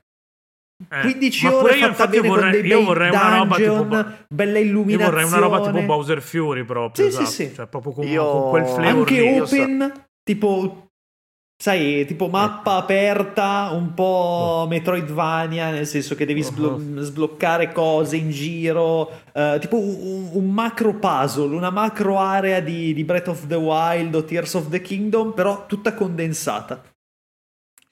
[SPEAKER 1] Eh,
[SPEAKER 2] 15
[SPEAKER 1] ma pure
[SPEAKER 2] ore
[SPEAKER 1] io
[SPEAKER 2] fatta
[SPEAKER 1] infatti
[SPEAKER 2] bene con
[SPEAKER 1] vorrei,
[SPEAKER 2] dei
[SPEAKER 1] io
[SPEAKER 2] bei
[SPEAKER 1] vorrei una roba tipo
[SPEAKER 2] dungeon,
[SPEAKER 1] Bo-
[SPEAKER 2] bella
[SPEAKER 1] Io
[SPEAKER 2] illuminazione.
[SPEAKER 1] vorrei una roba tipo Bowser Fury proprio,
[SPEAKER 2] Sì, sì,
[SPEAKER 1] esatto.
[SPEAKER 2] sì.
[SPEAKER 1] Cioè, proprio con,
[SPEAKER 3] Io-
[SPEAKER 1] con quel flavor
[SPEAKER 2] Anche
[SPEAKER 1] lì.
[SPEAKER 3] io so-
[SPEAKER 2] open, tipo sai,
[SPEAKER 1] Eh.
[SPEAKER 2] tipo mappa aperta, un po' Metroidvania, nel senso che devi
[SPEAKER 1] Uh-huh.
[SPEAKER 2] sblo- mm, sbloccare cose in giro, eh, tipo un, un macro puzzle, una macro area di, di Breath of the Wild o Tears of the Kingdom, però tutta condensata.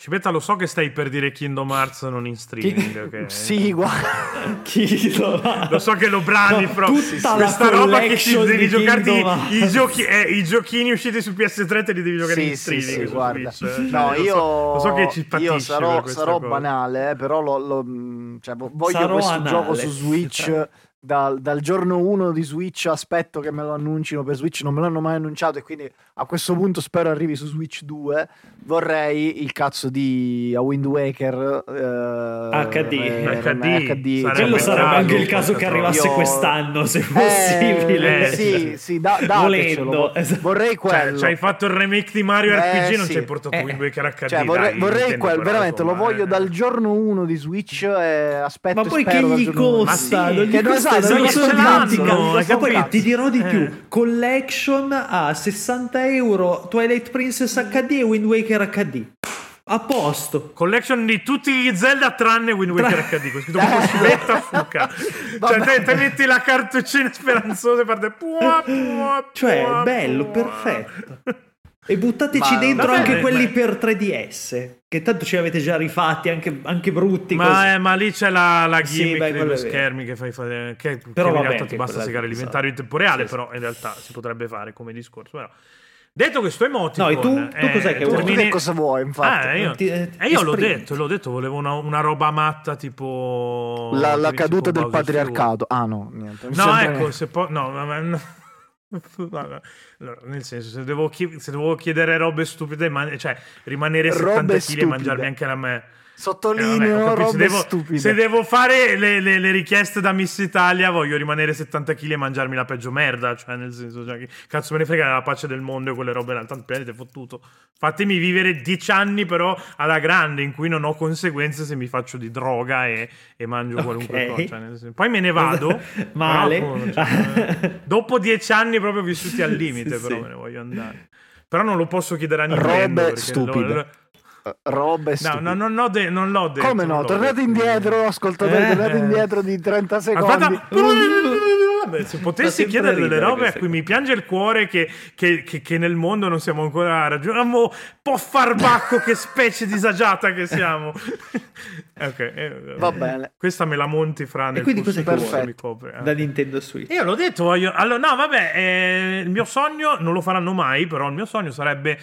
[SPEAKER 1] Cipetta, lo so che stai per dire Kingdom Hearts non in streaming. ok?
[SPEAKER 3] Sì, guarda.
[SPEAKER 2] Chi lo,
[SPEAKER 1] Lo so che lo brani,
[SPEAKER 2] No,
[SPEAKER 1] però
[SPEAKER 2] tutta la
[SPEAKER 1] questa roba che ci
[SPEAKER 2] collection
[SPEAKER 1] devi
[SPEAKER 2] di
[SPEAKER 1] giocarti
[SPEAKER 2] Kingdom Hearts.
[SPEAKER 1] i, giochi, eh, i giochini usciti su PS3 te li devi giocare
[SPEAKER 3] Sì,
[SPEAKER 1] in
[SPEAKER 3] sì,
[SPEAKER 1] streaming.
[SPEAKER 3] sì,
[SPEAKER 1] su
[SPEAKER 3] guarda.
[SPEAKER 1] Switch, eh.
[SPEAKER 3] No,
[SPEAKER 1] Lo
[SPEAKER 3] io,
[SPEAKER 1] so, lo so che ci patisci
[SPEAKER 3] io
[SPEAKER 1] per
[SPEAKER 3] sarò,
[SPEAKER 1] questa
[SPEAKER 3] sarò
[SPEAKER 1] cosa.
[SPEAKER 3] banale, eh, però lo- lo- mh, cioè, vo- voglio
[SPEAKER 2] Sarò
[SPEAKER 3] questo
[SPEAKER 2] anale.
[SPEAKER 3] gioco su Switch dal, dal giorno 1 di Switch. Aspetto che me lo annuncino per Switch, non me l'hanno mai annunciato. E quindi a questo punto spero arrivi su Switch 2. Vorrei il cazzo di A Wind Waker eh,
[SPEAKER 2] HD.
[SPEAKER 3] eh,
[SPEAKER 1] HD.
[SPEAKER 3] HD,
[SPEAKER 1] Sarebbe
[SPEAKER 2] Quello
[SPEAKER 3] insomma,
[SPEAKER 2] sarebbe anche il
[SPEAKER 1] porca
[SPEAKER 2] caso che
[SPEAKER 1] troia.
[SPEAKER 2] arrivasse
[SPEAKER 3] Io-
[SPEAKER 2] quest'anno, se
[SPEAKER 3] Eh,
[SPEAKER 2] possibile.
[SPEAKER 1] Eh,
[SPEAKER 3] sì, sì, da, datecelo.
[SPEAKER 2] Volendo, esatto.
[SPEAKER 3] Vorrei
[SPEAKER 1] Cioè,
[SPEAKER 3] quello.
[SPEAKER 1] ci hai fatto il remake di Mario
[SPEAKER 3] Eh,
[SPEAKER 1] RPG, non
[SPEAKER 3] sì.
[SPEAKER 1] ci hai portato
[SPEAKER 2] Eh.
[SPEAKER 1] Wind Waker HD.
[SPEAKER 3] Cioè, vorrei,
[SPEAKER 1] dai,
[SPEAKER 3] vorrei
[SPEAKER 1] Nintendo,
[SPEAKER 3] quel,
[SPEAKER 1] però,
[SPEAKER 3] veramente lo
[SPEAKER 1] insomma,
[SPEAKER 3] voglio
[SPEAKER 1] eh.
[SPEAKER 3] dal giorno 1 di Switch e aspetto
[SPEAKER 2] Ma poi che
[SPEAKER 3] spero dal
[SPEAKER 2] gli
[SPEAKER 3] giorno uno.
[SPEAKER 2] costa?
[SPEAKER 1] Ma sì,
[SPEAKER 2] Non gli
[SPEAKER 3] che non
[SPEAKER 2] costa,
[SPEAKER 3] sai,
[SPEAKER 2] non
[SPEAKER 3] se
[SPEAKER 2] gli
[SPEAKER 3] lo
[SPEAKER 2] costa un
[SPEAKER 3] scavalcano,
[SPEAKER 2] cazzo.
[SPEAKER 3] non lo
[SPEAKER 2] E poi
[SPEAKER 3] scavalcano.
[SPEAKER 2] ti dirò di
[SPEAKER 1] Eh.
[SPEAKER 2] più: collection a 60 euro Twilight Princess HD e Wind Waker HD. A posto.
[SPEAKER 1] Collection di tutti gli Zelda tranne Wind Waker HD. Con scritto proprio civetta fuca. Cioè,
[SPEAKER 3] Vabbè.
[SPEAKER 1] te, te metti la cartuccina speranzosa e parte. Pua, pua,
[SPEAKER 2] Cioè,
[SPEAKER 1] pua,
[SPEAKER 2] bello,
[SPEAKER 1] pua.
[SPEAKER 2] perfetto. E buttateci
[SPEAKER 3] Ma-
[SPEAKER 2] dentro
[SPEAKER 1] vabbè,
[SPEAKER 2] anche
[SPEAKER 1] ma-
[SPEAKER 2] quelli per 3DS. Che tanto ce li avete già rifatti, anche, anche brutti. così.
[SPEAKER 1] Ma, eh, ma lì c'è la, la
[SPEAKER 2] Sì,
[SPEAKER 1] gimmick
[SPEAKER 2] beh,
[SPEAKER 1] dei
[SPEAKER 2] quello
[SPEAKER 1] due
[SPEAKER 2] è vero.
[SPEAKER 1] schermi che fai fare. Che, che
[SPEAKER 2] Però
[SPEAKER 1] in
[SPEAKER 2] vabbè,
[SPEAKER 1] realtà ti
[SPEAKER 2] anche
[SPEAKER 1] basta
[SPEAKER 2] quella
[SPEAKER 1] segare
[SPEAKER 2] è
[SPEAKER 1] l'inventario in tempo reale,
[SPEAKER 2] Sì, sì.
[SPEAKER 1] però in realtà si potrebbe fare come discorso. Però. Detto questo emoticon
[SPEAKER 2] No, e tu- tu
[SPEAKER 1] eh,
[SPEAKER 2] cos'è che
[SPEAKER 3] Tu,
[SPEAKER 2] vuoi?
[SPEAKER 3] tu
[SPEAKER 1] termini-
[SPEAKER 3] che cosa vuoi, infatti?
[SPEAKER 1] Ah, io,
[SPEAKER 2] Ti- eh,
[SPEAKER 1] e io l'ho
[SPEAKER 2] esprimi.
[SPEAKER 1] detto, l'ho detto, volevo una, una roba matta tipo...
[SPEAKER 3] la, la
[SPEAKER 1] tipo
[SPEAKER 3] caduta del
[SPEAKER 1] Bowser
[SPEAKER 3] patriarcato. Ah, no, niente.
[SPEAKER 1] Fury.
[SPEAKER 3] mi
[SPEAKER 1] No,
[SPEAKER 3] sembra-
[SPEAKER 1] ecco, se poi... No, ma- ma- no. Vabbè. Allora, nel senso, se devo, chi- se devo chiedere robe stupide, man- cioè rimanere a
[SPEAKER 3] Robe
[SPEAKER 1] 70 kg e
[SPEAKER 3] stupide.
[SPEAKER 1] mangiarmi anche la me. Eh, vabbè, ho
[SPEAKER 3] Sottolineo
[SPEAKER 1] capito,
[SPEAKER 3] robe
[SPEAKER 1] se, devo,
[SPEAKER 3] stupide.
[SPEAKER 1] se devo fare le, le- le richieste da Miss Italia, voglio rimanere 70 kg e mangiarmi la peggio merda. Cioè, nel senso, cioè, che cazzo me ne frega la pace del mondo e quelle robe là. Tanto il pianeta è fottuto. Fatemi vivere 10 anni, però, alla grande, in cui non ho conseguenze se mi faccio di droga e, e mangio qualunque
[SPEAKER 2] Ok.
[SPEAKER 1] cosa. cioè, nel senso. Poi me ne vado.
[SPEAKER 2] Male.
[SPEAKER 1] però, cioè, dopo 10 anni proprio vissuti al limite,
[SPEAKER 2] Sì,
[SPEAKER 1] però
[SPEAKER 2] sì.
[SPEAKER 1] me ne voglio andare. Però non lo posso chiedere a
[SPEAKER 3] Robe
[SPEAKER 1] Nintendo perché lo-
[SPEAKER 3] stupide. Robe
[SPEAKER 1] No,
[SPEAKER 3] stupide.
[SPEAKER 1] no, non, ho de- non l'ho detto.
[SPEAKER 3] Come no?
[SPEAKER 1] non l'ho
[SPEAKER 3] Tornate
[SPEAKER 1] detto.
[SPEAKER 3] indietro, ascoltatori,
[SPEAKER 2] Eh.
[SPEAKER 3] tornate indietro di 30 secondi.
[SPEAKER 1] Aspetta. vabbè, se potessi
[SPEAKER 2] sempre
[SPEAKER 1] chiedere delle
[SPEAKER 2] ridere
[SPEAKER 1] robe a
[SPEAKER 2] queste
[SPEAKER 1] cui mi piange il cuore che, che- che- che nel mondo non siamo ancora raggiunti, un po' farbacco che specie disagiata che siamo. ok, eh,
[SPEAKER 3] Va bene.
[SPEAKER 1] Questa me la monti fra nel
[SPEAKER 2] quindi
[SPEAKER 1] corso
[SPEAKER 2] cos'è che
[SPEAKER 1] di-
[SPEAKER 3] vuoi?
[SPEAKER 1] mi copre. eh.
[SPEAKER 2] da Nintendo Switch.
[SPEAKER 1] Io l'ho detto, voglio... Allora, no, vabbè, eh, il mio sogno, non lo faranno mai, però il mio sogno sarebbe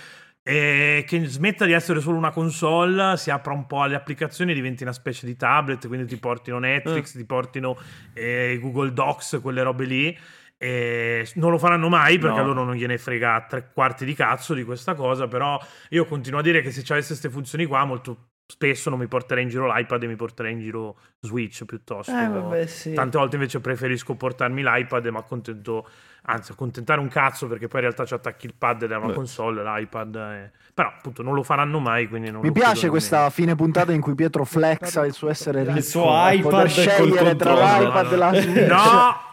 [SPEAKER 1] eh, che smetta di essere solo una console, si apra un po' alle applicazioni, diventi una specie di tablet, quindi ti portino Netflix, ti portino eh, Google Docs, quelle robe lì. E non lo faranno mai perché
[SPEAKER 2] No.
[SPEAKER 1] a loro non gliene frega tre quarti di cazzo di questa cosa, però io continuo a dire che se avesse queste funzioni qua molto spesso non mi porterei in giro l'iPad e mi porterei in giro Switch piuttosto.
[SPEAKER 2] Eh, vabbè, sì.
[SPEAKER 1] Tante volte invece preferisco portarmi l'iPad, ma accontento, anzi, accontentare un cazzo perché poi in realtà ci attacchi il pad da una
[SPEAKER 2] Beh.
[SPEAKER 1] console, l'iPad. eh. Però appunto non lo faranno mai, quindi non
[SPEAKER 3] Mi
[SPEAKER 1] lo
[SPEAKER 3] piace
[SPEAKER 1] chiudono
[SPEAKER 3] questa
[SPEAKER 1] nemmeno.
[SPEAKER 3] fine puntata in cui Pietro flexa il suo essere ricco.
[SPEAKER 2] Il suo
[SPEAKER 3] e
[SPEAKER 2] iPad
[SPEAKER 3] poter
[SPEAKER 2] col
[SPEAKER 3] scegliere tra
[SPEAKER 2] controllo.
[SPEAKER 3] l'iPad e la Switch.
[SPEAKER 1] No!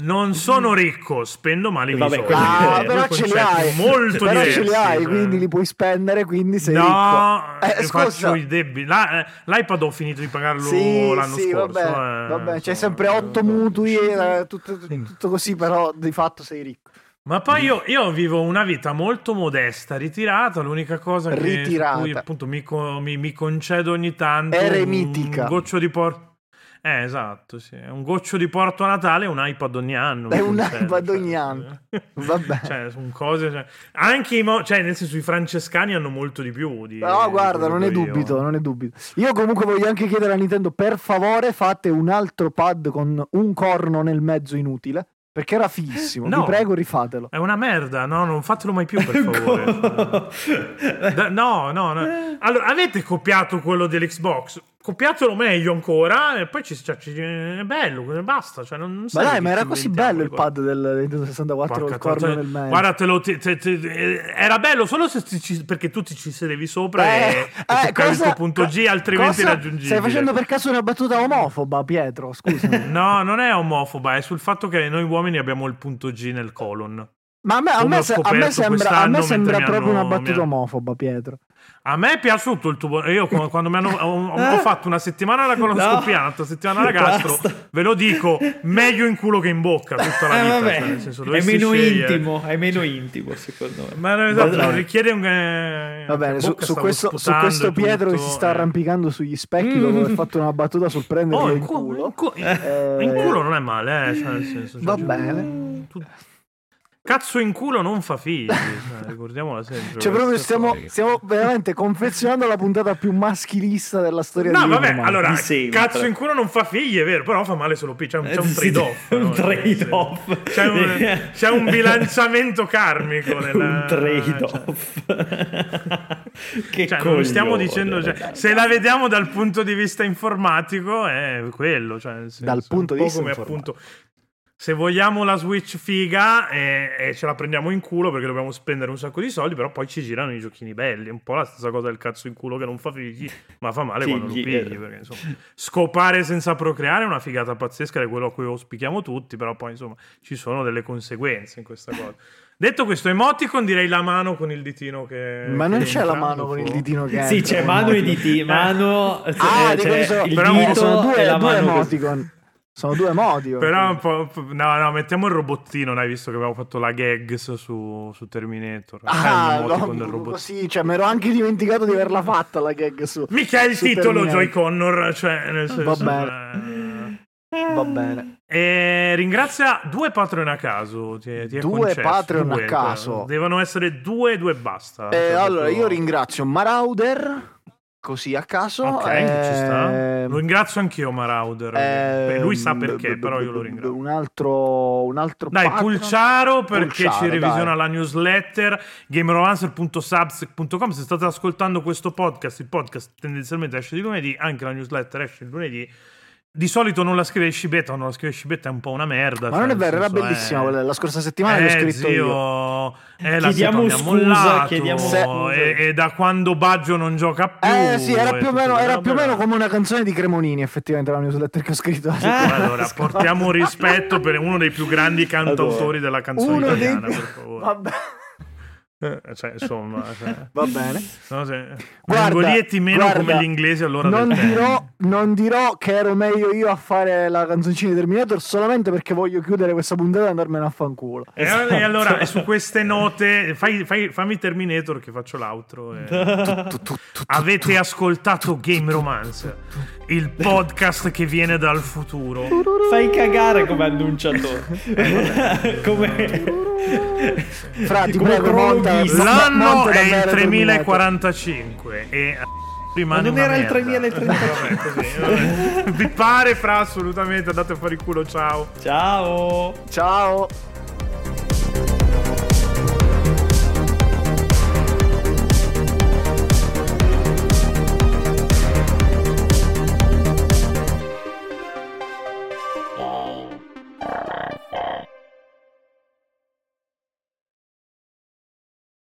[SPEAKER 1] Non sono ricco, spendo male i miei
[SPEAKER 2] Vabbè,
[SPEAKER 1] soldi.
[SPEAKER 2] quello è
[SPEAKER 3] Ah,
[SPEAKER 2] Due
[SPEAKER 3] però
[SPEAKER 1] Due
[SPEAKER 3] ce li
[SPEAKER 1] concetti
[SPEAKER 3] hai.
[SPEAKER 1] Molto
[SPEAKER 3] però
[SPEAKER 1] diversi,
[SPEAKER 3] ce li hai,
[SPEAKER 1] cioè.
[SPEAKER 3] quindi li puoi spendere, quindi sei
[SPEAKER 1] No,
[SPEAKER 3] ricco. Eh,
[SPEAKER 1] io
[SPEAKER 3] scusa.
[SPEAKER 1] faccio i debiti. La- eh, l'iPad ho finito di pagarlo
[SPEAKER 3] Sì,
[SPEAKER 1] l'anno
[SPEAKER 3] sì,
[SPEAKER 1] scorso.
[SPEAKER 3] vabbè,
[SPEAKER 1] eh,
[SPEAKER 3] vabbè, c'hai
[SPEAKER 1] insomma,
[SPEAKER 3] sempre otto
[SPEAKER 1] eh,
[SPEAKER 3] mutui, eh, tutto, tutto così, però di fatto sei ricco.
[SPEAKER 1] Ma poi io, io vivo una vita molto modesta, ritirata. L'unica cosa che su
[SPEAKER 3] Ritirata.
[SPEAKER 1] cui appunto mi, co- mi- mi concedo ogni tanto
[SPEAKER 3] Eremitica.
[SPEAKER 1] un goccio di porto. Eh, esatto, sì. Un goccio di porto a Natale e un iPad ogni anno. mi
[SPEAKER 3] È un
[SPEAKER 1] concedo,
[SPEAKER 3] iPad
[SPEAKER 1] cioè,
[SPEAKER 3] ogni anno.
[SPEAKER 1] cioè.
[SPEAKER 3] Vabbè.
[SPEAKER 1] Cioè, sono cose. cioè, Anche i mo- cioè, nel senso, i francescani hanno molto di più. Di,
[SPEAKER 3] No,
[SPEAKER 1] di
[SPEAKER 3] guarda,
[SPEAKER 1] quello
[SPEAKER 3] non ne
[SPEAKER 1] che ho io.
[SPEAKER 3] dubito, non ne dubito. Io comunque voglio anche chiedere a Nintendo, per favore fate un altro pad con un corno nel mezzo inutile, perché era fighissimo.
[SPEAKER 1] No.
[SPEAKER 3] Vi prego, rifatelo.
[SPEAKER 1] È una merda, no, non fatelo mai più, per favore.
[SPEAKER 2] favore.
[SPEAKER 1] Da- no, no,
[SPEAKER 3] Eh.
[SPEAKER 1] no. Allora, avete copiato quello dell'Xbox? Copiatelo meglio ancora e poi ci, cioè, ci- è bello, basta. Cioè, non, non
[SPEAKER 3] Ma
[SPEAKER 1] serve
[SPEAKER 3] dai,
[SPEAKER 1] che
[SPEAKER 3] ma
[SPEAKER 1] ci
[SPEAKER 3] era così
[SPEAKER 1] inventiamo
[SPEAKER 3] bello
[SPEAKER 1] le
[SPEAKER 3] il
[SPEAKER 1] cose.
[SPEAKER 3] pad del Nintendo 64, il
[SPEAKER 1] Porca
[SPEAKER 3] corno
[SPEAKER 1] troia, cioè,
[SPEAKER 3] nel mezzo.
[SPEAKER 1] guarda, te lo, ti- te- te- eh, era bello solo se ti ci- perché tu ti ci sedevi sopra e,
[SPEAKER 3] Eh,
[SPEAKER 1] e
[SPEAKER 3] eh,
[SPEAKER 1] toccavi il tuo punto G,
[SPEAKER 3] co-
[SPEAKER 1] altrimenti
[SPEAKER 3] cosa?
[SPEAKER 1] raggiungibile.
[SPEAKER 3] Stai facendo per caso una battuta omofoba, Pietro? Scusa.
[SPEAKER 1] No, non è omofoba, è sul fatto che noi uomini abbiamo il punto G nel colon.
[SPEAKER 3] Ma a me, a
[SPEAKER 1] Come
[SPEAKER 3] me
[SPEAKER 1] ho
[SPEAKER 3] se- a me
[SPEAKER 1] scoperto
[SPEAKER 3] sembra, a
[SPEAKER 1] quest'anno
[SPEAKER 3] me
[SPEAKER 1] mentre
[SPEAKER 3] sembra
[SPEAKER 1] mi hanno-
[SPEAKER 3] proprio una
[SPEAKER 1] mi
[SPEAKER 3] battuta
[SPEAKER 1] hanno-
[SPEAKER 3] omofoba, Pietro.
[SPEAKER 1] A me è piaciuto il tubo. Io qu- quando mi hanno, ho, ho- ho
[SPEAKER 3] Eh?
[SPEAKER 1] fatto una settimana alla colonoscopia,
[SPEAKER 2] No.
[SPEAKER 1] un'altra settimana alla gastro,
[SPEAKER 2] Basta.
[SPEAKER 1] ve lo dico, meglio in culo che in bocca tutta la
[SPEAKER 2] Eh,
[SPEAKER 1] vita.
[SPEAKER 2] vabbè,
[SPEAKER 1] cioè, nel senso,
[SPEAKER 2] è
[SPEAKER 1] dovresti
[SPEAKER 2] meno
[SPEAKER 1] scegliere.
[SPEAKER 2] intimo, è meno intimo secondo me.
[SPEAKER 1] Cioè, Ma no, esatto,
[SPEAKER 2] Vabbè.
[SPEAKER 1] non richiede un. eh,
[SPEAKER 3] Va bene,
[SPEAKER 1] in
[SPEAKER 3] su,
[SPEAKER 1] bocca
[SPEAKER 3] su
[SPEAKER 1] stavo
[SPEAKER 3] questo, su
[SPEAKER 1] sputando
[SPEAKER 3] questo
[SPEAKER 1] e tutto,
[SPEAKER 3] Pietro che si sta
[SPEAKER 1] eh. Mm.
[SPEAKER 3] arrampicando sugli specchi dopo aver fatto una battuta sul prenderlo
[SPEAKER 1] Oh,
[SPEAKER 3] in
[SPEAKER 1] in, cu-
[SPEAKER 3] culo.
[SPEAKER 1] in cu-
[SPEAKER 3] Eh,
[SPEAKER 1] in culo non è male, eh, cioè, nel senso, cioè,
[SPEAKER 3] Va
[SPEAKER 1] cioè,
[SPEAKER 3] bene.
[SPEAKER 1] tu- Cazzo in culo non fa figli, cioè, ricordiamola sempre.
[SPEAKER 3] Cioè, proprio
[SPEAKER 1] questa
[SPEAKER 3] stiamo,
[SPEAKER 1] cosa.
[SPEAKER 3] stiamo veramente confezionando la puntata più maschilista della storia
[SPEAKER 1] No,
[SPEAKER 3] di
[SPEAKER 1] vabbè,
[SPEAKER 3] Roma.
[SPEAKER 1] allora,
[SPEAKER 2] Di sempre.
[SPEAKER 1] cazzo in culo non fa figli, è vero, però fa male solo più, c'è un, c'è un
[SPEAKER 2] Eh, Sì,
[SPEAKER 1] trade-off.
[SPEAKER 2] un
[SPEAKER 1] no? Cioè,
[SPEAKER 2] trade-off.
[SPEAKER 1] C'è un, c'è un bilanciamento karmico. Nella,
[SPEAKER 2] un trade-off. che
[SPEAKER 1] Cioè, non stiamo
[SPEAKER 2] coglione,
[SPEAKER 1] dicendo, cioè,
[SPEAKER 2] ragazzi.
[SPEAKER 1] se la vediamo dal punto di vista informatico, è quello. Cioè, nel senso,
[SPEAKER 3] Dal punto
[SPEAKER 1] un po'
[SPEAKER 3] di vista
[SPEAKER 1] come
[SPEAKER 3] informatico.
[SPEAKER 1] appunto. Se vogliamo la Switch figa eh, e ce la prendiamo in culo perché dobbiamo spendere un sacco di soldi, però poi ci girano i giochini belli. È un po' la stessa cosa del cazzo in culo che non fa figli, ma fa male quando lo
[SPEAKER 2] Figli,
[SPEAKER 1] pigli.
[SPEAKER 2] eh.
[SPEAKER 1] Perché, insomma, scopare senza procreare è una figata pazzesca, è quello a cui auspichiamo tutti, però poi insomma ci sono delle conseguenze in questa cosa. Detto questo, emoticon direi la mano con il ditino che...
[SPEAKER 3] Ma non
[SPEAKER 1] che
[SPEAKER 3] c'è la
[SPEAKER 1] entra,
[SPEAKER 3] mano con il
[SPEAKER 1] fu-
[SPEAKER 3] ditino che
[SPEAKER 2] Sì,
[SPEAKER 3] entra,
[SPEAKER 2] c'è
[SPEAKER 3] con
[SPEAKER 2] mano
[SPEAKER 3] il
[SPEAKER 2] e
[SPEAKER 1] Eh.
[SPEAKER 2] diti, mano,
[SPEAKER 3] Ah,
[SPEAKER 2] eh,
[SPEAKER 3] dico
[SPEAKER 2] cioè,
[SPEAKER 3] che sono,
[SPEAKER 2] il
[SPEAKER 3] però
[SPEAKER 2] dito
[SPEAKER 3] sono due,
[SPEAKER 2] e la
[SPEAKER 3] due
[SPEAKER 2] mano così.
[SPEAKER 3] emoticon. Sono due emoticon.
[SPEAKER 1] Però un po', p- no, no, mettiamo il robottino, l'hai visto che avevamo fatto la gags su, su Terminator. Eh,
[SPEAKER 3] Ah,
[SPEAKER 1] il
[SPEAKER 3] no,
[SPEAKER 1] emoticon del robot-
[SPEAKER 3] così, cioè, mi ero anche dimenticato di averla fatta la gag su.
[SPEAKER 1] Mica è il
[SPEAKER 3] su
[SPEAKER 1] titolo
[SPEAKER 3] Terminator.
[SPEAKER 1] Joy Connor, cioè nel senso...
[SPEAKER 3] bene. Va bene.
[SPEAKER 1] eh, e ringrazia due Patreon a caso. Ti, ti è
[SPEAKER 3] Due
[SPEAKER 1] concesso,
[SPEAKER 3] Patreon a
[SPEAKER 1] due,
[SPEAKER 3] caso.
[SPEAKER 1] Devono essere due, due e basta.
[SPEAKER 3] Eh,
[SPEAKER 1] Cioè,
[SPEAKER 3] allora,
[SPEAKER 1] proprio-
[SPEAKER 3] io ringrazio Marauder, così a caso.
[SPEAKER 1] Ok,
[SPEAKER 3] eh,
[SPEAKER 1] ci sta. Lo ringrazio anch'io Marauder. Beh,
[SPEAKER 3] eh,
[SPEAKER 1] lui sa
[SPEAKER 3] b-
[SPEAKER 1] perché,
[SPEAKER 3] b-
[SPEAKER 1] però
[SPEAKER 3] b-
[SPEAKER 1] io lo
[SPEAKER 3] b-
[SPEAKER 1] ringrazio.
[SPEAKER 3] Un altro, un altro
[SPEAKER 1] Dai,
[SPEAKER 3] patron.
[SPEAKER 1] Pulciaro perché
[SPEAKER 3] Pulciaro,
[SPEAKER 1] ci
[SPEAKER 3] dai.
[SPEAKER 1] revisiona la newsletter gameromancer.subs.com. Se state ascoltando questo podcast, il podcast tendenzialmente esce di lunedì, anche la newsletter esce il lunedì. Di solito non la scrive Scibetta, non la scrive Scibetta è un po' una merda. cioè,
[SPEAKER 3] Ma non è vero, era
[SPEAKER 1] eh.
[SPEAKER 3] bellissima quella. La scorsa settimana l'ho scritto io.
[SPEAKER 2] Chiediamo
[SPEAKER 1] chiediamo
[SPEAKER 2] scusa,
[SPEAKER 1] scusa,
[SPEAKER 2] chiediamo
[SPEAKER 3] scusa.
[SPEAKER 1] E, e da quando Baggio non gioca più.
[SPEAKER 3] Eh sì, era
[SPEAKER 1] e
[SPEAKER 3] più o
[SPEAKER 1] tutte
[SPEAKER 3] meno,
[SPEAKER 1] quelle
[SPEAKER 3] era
[SPEAKER 1] robe
[SPEAKER 3] più o meno
[SPEAKER 1] là.
[SPEAKER 3] come una canzone di Cremonini, effettivamente, la newsletter che ho scritto. la settimana
[SPEAKER 1] Eh, Allora,
[SPEAKER 3] scorsa.
[SPEAKER 1] portiamo rispetto per uno dei più grandi cantautori della canzone
[SPEAKER 3] Uno dei
[SPEAKER 1] italiana,
[SPEAKER 3] più-
[SPEAKER 1] per favore.
[SPEAKER 3] Vabbè.
[SPEAKER 1] Eh, Cioè, insomma, cioè,
[SPEAKER 3] Va bene.
[SPEAKER 1] no, se-
[SPEAKER 3] Guarda,
[SPEAKER 1] Mongolietti meno
[SPEAKER 3] guarda,
[SPEAKER 1] come gli inglesi allora
[SPEAKER 3] Non
[SPEAKER 1] del tempo.
[SPEAKER 3] dirò, non dirò che ero meglio io a fare la canzoncina di Terminator solamente perché voglio chiudere questa puntata e andarmene a fanculo.
[SPEAKER 1] E allora- E allora, su queste note, fai- fai- fammi Terminator che faccio l'altro. e- Avete ascoltato Game Romance, il podcast che viene dal futuro.
[SPEAKER 2] Fai cagare come annunciatore. come...
[SPEAKER 3] Fra, ti
[SPEAKER 2] Come
[SPEAKER 3] prego, monta,
[SPEAKER 2] crologhi-
[SPEAKER 3] mo-
[SPEAKER 1] Eh. L'anno
[SPEAKER 3] monta
[SPEAKER 1] è il
[SPEAKER 3] davvero Terminator.
[SPEAKER 1] 3045 e a- rimane
[SPEAKER 2] Ma non
[SPEAKER 1] una
[SPEAKER 2] era il
[SPEAKER 1] merda.
[SPEAKER 2] 3035.
[SPEAKER 1] Vabbè, così, vabbè. Vi pare fra assolutamente andate a fare il culo, ciao.
[SPEAKER 2] Ciao.
[SPEAKER 3] Ciao.
[SPEAKER 4] Game